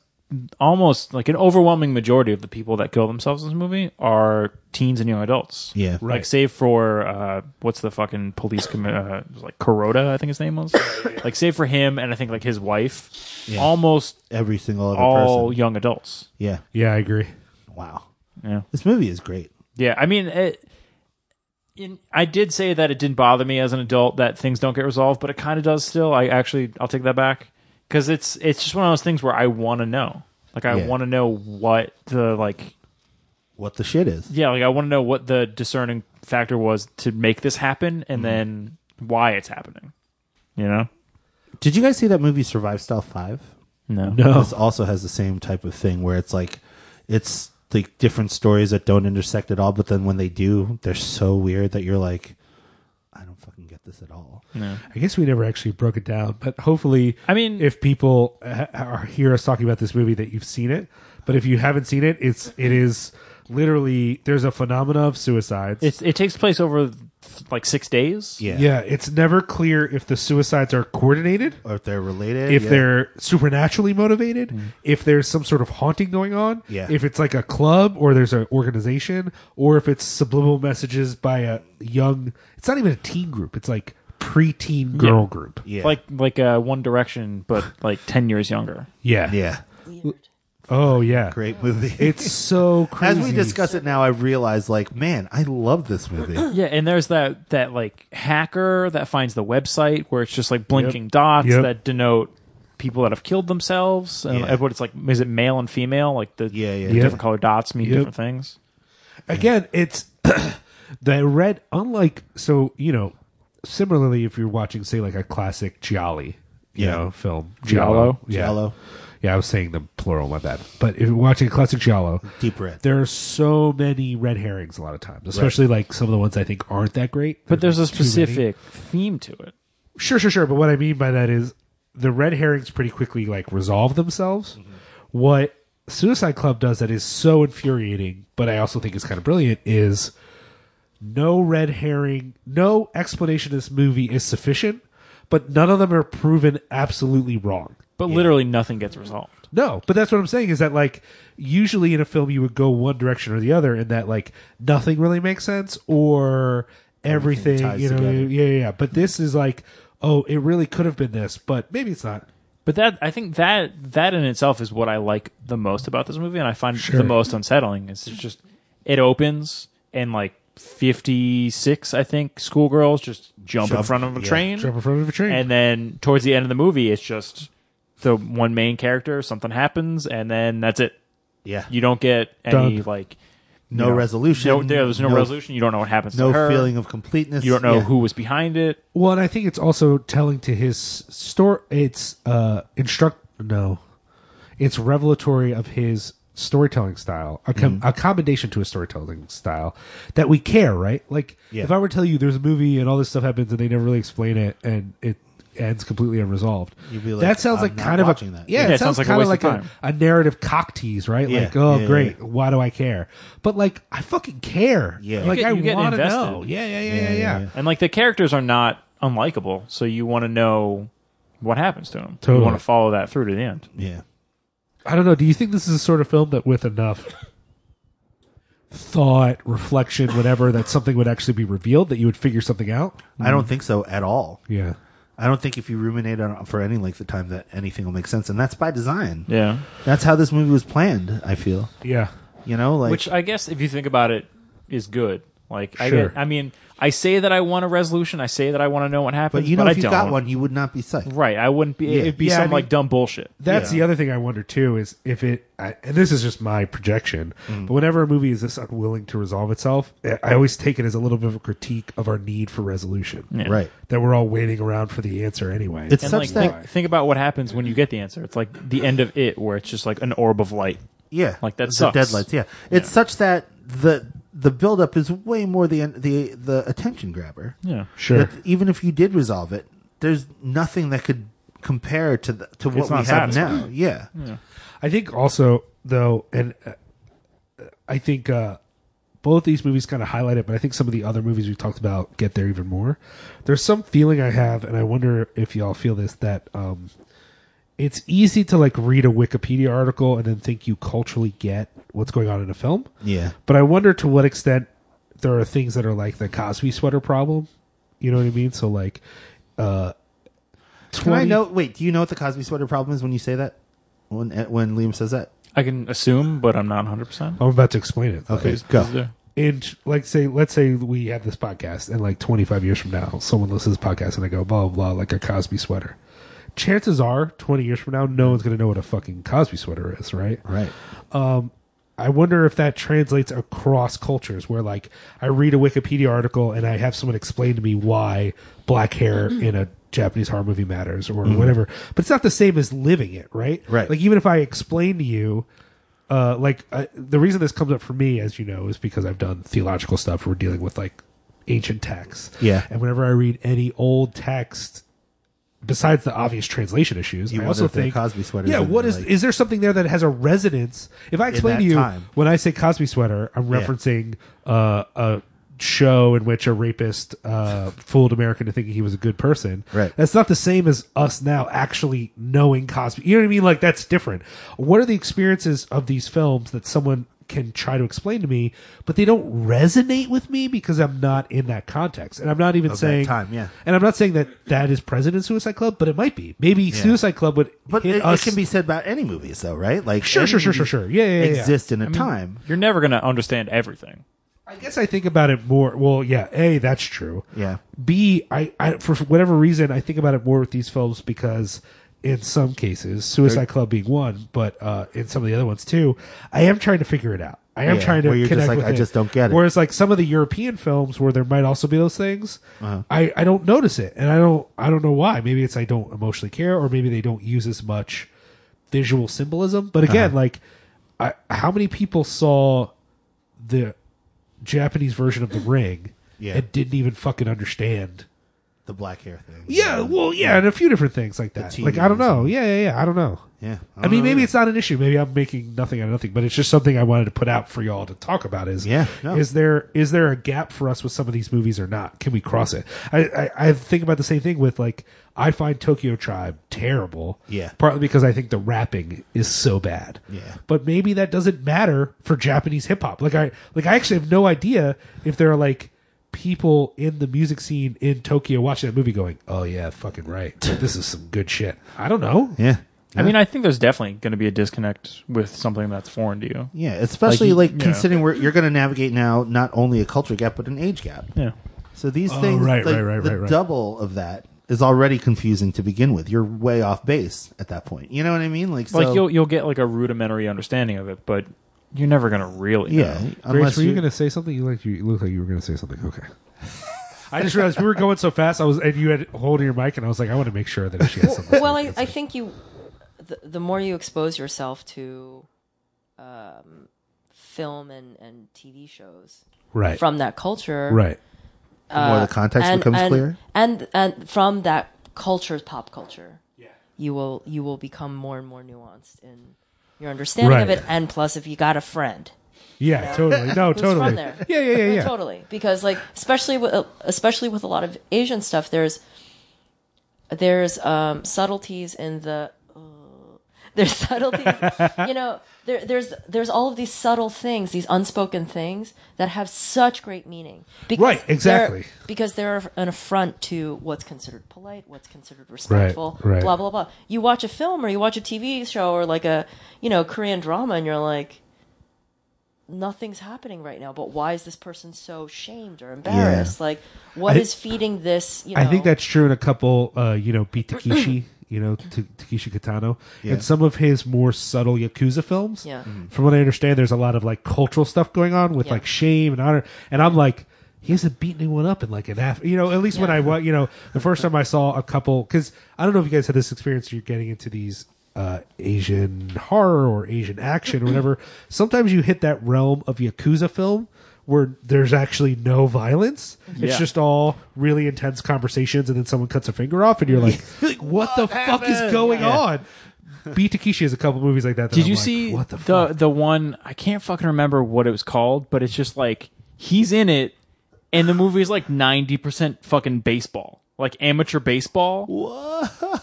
[SPEAKER 4] almost like an overwhelming majority of the people that kill themselves in this movie are teens and young adults.
[SPEAKER 3] Yeah.
[SPEAKER 4] Like, save for uh, what's the fucking police commi- uh, it was like Kuroda, I think his name was. like, save for him and I think like his wife, almost
[SPEAKER 3] Every single other
[SPEAKER 4] all
[SPEAKER 3] person.
[SPEAKER 4] young adults.
[SPEAKER 3] Yeah.
[SPEAKER 2] Yeah, I agree.
[SPEAKER 3] Wow.
[SPEAKER 4] Yeah.
[SPEAKER 3] This movie is great.
[SPEAKER 4] Yeah, I mean, it, in, I did say that it didn't bother me as an adult that things don't get resolved, but it kind of does still. I actually, I'll take that back because it's it's just one of those things where I want to know, like, I
[SPEAKER 3] Yeah.
[SPEAKER 4] want to know what the like,
[SPEAKER 3] What the shit is.
[SPEAKER 4] yeah, like I want to know what the discerning factor was to make this happen,
[SPEAKER 3] Mm-hmm.
[SPEAKER 4] and then why it's happening. You know?
[SPEAKER 3] Did you guys see that movie Survive Style 5?
[SPEAKER 4] No.
[SPEAKER 3] This also has the same type of thing where it's like it's like different stories that don't intersect at all, but then when they do, they're so weird that you're like, I don't fucking get this at all.
[SPEAKER 2] I guess we never actually broke it down, but hopefully,
[SPEAKER 4] I mean-
[SPEAKER 2] if people uh, are hear us talking about this movie, that you've seen it. But if you haven't seen it, it's it is literally there's a phenomena of suicides.
[SPEAKER 4] It's it takes place over like six days.
[SPEAKER 3] Yeah.
[SPEAKER 2] yeah, it's never clear if the suicides are coordinated,
[SPEAKER 3] Or if they're related.
[SPEAKER 2] if
[SPEAKER 3] yeah. Mm.
[SPEAKER 2] they're supernaturally motivated, if there's some sort of haunting going on,
[SPEAKER 3] Yeah.
[SPEAKER 2] if it's like a club or there's an organization, or if it's subliminal messages by a young. It's not even a teen group. It's like preteen girl group.
[SPEAKER 3] Yeah.
[SPEAKER 4] Like like uh, One Direction, but like ten years younger.
[SPEAKER 2] Yeah.
[SPEAKER 3] Yeah.
[SPEAKER 5] Weird.
[SPEAKER 2] Oh yeah.
[SPEAKER 3] Great movie.
[SPEAKER 2] It's so
[SPEAKER 3] As
[SPEAKER 2] crazy.
[SPEAKER 3] we discuss it now, I realize like, man, I love this movie.
[SPEAKER 4] Yeah, and there's that that like hacker that finds the website where it's just like blinking dots
[SPEAKER 2] Yep.
[SPEAKER 4] that denote people that have killed themselves. And
[SPEAKER 3] Yeah.
[SPEAKER 4] what it's like is it male and female? Like the
[SPEAKER 3] Yeah, yeah.
[SPEAKER 4] the
[SPEAKER 2] Yeah.
[SPEAKER 4] different color dots mean
[SPEAKER 2] Yep.
[SPEAKER 4] different things.
[SPEAKER 2] again, it's the red. Unlike so, you know, similarly, if you're watching, say, like a classic Gialli, you
[SPEAKER 3] Yeah.
[SPEAKER 2] know, film
[SPEAKER 4] Giallo?
[SPEAKER 2] yeah.
[SPEAKER 3] Giallo.
[SPEAKER 2] Yeah, I was saying the plural. My bad. But if you're watching a classic Giallo,
[SPEAKER 3] Deep red.
[SPEAKER 2] there are so many red herrings a lot of times, especially like some of the ones I think aren't that great.
[SPEAKER 4] But there's a
[SPEAKER 2] like, too many.
[SPEAKER 4] specific theme to it.
[SPEAKER 2] Sure, sure, sure. But what I mean by that is the red herrings pretty quickly like resolve themselves.
[SPEAKER 4] Mm-hmm.
[SPEAKER 2] What Suicide Club does that is so infuriating, but I also think is kind of brilliant is no red herring, no explanation of this movie is sufficient, but none of them are proven absolutely wrong.
[SPEAKER 4] But literally nothing gets resolved.
[SPEAKER 2] No, but that's what I'm saying is that like usually in a film you would go one direction or the other, and that like nothing really makes sense or everything,
[SPEAKER 3] ties
[SPEAKER 2] you know,
[SPEAKER 3] together.
[SPEAKER 2] yeah, yeah, yeah. But this is like, oh, it really could have been this, but maybe it's not.
[SPEAKER 4] But that I think that that in itself is what I like the most about this movie, and I find the most unsettling. Is it's just it opens and like 56, I think, schoolgirls just jump in front of a train.
[SPEAKER 2] Jump in front of a train.
[SPEAKER 4] And then towards the end of the movie, it's just the one main character, something happens, and then that's it.
[SPEAKER 3] Yeah.
[SPEAKER 4] You don't get any,
[SPEAKER 2] Done.
[SPEAKER 4] like,
[SPEAKER 3] no
[SPEAKER 4] you know,
[SPEAKER 3] resolution.
[SPEAKER 4] No, there's no, resolution. You don't know what happens
[SPEAKER 3] No
[SPEAKER 4] to her.
[SPEAKER 3] feeling of completeness.
[SPEAKER 4] you don't know
[SPEAKER 3] Yeah.
[SPEAKER 4] who was behind it.
[SPEAKER 2] Well, and I think it's also telling to his story. It's uh, instruct. No, it's revelatory of his storytelling style, a,
[SPEAKER 3] Mm-hmm.
[SPEAKER 2] com- a commendation to his storytelling style that we care, right? Like,
[SPEAKER 3] Yeah.
[SPEAKER 2] if I were to tell you there's a movie and all this stuff happens and they never really explain it and it ends completely unresolved,
[SPEAKER 3] You'd be like,
[SPEAKER 2] that sounds
[SPEAKER 3] "I'm
[SPEAKER 2] like
[SPEAKER 3] not
[SPEAKER 2] kind of a
[SPEAKER 3] watching that."
[SPEAKER 2] yeah, it, sounds,
[SPEAKER 4] like a
[SPEAKER 2] kind of
[SPEAKER 4] waste
[SPEAKER 2] like
[SPEAKER 4] of
[SPEAKER 2] a,
[SPEAKER 4] time.
[SPEAKER 2] a narrative cock tease, right?
[SPEAKER 3] Yeah.
[SPEAKER 2] Like, oh
[SPEAKER 3] Yeah, yeah,
[SPEAKER 2] great, why do I care? But like, I fucking care.
[SPEAKER 3] Yeah. You
[SPEAKER 2] like
[SPEAKER 4] get-
[SPEAKER 2] I
[SPEAKER 4] you get
[SPEAKER 2] want to
[SPEAKER 4] invested.
[SPEAKER 2] know. Yeah, yeah, yeah, yeah, yeah.
[SPEAKER 3] yeah, yeah.
[SPEAKER 4] And, like, the characters are not unlikable, so you want to know what happens to them.
[SPEAKER 2] Totally.
[SPEAKER 4] You want to follow that through to the end.
[SPEAKER 3] Yeah.
[SPEAKER 2] I don't know. Do you think this is a sort of film that, with enough thought, reflection, whatever, that something would actually be revealed that you would figure something out?
[SPEAKER 3] I don't think so at all.
[SPEAKER 2] Yeah.
[SPEAKER 3] I don't think if you ruminate on it for any length of time that anything will make sense, and that's by design.
[SPEAKER 4] Yeah.
[SPEAKER 3] That's how this movie was planned. I feel.
[SPEAKER 2] Yeah.
[SPEAKER 3] You know, like
[SPEAKER 4] Which I guess, if you think about it, is good. Like, I,
[SPEAKER 2] Sure.
[SPEAKER 4] get, I mean, I say that I want a resolution. I say that I want to know what happens,
[SPEAKER 3] but
[SPEAKER 4] but,
[SPEAKER 3] you know,
[SPEAKER 4] I
[SPEAKER 3] if you
[SPEAKER 4] don't.
[SPEAKER 3] got one, you would not be psyched.
[SPEAKER 4] Right. I wouldn't be. It'd be
[SPEAKER 2] Yeah,
[SPEAKER 4] some
[SPEAKER 2] I mean-
[SPEAKER 4] like dumb bullshit.
[SPEAKER 2] That's the other thing I wonder too is if it, I, and this is just my projection, but whenever a movie is this unwilling to resolve itself, I- I always take it as a little bit of a critique of our need for resolution.
[SPEAKER 3] Right.
[SPEAKER 2] That we're all waiting around for the answer anyway.
[SPEAKER 3] It's
[SPEAKER 4] And
[SPEAKER 3] such
[SPEAKER 4] like,
[SPEAKER 3] that.
[SPEAKER 4] think, think about what happens when you get the answer. It's like the end of it, where it's just like an orb of light.
[SPEAKER 3] Yeah,
[SPEAKER 4] Like, that
[SPEAKER 3] the
[SPEAKER 4] sucks.
[SPEAKER 3] Deadlights. Yeah, it's such that the the buildup is way more the the the attention grabber.
[SPEAKER 4] Yeah.
[SPEAKER 2] sure.
[SPEAKER 3] That even if you did resolve it, there's nothing that could compare to the, to what
[SPEAKER 4] It's
[SPEAKER 3] we
[SPEAKER 4] not
[SPEAKER 3] have
[SPEAKER 4] satisfying.
[SPEAKER 3] now. Yeah.
[SPEAKER 2] I think also though, and uh, I think uh, both these movies kind of highlight it, but I think some of the other movies we've talked about get there even more. There's some feeling I have, and I wonder if y'all feel this that um, it's easy to like read a Wikipedia article and then think you culturally get what's going on in a film.
[SPEAKER 3] Yeah.
[SPEAKER 2] But I wonder to what extent there are things that are like the Cosby sweater problem. You know what I mean? So like, uh,
[SPEAKER 3] Can I
[SPEAKER 2] 20
[SPEAKER 3] know? Wait, do you know what the Cosby sweater problem is when you say that? When eh, when Liam says that?
[SPEAKER 4] I can assume, but I'm not 100. percent
[SPEAKER 3] Oh,
[SPEAKER 2] I'm about to explain it.
[SPEAKER 3] Okay, go.
[SPEAKER 2] and like say let's say we have this podcast and like 25 years from now someone listens to this podcast and they go blah blah blah like a cosby sweater chances are 20 years from now no one's going to know what a fucking cosby sweater is right
[SPEAKER 3] Right.
[SPEAKER 2] i wonder if that translates across cultures where like i read a wikipedia article and i have someone explain to me why black hair
[SPEAKER 3] Mm-hmm.
[SPEAKER 2] in a japanese horror movie matters or whatever but it's not the same as living it right
[SPEAKER 3] Right.
[SPEAKER 2] like even if i explain to you uh, like uh, the reason this comes up for me, as you know, is because I've done theological stuff. We're dealing with like ancient texts.
[SPEAKER 3] Yeah.
[SPEAKER 2] And whenever I read any old text, besides the obvious translation issues, I
[SPEAKER 3] wonder
[SPEAKER 2] also
[SPEAKER 3] if there are
[SPEAKER 2] think
[SPEAKER 3] Cosby sweaters
[SPEAKER 2] Yeah.
[SPEAKER 3] in,
[SPEAKER 2] What is
[SPEAKER 3] like-
[SPEAKER 2] is there something there that has a resonance? If I explain
[SPEAKER 3] that
[SPEAKER 2] to you
[SPEAKER 3] time.
[SPEAKER 2] when I say Cosby sweater, I'm referencing uh, a show in which a rapist uh, fooled America into thinking he was a good person.
[SPEAKER 3] Right.
[SPEAKER 2] That's not the same as us now actually knowing Cosby. You know what I mean? Like that's different. What are the experiences of these films that someone can try to explain to me, but they don't resonate with me because I'm not in that context, and I'm not even
[SPEAKER 3] Of that
[SPEAKER 2] saying
[SPEAKER 3] time, yeah.
[SPEAKER 2] And I'm not saying that that is present in Suicide Club, but it might be. Maybe Suicide Club would
[SPEAKER 3] But
[SPEAKER 2] hit
[SPEAKER 3] it, it
[SPEAKER 2] us
[SPEAKER 3] can be said about any movies, though, right? Like
[SPEAKER 2] Sure,
[SPEAKER 3] any
[SPEAKER 2] sure, sure, sure,
[SPEAKER 3] movies
[SPEAKER 2] sure. Yeah, yeah, yeah, yeah.
[SPEAKER 3] Exist in a time.
[SPEAKER 4] You're never gonna understand everything.
[SPEAKER 2] I guess I think about it more. Well, yeah, a that's true.
[SPEAKER 3] Yeah.
[SPEAKER 2] B I, I for whatever reason I think about it more with these films because in some cases Suicide Club being one, but uh, in some of the other ones too, I am trying to figure it out. I am
[SPEAKER 3] Yeah,
[SPEAKER 2] trying to
[SPEAKER 3] where you're just
[SPEAKER 2] connect
[SPEAKER 3] like,
[SPEAKER 2] with
[SPEAKER 3] I just don't get it.
[SPEAKER 2] Whereas like some of the European films where there might also be those things,
[SPEAKER 3] Uh-huh.
[SPEAKER 2] I I don't notice it, and I don't I don't know why. Maybe it's I don't emotionally care, or maybe they don't use as much visual symbolism. But
[SPEAKER 3] Uh-huh.
[SPEAKER 2] again, like I, how many people saw the Japanese version of The Ring
[SPEAKER 3] Yeah.
[SPEAKER 2] and didn't even fucking understand.
[SPEAKER 3] The black hair thing.
[SPEAKER 2] Yeah, well, yeah, and a few different things like that.
[SPEAKER 3] TV
[SPEAKER 2] Like I don't know.
[SPEAKER 3] and-
[SPEAKER 2] Yeah, yeah, yeah. I don't know.
[SPEAKER 3] Yeah. Uh-huh.
[SPEAKER 2] I, mean,
[SPEAKER 3] Oh,
[SPEAKER 2] maybe it's not an issue. Maybe I'm making nothing out of nothing, but it's just something I wanted to put out for y'all to talk about. Is
[SPEAKER 3] Yeah, no.
[SPEAKER 2] is there is there a gap for us with some of these movies or not? Can we cross it? I, I, I think about the same thing with like I find Tokyo Tribe terrible.
[SPEAKER 3] Yeah.
[SPEAKER 2] partly because I think the rapping is so bad.
[SPEAKER 3] Yeah.
[SPEAKER 2] but maybe that doesn't matter for Japanese hip hop. Like I like I actually have no idea if there are like people in the music scene in Tokyo watching that movie going, "Oh yeah, fucking right. This is some good shit." I don't know.
[SPEAKER 3] Yeah.
[SPEAKER 4] I mean, I think there's definitely going to be a disconnect with something that's foreign to you.
[SPEAKER 3] Yeah, especially like,
[SPEAKER 4] Like, yeah.
[SPEAKER 3] considering where you're going to navigate now, not only a culture gap but an age gap.
[SPEAKER 4] Yeah.
[SPEAKER 3] So these things,
[SPEAKER 2] Oh, right,
[SPEAKER 3] like,
[SPEAKER 2] right, right,
[SPEAKER 3] the
[SPEAKER 2] right, right.
[SPEAKER 3] double of that is already confusing to begin with. You're way off base at that point. You know what I mean? Like, so,
[SPEAKER 4] like you'll you'll get like a rudimentary understanding of it, but you're never going to really.
[SPEAKER 3] yeah.
[SPEAKER 4] know.
[SPEAKER 2] Grace,
[SPEAKER 3] Unless
[SPEAKER 2] were you
[SPEAKER 3] you-
[SPEAKER 2] going to say something? You like you looked like you were going to say something. Okay. I just realized we were going so fast. I was and you had holding your mic, and I was like, I want to make sure that if she has something.
[SPEAKER 5] well, I, I think you, the, the more you expose yourself to um, film and, and TV shows
[SPEAKER 2] right,
[SPEAKER 5] from that culture,
[SPEAKER 2] right,
[SPEAKER 3] the more the context becomes
[SPEAKER 5] Uh, and,
[SPEAKER 3] clear.
[SPEAKER 5] and and from that culture's pop culture, yeah. you will you will become more and more nuanced in your understanding of
[SPEAKER 2] Right.
[SPEAKER 5] it. And plus, if you got a friend,
[SPEAKER 2] yeah, totally, no,
[SPEAKER 5] Who's
[SPEAKER 2] totally,
[SPEAKER 5] from there.
[SPEAKER 2] yeah, yeah, yeah, yeah,
[SPEAKER 5] totally because like especially with especially with a lot of asian stuff there's there's um subtleties in the oh, there's subtleties you know there, there's there's all of these subtle things these unspoken things that have such great meaning because
[SPEAKER 2] Right,
[SPEAKER 5] they're-
[SPEAKER 2] exactly.
[SPEAKER 5] because they're an affront to what's considered polite what's considered respectful
[SPEAKER 2] right.
[SPEAKER 5] blah blah blah you watch a film or you watch a tv show or like a you know korean drama and you're like nothing's happening right now, but why is this person so shamed or embarrassed? Like, what is
[SPEAKER 2] I-
[SPEAKER 5] feeding this? You know,
[SPEAKER 2] I think that's true in a couple, uh, you know, beat Takeshi, you know, Ta- Takeshi Kitano, and some of his more subtle Yakuza films.
[SPEAKER 5] Yeah. Mhm.
[SPEAKER 2] From what I understand, there's a lot of like cultural stuff going on with
[SPEAKER 5] Yeah.
[SPEAKER 2] like shame and honor. And I'm like, he hasn't beaten anyone up in like an half, you know, at least when I was, you know, the first time I saw a couple, because I don't know if you guys had this experience, you're getting into these. Uh, Asian horror or Asian action or whatever. Sometimes you hit that realm of Yakuza film where there's actually no violence. It's
[SPEAKER 4] Yeah.
[SPEAKER 2] just all really intense conversations, and then someone cuts a finger off, and you're like, like what, the fuck is going on? B. Takeshi has a couple movies like that. that
[SPEAKER 4] Did
[SPEAKER 2] I'm
[SPEAKER 4] you
[SPEAKER 2] like,
[SPEAKER 4] see
[SPEAKER 2] what the,
[SPEAKER 4] the the,
[SPEAKER 2] fuck?
[SPEAKER 4] one? I can't fucking remember what it was called, but it's just like he's in it, and the movie is like ninety percent fucking baseball, like amateur baseball.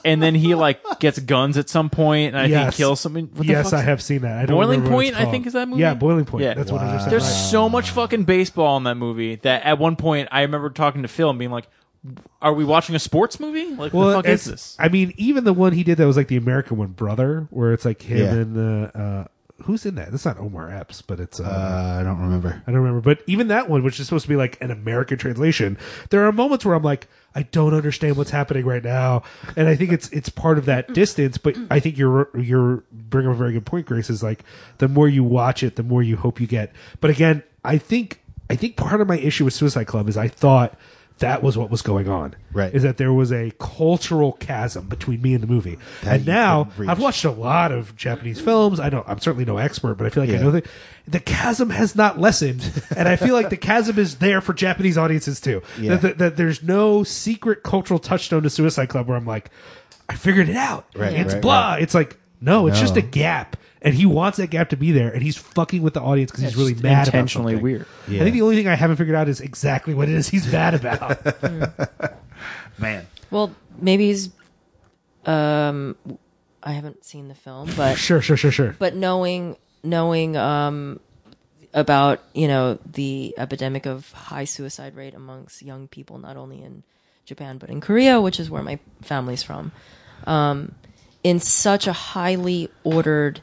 [SPEAKER 4] And then he like gets guns at some point, and I think
[SPEAKER 2] Yes.
[SPEAKER 4] kills someone. What the
[SPEAKER 2] yes,
[SPEAKER 4] fuck's-
[SPEAKER 2] I have seen that. I don't
[SPEAKER 4] Boiling
[SPEAKER 2] remember what it's
[SPEAKER 4] Point, I
[SPEAKER 2] called.
[SPEAKER 4] think, is that movie?
[SPEAKER 2] Yeah, Boiling Point.
[SPEAKER 4] Yeah.
[SPEAKER 2] That's what I
[SPEAKER 4] There's
[SPEAKER 2] just
[SPEAKER 4] so much fucking baseball in that movie that at one point I remember talking to Phil and being like, "Are we watching a sports movie? Like, what the fuck is this?"
[SPEAKER 2] I mean, even the one he did that was like the American one, Brother, where it's like him
[SPEAKER 3] Yeah.
[SPEAKER 2] and uh, uh, who's in that? That's not Omar Epps, but it's uh,
[SPEAKER 3] Uh, I don't remember.
[SPEAKER 2] I don't remember, but even that one, which is supposed to be like an American translation, there are moments where I'm like, I don't understand what's happening right now, and I think it's it's part of that distance. But I think you're you're bringing up a very good point, Grace. Is like the more you watch it, the more you hope you get. But again, I think I think part of my issue with Suicide Club is I thought that was what was going on.
[SPEAKER 3] Right.
[SPEAKER 2] Is that there was a cultural chasm between me and the movie, and
[SPEAKER 3] you
[SPEAKER 2] now
[SPEAKER 3] couldn't reach.
[SPEAKER 2] I've watched a lot of Japanese films. I know I'm certainly no expert, but I feel like I
[SPEAKER 3] Yeah.
[SPEAKER 2] know the, the chasm has not lessened, and I feel like the chasm is there for Japanese audiences too.
[SPEAKER 3] Yeah.
[SPEAKER 2] That, that, that there's no secret cultural touchstone to Suicide Club where I'm like, I figured it out.
[SPEAKER 3] Right,
[SPEAKER 2] it's
[SPEAKER 3] right,
[SPEAKER 2] blah. It's like no, it's
[SPEAKER 3] No.
[SPEAKER 2] just a gap, and he wants that gap to be there, and he's fucking with the audience because he's really
[SPEAKER 4] just
[SPEAKER 2] mad.
[SPEAKER 4] intentionally
[SPEAKER 2] about something.
[SPEAKER 4] weird.
[SPEAKER 2] I think the only thing I haven't figured out is exactly what it is he's mad about.
[SPEAKER 3] Man,
[SPEAKER 5] well, maybe he's. Um, I haven't seen the film, but
[SPEAKER 2] sure, sure, sure, sure.
[SPEAKER 5] but knowing knowing um about you know the epidemic of high suicide rate amongst young people not only in Japan but in Korea which is where my family's from um in such a highly ordered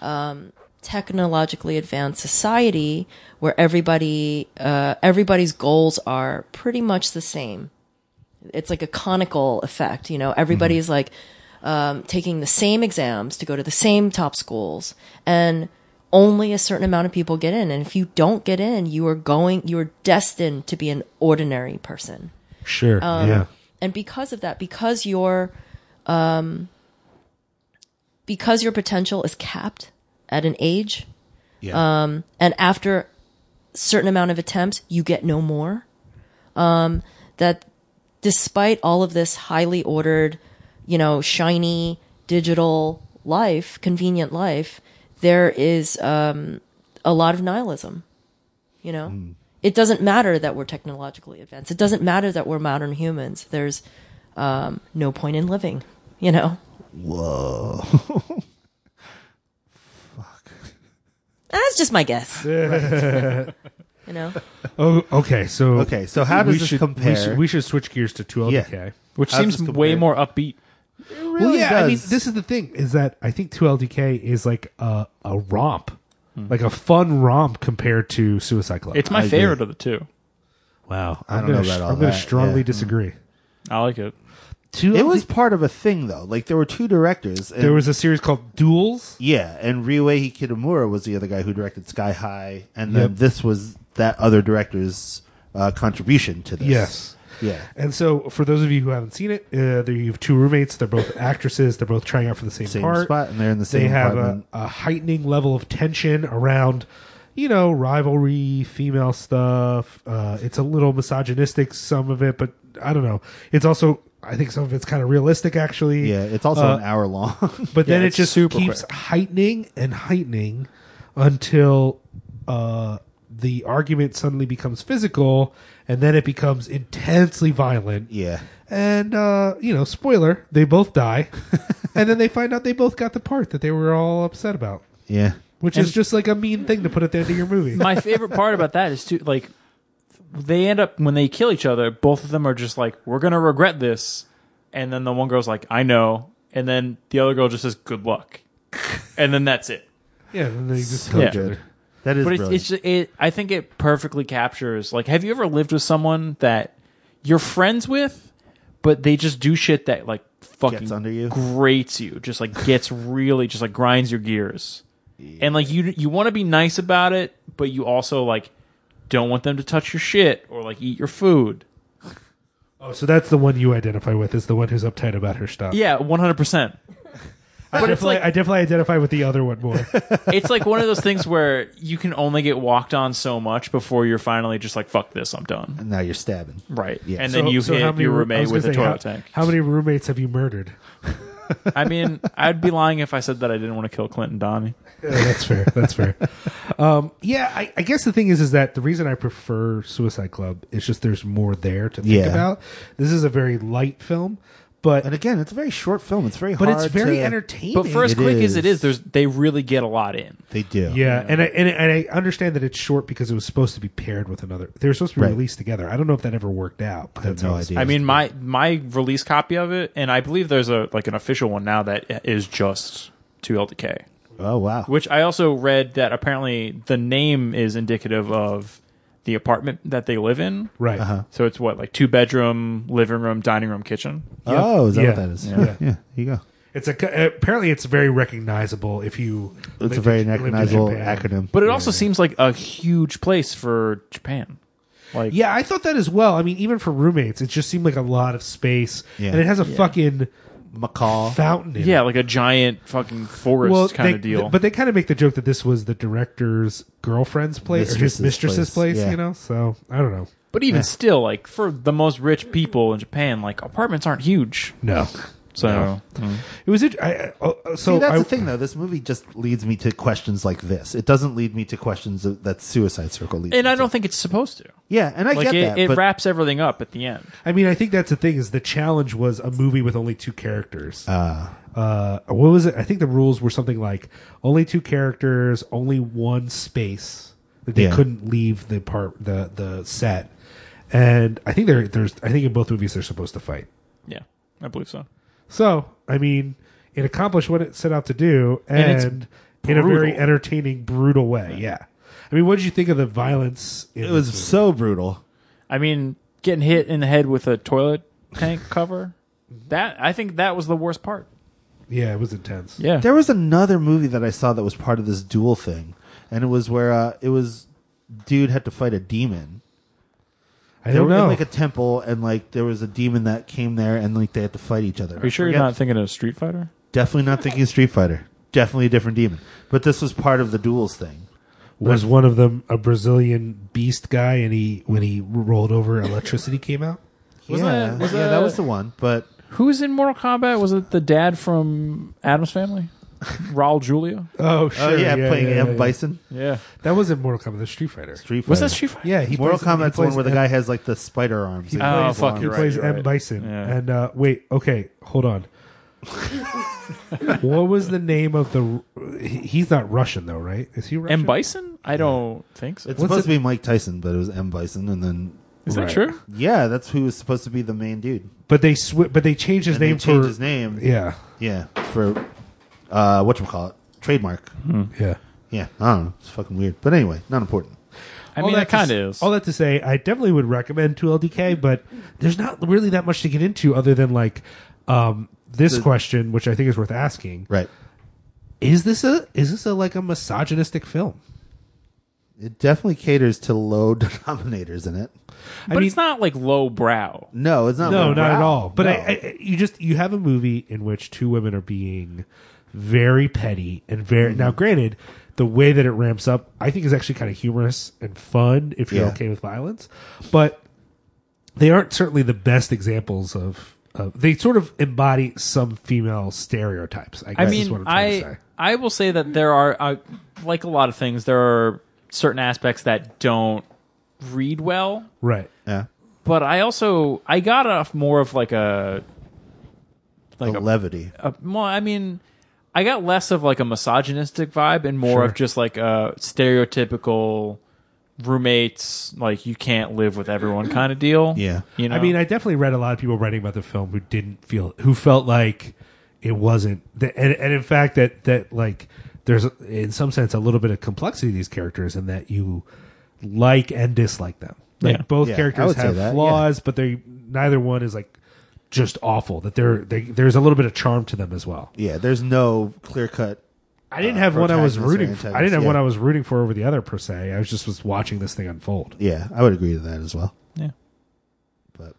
[SPEAKER 5] um technologically advanced society where everybody uh everybody's goals are pretty much the same it's like a conical effect you know everybody's like um, taking the same exams to go to the same top schools and only a certain amount of people get in and if you don't get in you are going you're destined to be an ordinary person
[SPEAKER 2] Sure,
[SPEAKER 4] Um,
[SPEAKER 2] yeah.
[SPEAKER 5] and because of that because your um, because your potential is capped at an age
[SPEAKER 3] yeah,
[SPEAKER 5] um, and after certain amount of attempts you get no more um, that despite all of this highly ordered you know shiny digital life convenient life there is um, a lot of nihilism you know it doesn't matter that we're technologically advanced it doesn't matter that we're modern humans there's um, no point in living you know
[SPEAKER 3] whoa,
[SPEAKER 5] that's just my guess you know
[SPEAKER 2] Oh, okay. So
[SPEAKER 3] Okay, so how does
[SPEAKER 2] we
[SPEAKER 3] this
[SPEAKER 2] should,
[SPEAKER 3] compare-
[SPEAKER 2] We should, we should switch gears to 12DK.
[SPEAKER 3] Yeah.
[SPEAKER 4] Which
[SPEAKER 3] How's
[SPEAKER 4] seems
[SPEAKER 3] this
[SPEAKER 4] way
[SPEAKER 3] compared?
[SPEAKER 4] more upbeat.
[SPEAKER 3] really
[SPEAKER 2] well, yeah, I mean,
[SPEAKER 3] does.
[SPEAKER 2] this is the thing is that I think 2LDK is like a, a romp, like a fun romp compared to Suicide Club.
[SPEAKER 4] It's my
[SPEAKER 3] I
[SPEAKER 4] favorite of the two.
[SPEAKER 2] wow.
[SPEAKER 3] I don't know about all
[SPEAKER 2] I'm going
[SPEAKER 3] that,
[SPEAKER 2] to strongly
[SPEAKER 3] yeah. Hmm.
[SPEAKER 2] disagree.
[SPEAKER 4] I like it.
[SPEAKER 2] Two
[SPEAKER 3] it was part of a thing though. Like there were two directors. And,
[SPEAKER 2] there was a series called Duels.
[SPEAKER 3] yeah, and Ryuei Kitamura was the other guy who directed Sky High, and then
[SPEAKER 2] Yep.
[SPEAKER 3] this was that other director's uh, contribution to this.
[SPEAKER 2] Yes.
[SPEAKER 3] Yeah.
[SPEAKER 2] And so, for those of you who haven't seen it, uh, there you have two roommates. They're both actresses. They're both trying out for the same,
[SPEAKER 3] Same
[SPEAKER 2] part.
[SPEAKER 3] spot, and they're in the
[SPEAKER 2] they
[SPEAKER 3] same
[SPEAKER 2] have a,
[SPEAKER 3] apartment.
[SPEAKER 2] a heightening level of tension around, you know, rivalry, female stuff. Uh, it's a little misogynistic, some of it, but I don't know. It's also, I think, some of it's kind of realistic, actually.
[SPEAKER 3] Yeah, it's also
[SPEAKER 2] Uh,
[SPEAKER 3] an hour long.
[SPEAKER 2] but then
[SPEAKER 4] Yeah,
[SPEAKER 2] it
[SPEAKER 4] it's
[SPEAKER 2] just
[SPEAKER 4] super
[SPEAKER 2] keeps
[SPEAKER 4] quick.
[SPEAKER 2] heightening and heightening until uh, the argument suddenly becomes physical, and then it becomes intensely violent.
[SPEAKER 3] yeah.
[SPEAKER 2] And uh, you know, spoiler, they both die, and then they find out they both got the part that they were all upset about,
[SPEAKER 3] Yeah.
[SPEAKER 2] which is just like a mean thing to put at the end of your movie.
[SPEAKER 4] My favorite part about that is too like they end up when they kill each other, both of them are just like, We're gonna regret this and then the one girl's like, I know and then the other girl just says, Good luck. And then that's it.
[SPEAKER 2] yeah, and they just
[SPEAKER 3] So
[SPEAKER 4] Yeah.
[SPEAKER 3] good. That is
[SPEAKER 4] But it's,
[SPEAKER 3] brilliant.
[SPEAKER 4] it's it. I think it perfectly captures. Like, have you ever lived with someone that you're friends with, but they just do shit that like fucking
[SPEAKER 3] Gets under you?
[SPEAKER 4] grates you, just like gets really, just like grinds your gears, and like you you want to be nice about it, but you also like don't want them to touch your shit or like eat your food.
[SPEAKER 2] oh, so that's the one you identify with is the one who's uptight about her stuff.
[SPEAKER 4] Yeah, one hundred percent.
[SPEAKER 2] I
[SPEAKER 4] but it's
[SPEAKER 2] definitely-
[SPEAKER 4] like-
[SPEAKER 2] I definitely identify with the other one more.
[SPEAKER 4] It's like one of those things where you can only get walked on so much before you're finally just like, fuck this, I'm done.
[SPEAKER 3] now you're stabbing.
[SPEAKER 4] Right.
[SPEAKER 3] Yeah.
[SPEAKER 4] And then you hit your
[SPEAKER 2] roo- I
[SPEAKER 4] roommate
[SPEAKER 2] was
[SPEAKER 4] with a
[SPEAKER 2] gonna say,
[SPEAKER 4] toilet
[SPEAKER 2] how,
[SPEAKER 4] tank.
[SPEAKER 2] How many roommates have you murdered?
[SPEAKER 4] I mean, I'd be lying if I said that I didn't want to kill Clinton Donnie.
[SPEAKER 2] Yeah, that's fair. That's fair. Um, yeah, I, I guess the thing is, is that the reason I prefer Suicide Club is just there's more there to think
[SPEAKER 3] Yeah.
[SPEAKER 2] about. This is a very light film, but
[SPEAKER 3] And again, it's a very short film. It's very
[SPEAKER 2] but
[SPEAKER 3] hard
[SPEAKER 2] it's very
[SPEAKER 3] to-
[SPEAKER 2] entertaining.
[SPEAKER 4] But for as
[SPEAKER 3] It
[SPEAKER 4] quick as it
[SPEAKER 3] is.
[SPEAKER 4] is, there's they really get a lot in.
[SPEAKER 3] They do.
[SPEAKER 2] yeah, and I and, I- and I understand that it's short because it was supposed to be paired with another. They were supposed to be
[SPEAKER 3] Right.
[SPEAKER 2] released together. I don't know if that ever worked out. But
[SPEAKER 3] I have
[SPEAKER 2] that's
[SPEAKER 3] no
[SPEAKER 2] how it's-
[SPEAKER 3] idea.
[SPEAKER 4] I mean, my my release copy of it, and I believe there's a like an official one now that is just two LDK.
[SPEAKER 3] Oh wow.
[SPEAKER 4] Which I also read that apparently the name is indicative of the apartment that they live in.
[SPEAKER 2] Right.
[SPEAKER 3] Uh-huh.
[SPEAKER 4] So it's what like two bedroom, living room, dining room, kitchen.
[SPEAKER 3] Oh, is that
[SPEAKER 2] Yeah.
[SPEAKER 3] what that is?
[SPEAKER 2] Yeah.
[SPEAKER 3] Yeah. yeah. Here you go.
[SPEAKER 2] It's a apparently it's very recognizable if you.
[SPEAKER 3] It's
[SPEAKER 2] lived
[SPEAKER 3] a
[SPEAKER 2] in-
[SPEAKER 3] very
[SPEAKER 2] lived in
[SPEAKER 3] recognizable
[SPEAKER 2] Japan.
[SPEAKER 3] acronym.
[SPEAKER 4] But it also seems like a huge place for Japan. Like
[SPEAKER 2] Yeah, I thought that as well. I mean, even for roommates, it just seemed like a lot of space,
[SPEAKER 3] Yeah.
[SPEAKER 2] and it has a fucking
[SPEAKER 3] McCall.
[SPEAKER 2] fountain. In
[SPEAKER 4] yeah,
[SPEAKER 2] it.
[SPEAKER 4] like a giant fucking forest
[SPEAKER 2] well,
[SPEAKER 4] kind
[SPEAKER 2] they,
[SPEAKER 4] of deal.
[SPEAKER 2] But they kind of make the joke that this was the director's girlfriend's place or
[SPEAKER 3] Mistress's
[SPEAKER 2] his mistress's
[SPEAKER 3] place,
[SPEAKER 2] place.
[SPEAKER 3] yeah.
[SPEAKER 2] You know, so I don't know.
[SPEAKER 4] But even still, like for the most rich people in Japan, like apartments aren't huge.
[SPEAKER 2] No,
[SPEAKER 4] So Mm-hmm.
[SPEAKER 2] it was. int- I, I, uh, so
[SPEAKER 3] See, that's
[SPEAKER 2] I-
[SPEAKER 3] the thing, though. This movie just leads me to questions like this. It doesn't lead me to questions of, that Suicide Circle leads.
[SPEAKER 4] and
[SPEAKER 3] me
[SPEAKER 4] I
[SPEAKER 3] to.
[SPEAKER 4] don't think it's supposed to.
[SPEAKER 3] Yeah, and I
[SPEAKER 4] Like
[SPEAKER 3] get
[SPEAKER 4] it,
[SPEAKER 3] that.
[SPEAKER 4] it
[SPEAKER 3] but
[SPEAKER 4] wraps everything up at the end.
[SPEAKER 2] I mean, I think that's the thing is the challenge was a movie with only two characters. Uh,
[SPEAKER 3] Ah.
[SPEAKER 2] what was it? I think the rules were something like only two characters, only one space. Like they
[SPEAKER 3] Yeah.
[SPEAKER 2] couldn't leave the part the the set, and I think there there's I think in both movies they're supposed to fight.
[SPEAKER 4] Yeah, I believe so.
[SPEAKER 2] So I mean, it accomplished what it set out to do,
[SPEAKER 4] And it's
[SPEAKER 2] and, in a very
[SPEAKER 4] brutal.
[SPEAKER 2] entertaining, brutal way. Yeah. I mean, what did you think of the violence? In
[SPEAKER 3] it was
[SPEAKER 2] this
[SPEAKER 3] so brutal.
[SPEAKER 4] I mean, getting hit in the head with a toilet tank cover. That I think that was the worst part.
[SPEAKER 2] movie? yeah, it was intense.
[SPEAKER 4] Yeah,
[SPEAKER 3] There was another movie that I saw that was part of this duel thing, and it was where uh, it was dude had to fight a demon.
[SPEAKER 2] I
[SPEAKER 3] They
[SPEAKER 2] don't
[SPEAKER 3] were
[SPEAKER 2] know.
[SPEAKER 3] in like a temple, and like there was a demon that came there, and like they had to fight each other.
[SPEAKER 4] Are you sure you're not thinking of Street Fighter?
[SPEAKER 3] Definitely not thinking Street Fighter. Definitely a different demon. But this was part of the duels thing.
[SPEAKER 2] was one of them a Brazilian beast guy, and he when he rolled over, electricity came out.
[SPEAKER 4] Wasn't
[SPEAKER 3] yeah,
[SPEAKER 4] it- was
[SPEAKER 3] yeah, that
[SPEAKER 4] it-
[SPEAKER 3] was the one. But
[SPEAKER 4] Who's in Mortal Kombat? Was it the dad from Adam's Family, Raul Julia?
[SPEAKER 2] Oh, sure,
[SPEAKER 3] oh yeah, playing
[SPEAKER 2] yeah,
[SPEAKER 3] M
[SPEAKER 2] yeah.
[SPEAKER 3] Bison.
[SPEAKER 4] Yeah,
[SPEAKER 2] That was in Mortal Kombat, the Street Fighter.
[SPEAKER 3] Street Fighter.
[SPEAKER 4] was that Street Fighter?
[SPEAKER 2] Yeah, he
[SPEAKER 3] Mortal
[SPEAKER 2] plays- he
[SPEAKER 3] Kombat's the one
[SPEAKER 2] plays
[SPEAKER 3] where the
[SPEAKER 2] M-
[SPEAKER 3] guy has like the spider arms. He
[SPEAKER 4] Oh,
[SPEAKER 3] plays
[SPEAKER 4] fuck,
[SPEAKER 3] long.
[SPEAKER 2] He
[SPEAKER 4] you're right.
[SPEAKER 2] plays M Bison, and uh, wait, okay, hold on. what was the name of the? he- He's not Russian though, right? Is he Russian?
[SPEAKER 4] M Bison? I don't think so.
[SPEAKER 3] It's
[SPEAKER 2] What's
[SPEAKER 3] supposed
[SPEAKER 2] it-
[SPEAKER 3] to be Mike Tyson, but it was M Bison, and then
[SPEAKER 4] Is that true?
[SPEAKER 3] Yeah, that's who was supposed to be the main dude.
[SPEAKER 2] But they sw- but they changed his
[SPEAKER 3] And they
[SPEAKER 2] name
[SPEAKER 3] changed
[SPEAKER 2] for
[SPEAKER 3] his name.
[SPEAKER 2] Yeah,
[SPEAKER 3] Yeah, for uh, what you call it, trademark.
[SPEAKER 2] yeah.
[SPEAKER 3] Yeah, I don't know. It's fucking weird, but anyway, not important.
[SPEAKER 4] I mean, it
[SPEAKER 2] that to s-
[SPEAKER 4] kind of is.
[SPEAKER 2] All that to say, I definitely would recommend 2LDK, but there's not really that much to get into other than like um, this question, which I think is worth asking.
[SPEAKER 3] Right.
[SPEAKER 2] Is this a is this a like a misogynistic film?
[SPEAKER 3] It definitely caters to low denominators in it.
[SPEAKER 4] but it's not like low brow.
[SPEAKER 3] No, it's not.
[SPEAKER 2] No, not at
[SPEAKER 3] Wow.
[SPEAKER 2] all. But I,
[SPEAKER 3] No.
[SPEAKER 2] I, you just you have a movie in which two women are being very petty and very
[SPEAKER 3] Mm-hmm.
[SPEAKER 2] now. Granted, the way that it ramps up, I think, is actually kind of humorous and fun if you're
[SPEAKER 3] Yeah.
[SPEAKER 2] okay with violence. But they aren't certainly the best examples of. of they sort of embody some female stereotypes. I guess
[SPEAKER 4] I
[SPEAKER 2] is what
[SPEAKER 4] mean,
[SPEAKER 2] I'm trying to
[SPEAKER 4] I
[SPEAKER 2] say.
[SPEAKER 4] I will say that there are uh, like a lot of things. There are certain aspects that don't read well,
[SPEAKER 2] Right.
[SPEAKER 3] yeah,
[SPEAKER 4] but I also I got off more of like a
[SPEAKER 3] like
[SPEAKER 4] a-
[SPEAKER 3] levity.
[SPEAKER 4] a well, I mean, I got less of like a misogynistic vibe and more of
[SPEAKER 2] Sure.
[SPEAKER 4] just like a stereotypical roommates like you can't live with everyone kind of deal.
[SPEAKER 3] Yeah.
[SPEAKER 4] you know.
[SPEAKER 2] I mean, I definitely read a lot of people writing about the film who didn't feel, who felt like it wasn't, that, and, and in fact that that like there's in some sense a little bit of complexity to these characters, and that you like and dislike them. Like
[SPEAKER 4] Yeah.
[SPEAKER 2] both
[SPEAKER 3] Yeah, I
[SPEAKER 2] characters
[SPEAKER 3] would say
[SPEAKER 2] have
[SPEAKER 3] that, yeah.
[SPEAKER 2] flaws, but they neither one is like just awful. That there they, there's a little bit of charm to them as well.
[SPEAKER 3] Yeah, there's no clear cut.
[SPEAKER 2] I didn't have one I was
[SPEAKER 3] protagonist or
[SPEAKER 2] rooting. For. I didn't
[SPEAKER 3] Uh, antagonist,
[SPEAKER 2] have
[SPEAKER 3] yeah.
[SPEAKER 2] one I was rooting for over the other per se. I was just was watching this thing unfold.
[SPEAKER 3] Yeah, I would agree to that as well.
[SPEAKER 4] yeah.
[SPEAKER 3] But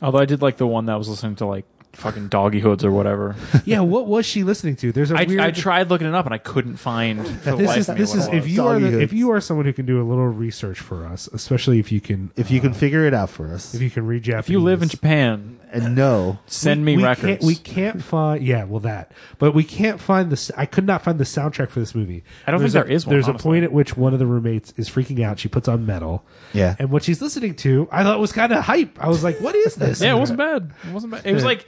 [SPEAKER 4] Although I did like the one that was listening to like fucking doggy hoods or whatever.
[SPEAKER 2] yeah, what was she listening to? There's a
[SPEAKER 4] I,
[SPEAKER 2] weird.
[SPEAKER 4] I tried looking it up and I couldn't find. For the
[SPEAKER 2] this
[SPEAKER 4] life
[SPEAKER 2] is
[SPEAKER 4] of me
[SPEAKER 2] this
[SPEAKER 4] what
[SPEAKER 2] is
[SPEAKER 4] it
[SPEAKER 2] if
[SPEAKER 4] was.
[SPEAKER 2] you are
[SPEAKER 3] Doggy
[SPEAKER 2] the, if
[SPEAKER 3] hoods.
[SPEAKER 2] you are someone who can do a little research for us, especially if you can
[SPEAKER 3] if you can figure it out for us,
[SPEAKER 2] if you can read Japanese.
[SPEAKER 4] If you live in Japan,
[SPEAKER 3] and no,
[SPEAKER 4] send me
[SPEAKER 2] we
[SPEAKER 4] records.
[SPEAKER 2] Can't, we can't find yeah, well that, but we can't find this. I could not find the soundtrack for this movie.
[SPEAKER 4] I don't
[SPEAKER 2] there's
[SPEAKER 4] think
[SPEAKER 2] a,
[SPEAKER 4] there is one,
[SPEAKER 2] There's a
[SPEAKER 4] honestly.
[SPEAKER 2] point at which one of the roommates is freaking out. She puts on metal.
[SPEAKER 3] Yeah.
[SPEAKER 2] and what she's listening to, I thought was kind of hype. I was like, what is this?
[SPEAKER 4] yeah, it wasn't bad. It wasn't bad. It was like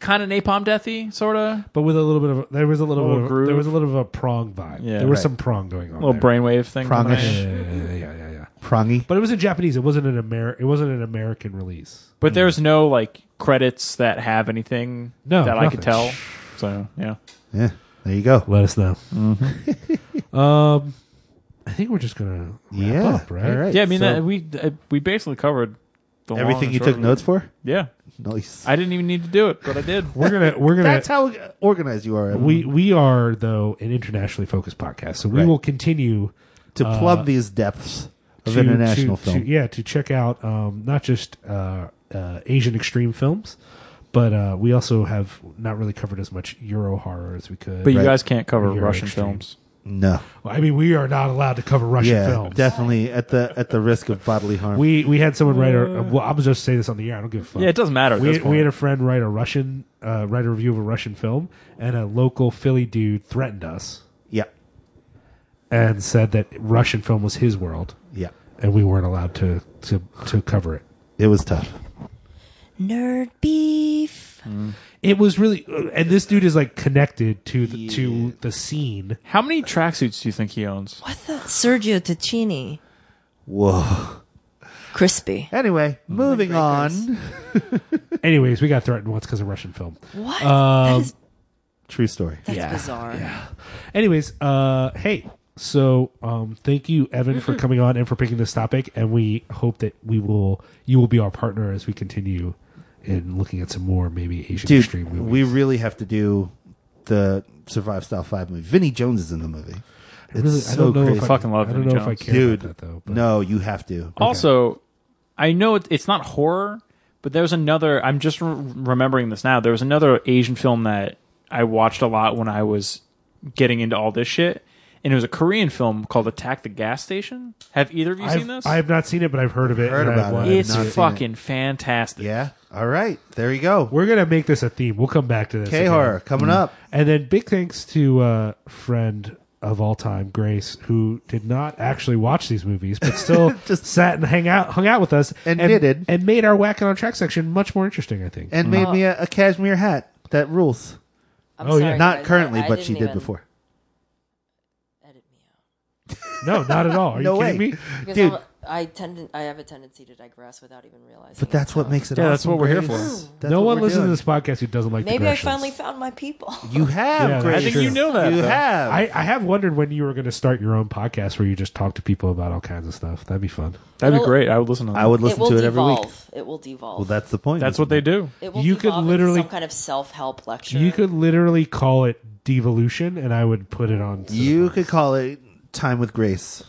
[SPEAKER 4] kind of napalm deathy, sort of.
[SPEAKER 2] But with a little bit of there was a little,
[SPEAKER 4] Little
[SPEAKER 2] bit of, there
[SPEAKER 4] groove.
[SPEAKER 2] was a little bit of a prong vibe.
[SPEAKER 4] Yeah,
[SPEAKER 2] there was
[SPEAKER 4] right.
[SPEAKER 2] some prong going on.
[SPEAKER 4] little
[SPEAKER 2] there.
[SPEAKER 4] brainwave thing. going on.
[SPEAKER 3] Prongish.
[SPEAKER 2] Yeah, yeah, yeah, yeah, yeah.
[SPEAKER 3] prongy.
[SPEAKER 2] But it was in Japanese. It wasn't an Amer. It wasn't an American release.
[SPEAKER 4] But there's no like credits that have anything
[SPEAKER 2] No,
[SPEAKER 4] that I could
[SPEAKER 2] nothing.
[SPEAKER 4] tell. So yeah,
[SPEAKER 3] Yeah, there you go.
[SPEAKER 2] Let us know. um, I think we're just gonna wrap
[SPEAKER 3] Mm-hmm. Yeah,
[SPEAKER 2] up, right?
[SPEAKER 3] all right.
[SPEAKER 4] yeah. I mean,
[SPEAKER 3] So,
[SPEAKER 4] that, we uh, we basically covered the long
[SPEAKER 3] everything
[SPEAKER 4] and
[SPEAKER 3] you
[SPEAKER 4] short
[SPEAKER 3] took
[SPEAKER 4] of it.
[SPEAKER 3] notes for.
[SPEAKER 4] Yeah,
[SPEAKER 3] Nice.
[SPEAKER 4] I didn't even need to do it, but I did.
[SPEAKER 2] We're gonna we're gonna
[SPEAKER 3] That's how organized you are. Evan.
[SPEAKER 2] we we are though an internationally focused podcast, so we
[SPEAKER 3] Right.
[SPEAKER 2] will continue
[SPEAKER 3] to
[SPEAKER 2] uh,
[SPEAKER 3] plumb these depths of
[SPEAKER 2] to,
[SPEAKER 3] international
[SPEAKER 2] to, e-
[SPEAKER 3] film.
[SPEAKER 2] To, yeah, to check out um, not just uh, uh, Asian extreme films, but uh, we also have not really covered as much Euro horror as we could.
[SPEAKER 4] But you
[SPEAKER 3] Right.
[SPEAKER 4] guys can't cover
[SPEAKER 2] You're
[SPEAKER 4] Russian
[SPEAKER 2] extreme.
[SPEAKER 4] films.
[SPEAKER 3] No,
[SPEAKER 2] I mean, we are not allowed to cover Russian
[SPEAKER 3] yeah,
[SPEAKER 2] films.
[SPEAKER 3] definitely at the at the risk of bodily harm.
[SPEAKER 2] We we had someone write a. Well, I'm just say this on the air. I don't give a fuck.
[SPEAKER 4] Yeah, it doesn't matter. at
[SPEAKER 2] we,
[SPEAKER 4] this
[SPEAKER 2] we
[SPEAKER 4] point.
[SPEAKER 2] had a friend write a Russian uh, write a review of a Russian film, and a local Philly dude threatened us
[SPEAKER 3] yeah,
[SPEAKER 2] and said that Russian film was his world,
[SPEAKER 3] yeah,
[SPEAKER 2] and we weren't allowed to to to cover it.
[SPEAKER 3] it was tough.
[SPEAKER 5] Nerd beef.
[SPEAKER 2] It was really, uh, and this dude is like connected to the to the scene.
[SPEAKER 4] How many tracksuits do you think he owns?
[SPEAKER 5] What the? Sergio Ticini.
[SPEAKER 3] Whoa.
[SPEAKER 5] Crispy.
[SPEAKER 3] Anyway, moving on.
[SPEAKER 2] Anyways, we got threatened once because of Russian film.
[SPEAKER 5] What?
[SPEAKER 2] Um,
[SPEAKER 5] that is,
[SPEAKER 3] True story.
[SPEAKER 5] that's bizarre.
[SPEAKER 2] Anyways, uh, hey, so um, thank you, Evan,
[SPEAKER 4] Mm-hmm.
[SPEAKER 2] for coming on and for picking this topic, and we hope that we will you will be our partner as we continue in looking at some more maybe Asian
[SPEAKER 3] Dude,
[SPEAKER 2] extreme movies.
[SPEAKER 3] we really have to do the Survive Style 5 movie. Vinny Jones is in the movie. It's
[SPEAKER 2] really, I
[SPEAKER 3] so
[SPEAKER 2] don't know
[SPEAKER 3] crazy.
[SPEAKER 2] if I,
[SPEAKER 4] Fucking love
[SPEAKER 2] I don't
[SPEAKER 4] Vinnie
[SPEAKER 2] know if I
[SPEAKER 4] Jones.
[SPEAKER 2] care
[SPEAKER 3] Dude,
[SPEAKER 2] about that though. but-
[SPEAKER 3] no, you have to.
[SPEAKER 4] Also, I know it, it's not horror, but there's another. I'm just re- remembering this now. There was another Asian film that I watched a lot when I was getting into all this shit, and it was a Korean film called Attack the Gas Station. Have either of you
[SPEAKER 2] I've,
[SPEAKER 4] seen this?
[SPEAKER 2] I have not seen it, but I've heard of it.
[SPEAKER 3] Heard
[SPEAKER 2] and
[SPEAKER 3] about
[SPEAKER 2] I've
[SPEAKER 3] it.
[SPEAKER 2] wanted-
[SPEAKER 3] It-
[SPEAKER 4] it's
[SPEAKER 3] not seen
[SPEAKER 4] fucking fantastic.
[SPEAKER 3] Yeah. All right. There you go.
[SPEAKER 2] We're gonna make this a theme. We'll come back to this.
[SPEAKER 3] K
[SPEAKER 2] again.
[SPEAKER 3] horror coming up.
[SPEAKER 2] And then big thanks to uh, friend of all time, Grace, who did not actually watch these movies, but still just sat and hang out, hung out with us,
[SPEAKER 3] And knitted.
[SPEAKER 2] and made our whacking on track section much more interesting. I think.
[SPEAKER 3] And made me a, a cashmere hat that rules.
[SPEAKER 5] I'm
[SPEAKER 2] Oh, yeah.
[SPEAKER 5] sorry,
[SPEAKER 3] Not
[SPEAKER 5] guys. I-
[SPEAKER 3] currently,
[SPEAKER 5] I
[SPEAKER 3] but
[SPEAKER 5] didn't
[SPEAKER 3] she did
[SPEAKER 5] even
[SPEAKER 3] before.
[SPEAKER 5] edit me out.
[SPEAKER 2] no, not at all. Are
[SPEAKER 3] No
[SPEAKER 2] you kidding
[SPEAKER 3] way.
[SPEAKER 2] me?
[SPEAKER 5] Because
[SPEAKER 3] Dude.
[SPEAKER 5] I'm, I tend I have a tendency to digress without even realizing.
[SPEAKER 3] But that's what makes it.
[SPEAKER 4] Yeah, that's
[SPEAKER 3] awesome,
[SPEAKER 4] what we're here
[SPEAKER 3] Grace.
[SPEAKER 4] for.
[SPEAKER 3] That's
[SPEAKER 2] no
[SPEAKER 3] what
[SPEAKER 2] one
[SPEAKER 3] we're
[SPEAKER 2] listens
[SPEAKER 3] doing.
[SPEAKER 2] to this podcast who doesn't like.
[SPEAKER 5] Maybe I
[SPEAKER 2] digressions.
[SPEAKER 5] finally found my people.
[SPEAKER 3] You have.
[SPEAKER 2] Yeah, that's
[SPEAKER 3] Grace.
[SPEAKER 2] I think you
[SPEAKER 4] know that,
[SPEAKER 3] You
[SPEAKER 4] though.
[SPEAKER 3] have.
[SPEAKER 2] I, I have wondered when you were going to start your own podcast where you just talk to people about all kinds of stuff. That'd be fun.
[SPEAKER 4] That'd be
[SPEAKER 5] Well-
[SPEAKER 4] great. I would listen to that.
[SPEAKER 3] I would
[SPEAKER 5] it
[SPEAKER 3] listen
[SPEAKER 5] will
[SPEAKER 3] to it every week.
[SPEAKER 5] devolve. It will devolve.
[SPEAKER 3] Well, that's the point.
[SPEAKER 4] That's what they do.
[SPEAKER 5] it will
[SPEAKER 2] you could
[SPEAKER 5] devolve into
[SPEAKER 2] literally-
[SPEAKER 5] some kind of self help lecture.
[SPEAKER 2] You could literally call it devolution, and I would put it on.
[SPEAKER 3] You could call it time with grace.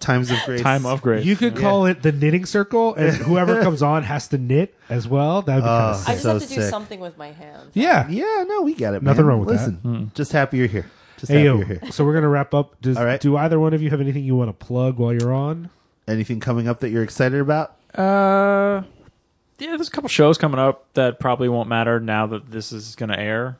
[SPEAKER 3] Times of grace.
[SPEAKER 4] Time of grace.
[SPEAKER 2] You could call it the knitting circle, and whoever comes on has to knit as well. That'd be kind of
[SPEAKER 5] I
[SPEAKER 2] sick.
[SPEAKER 5] just
[SPEAKER 3] So
[SPEAKER 5] have to do
[SPEAKER 3] sick.
[SPEAKER 5] something with my hands.
[SPEAKER 2] Yeah.
[SPEAKER 3] Yeah, no, we get it.
[SPEAKER 2] Nothing
[SPEAKER 3] man.
[SPEAKER 2] wrong with
[SPEAKER 3] Listen, just happy you're here. Just
[SPEAKER 2] Hey
[SPEAKER 3] happy
[SPEAKER 2] yo.
[SPEAKER 3] you're here.
[SPEAKER 2] So we're gonna wrap up. Does,
[SPEAKER 3] All right.
[SPEAKER 2] Do either one of you have anything you want to plug while you're on?
[SPEAKER 3] Anything coming up that you're excited about?
[SPEAKER 4] Uh, yeah, there's a couple shows coming up that probably won't matter now that this is going to air.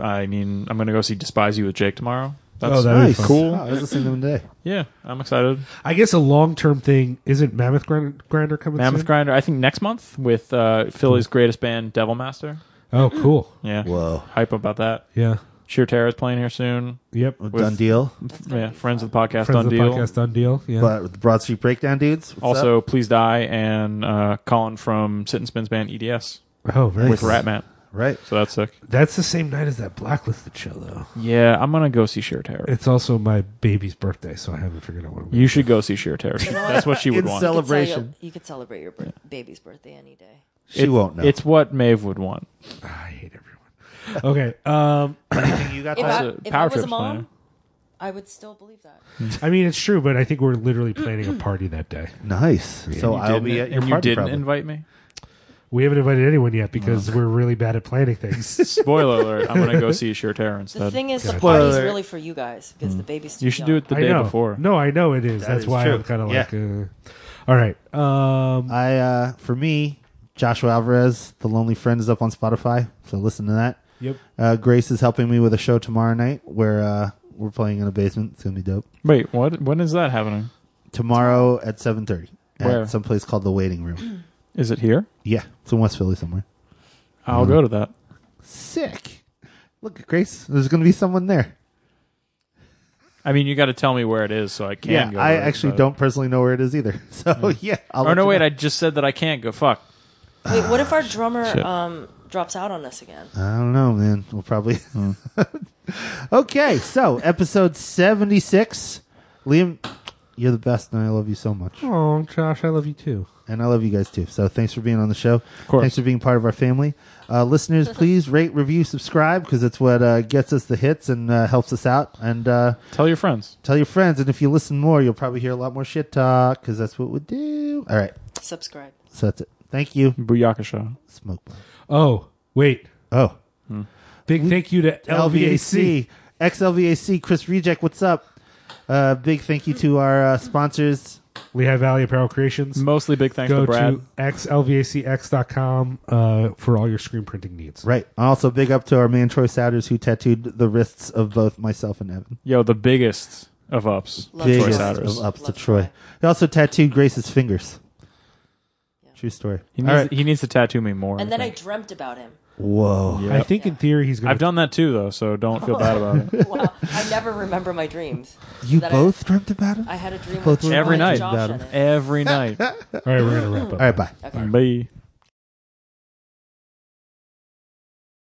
[SPEAKER 4] I mean, I'm going to go see Despise You with Jake tomorrow. That's
[SPEAKER 2] Oh, that'd be
[SPEAKER 4] nice.
[SPEAKER 2] fun.
[SPEAKER 4] cool.
[SPEAKER 3] Oh, I was listening to them today.
[SPEAKER 4] Yeah, I'm excited.
[SPEAKER 2] I guess a long term thing isn't Mammoth Grind- Grinder coming.
[SPEAKER 4] Mammoth
[SPEAKER 2] soon?
[SPEAKER 4] Grinder, I think next month with uh, Philly's greatest band, Devil Master.
[SPEAKER 2] Oh, cool.
[SPEAKER 4] Yeah.
[SPEAKER 3] Whoa.
[SPEAKER 4] Hype about that.
[SPEAKER 2] Yeah.
[SPEAKER 4] Sheer Terror is playing here soon.
[SPEAKER 2] Yep.
[SPEAKER 3] With
[SPEAKER 4] With-
[SPEAKER 3] Done deal.
[SPEAKER 4] Yeah, Friends of the Podcast
[SPEAKER 2] Friends
[SPEAKER 4] on
[SPEAKER 2] of the
[SPEAKER 4] Deal.
[SPEAKER 2] podcast done deal. Yeah.
[SPEAKER 3] But with the Broad Street Breakdown dudes. what's
[SPEAKER 4] also,
[SPEAKER 3] up?
[SPEAKER 4] Please Die and uh, Colin from Sit and Spin's band E EDS
[SPEAKER 2] oh, very
[SPEAKER 4] with
[SPEAKER 2] cool.
[SPEAKER 4] Ratmat.
[SPEAKER 3] right.
[SPEAKER 4] So that's sick.
[SPEAKER 2] That's the same night as that blacklisted show, though.
[SPEAKER 4] Yeah, I'm going to go see Sheer Terror.
[SPEAKER 2] It's also my baby's birthday, so I haven't figured out what I'm
[SPEAKER 4] You should go see Sheer Terror. She- That's what she would
[SPEAKER 3] In
[SPEAKER 4] want.
[SPEAKER 3] cell-
[SPEAKER 5] You could tell
[SPEAKER 3] Celebration.
[SPEAKER 5] your- You could celebrate your birth- baby's birthday any day.
[SPEAKER 3] She won't know.
[SPEAKER 4] It's what Maeve would want.
[SPEAKER 2] I hate everyone. Okay. Um,
[SPEAKER 3] Anything you got
[SPEAKER 5] If,
[SPEAKER 3] to
[SPEAKER 5] I,
[SPEAKER 4] a
[SPEAKER 5] if
[SPEAKER 4] power
[SPEAKER 5] I was a
[SPEAKER 4] trip's
[SPEAKER 5] mom,
[SPEAKER 4] planning.
[SPEAKER 5] I would still believe that.
[SPEAKER 2] I mean, it's true, but I think we're literally planning a party that day.
[SPEAKER 3] Nice. So
[SPEAKER 4] You
[SPEAKER 3] I'll
[SPEAKER 4] didn't-
[SPEAKER 3] be at your
[SPEAKER 4] and
[SPEAKER 3] party.
[SPEAKER 4] you didn't
[SPEAKER 3] probably.
[SPEAKER 4] invite me.
[SPEAKER 2] We haven't invited anyone yet because we're really bad at planning things.
[SPEAKER 4] Spoiler alert! I'm gonna go see Sheer Terror
[SPEAKER 5] The
[SPEAKER 4] instead.
[SPEAKER 5] thing is, the
[SPEAKER 3] Spoiler
[SPEAKER 5] party's
[SPEAKER 3] alert.
[SPEAKER 5] really for you guys because the baby's too
[SPEAKER 4] you should do
[SPEAKER 5] young.
[SPEAKER 4] it the
[SPEAKER 2] I
[SPEAKER 4] day
[SPEAKER 2] know.
[SPEAKER 4] before.
[SPEAKER 2] No, I know it is. That's
[SPEAKER 3] is
[SPEAKER 2] why
[SPEAKER 3] true.
[SPEAKER 2] I'm kind of
[SPEAKER 3] Yeah.
[SPEAKER 2] like, uh, all right. Um,
[SPEAKER 3] I uh, for me, Joshua Alvarez, The Lonely Friend is up on Spotify. So listen to that.
[SPEAKER 2] Yep.
[SPEAKER 3] Uh, Grace is helping me with a show tomorrow night where uh, we're playing in a basement. It's gonna be dope.
[SPEAKER 4] Wait, what? When is that happening?
[SPEAKER 3] Tomorrow at seven thirty
[SPEAKER 4] Where?
[SPEAKER 3] at some place called the Waiting Room.
[SPEAKER 4] Is it here?
[SPEAKER 3] yeah, it's in West Philly somewhere.
[SPEAKER 4] I'll
[SPEAKER 3] Mm.
[SPEAKER 4] go to that.
[SPEAKER 3] Sick. Look, Grace, there's gonna be someone there.
[SPEAKER 4] I mean, you got to tell me where it is so I can.
[SPEAKER 3] yeah,
[SPEAKER 4] go to
[SPEAKER 3] I
[SPEAKER 4] it,
[SPEAKER 3] actually
[SPEAKER 4] but-
[SPEAKER 3] don't personally know where it is either. So yeah. I'll
[SPEAKER 4] Or
[SPEAKER 3] let
[SPEAKER 4] no,
[SPEAKER 3] you
[SPEAKER 4] wait!
[SPEAKER 3] know.
[SPEAKER 4] I just said that I can't go. Fuck.
[SPEAKER 5] Wait, what if our drummer
[SPEAKER 4] Shit.
[SPEAKER 5] um, drops out on us again?
[SPEAKER 3] I don't know, man. We'll probably. okay, so episode seventy-six. Liam, you're the best, and I love you so much,
[SPEAKER 2] oh, Josh, I love you too.
[SPEAKER 3] and I love you guys too. So thanks for being on the show. Of
[SPEAKER 4] course.
[SPEAKER 3] Thanks for being part of our family, uh, listeners. Please rate, review, subscribe because it's what uh, gets us the hits and uh, helps us out. And uh,
[SPEAKER 4] Tell your friends.
[SPEAKER 3] tell your friends. And if you listen more, you'll probably hear a lot more shit talk because that's what we do. All right,
[SPEAKER 5] Subscribe.
[SPEAKER 3] so that's it. Thank you,
[SPEAKER 4] Booyakasha.
[SPEAKER 3] smoke. Bomb.
[SPEAKER 2] Oh, wait.
[SPEAKER 3] Oh,
[SPEAKER 2] Big thank you to
[SPEAKER 3] LVAC,
[SPEAKER 2] LVAC.
[SPEAKER 3] XLVAC, Chris Reject, what's up? Uh, big thank you to our uh, sponsors.
[SPEAKER 2] Lehigh Valley Apparel Creations.
[SPEAKER 4] Mostly big thanks
[SPEAKER 2] Go
[SPEAKER 4] to Brad.
[SPEAKER 2] to xlvacx.com uh, for all your screen printing needs.
[SPEAKER 3] Right. Also, big up to our man Troy Souders, who tattooed the wrists of both myself and Evan.
[SPEAKER 4] Yo, the biggest of ups.
[SPEAKER 5] Love
[SPEAKER 4] Troy
[SPEAKER 5] Troy.
[SPEAKER 3] Biggest
[SPEAKER 4] Souders.
[SPEAKER 3] of ups to
[SPEAKER 5] Love
[SPEAKER 3] Troy.
[SPEAKER 5] Troy.
[SPEAKER 3] He also tattooed Grace's fingers. True story.
[SPEAKER 4] He
[SPEAKER 3] All
[SPEAKER 4] needs,
[SPEAKER 3] right.
[SPEAKER 4] he needs to tattoo me more.
[SPEAKER 5] And then I
[SPEAKER 4] think.
[SPEAKER 5] dreamt about him.
[SPEAKER 3] Whoa.
[SPEAKER 2] I think in theory he's going
[SPEAKER 4] I've done that too, though, so don't feel bad about it.
[SPEAKER 5] Wow, I never remember my dreams.
[SPEAKER 3] You
[SPEAKER 5] That I-
[SPEAKER 3] both dreamt about him?
[SPEAKER 5] I had a dream
[SPEAKER 3] Both
[SPEAKER 5] with
[SPEAKER 3] were
[SPEAKER 5] Josh
[SPEAKER 4] Every
[SPEAKER 5] and
[SPEAKER 4] night.
[SPEAKER 5] Josh in it.
[SPEAKER 4] Every night.
[SPEAKER 2] All right, we're going to wrap up.
[SPEAKER 3] All right, bye.
[SPEAKER 5] Okay.
[SPEAKER 4] Bye.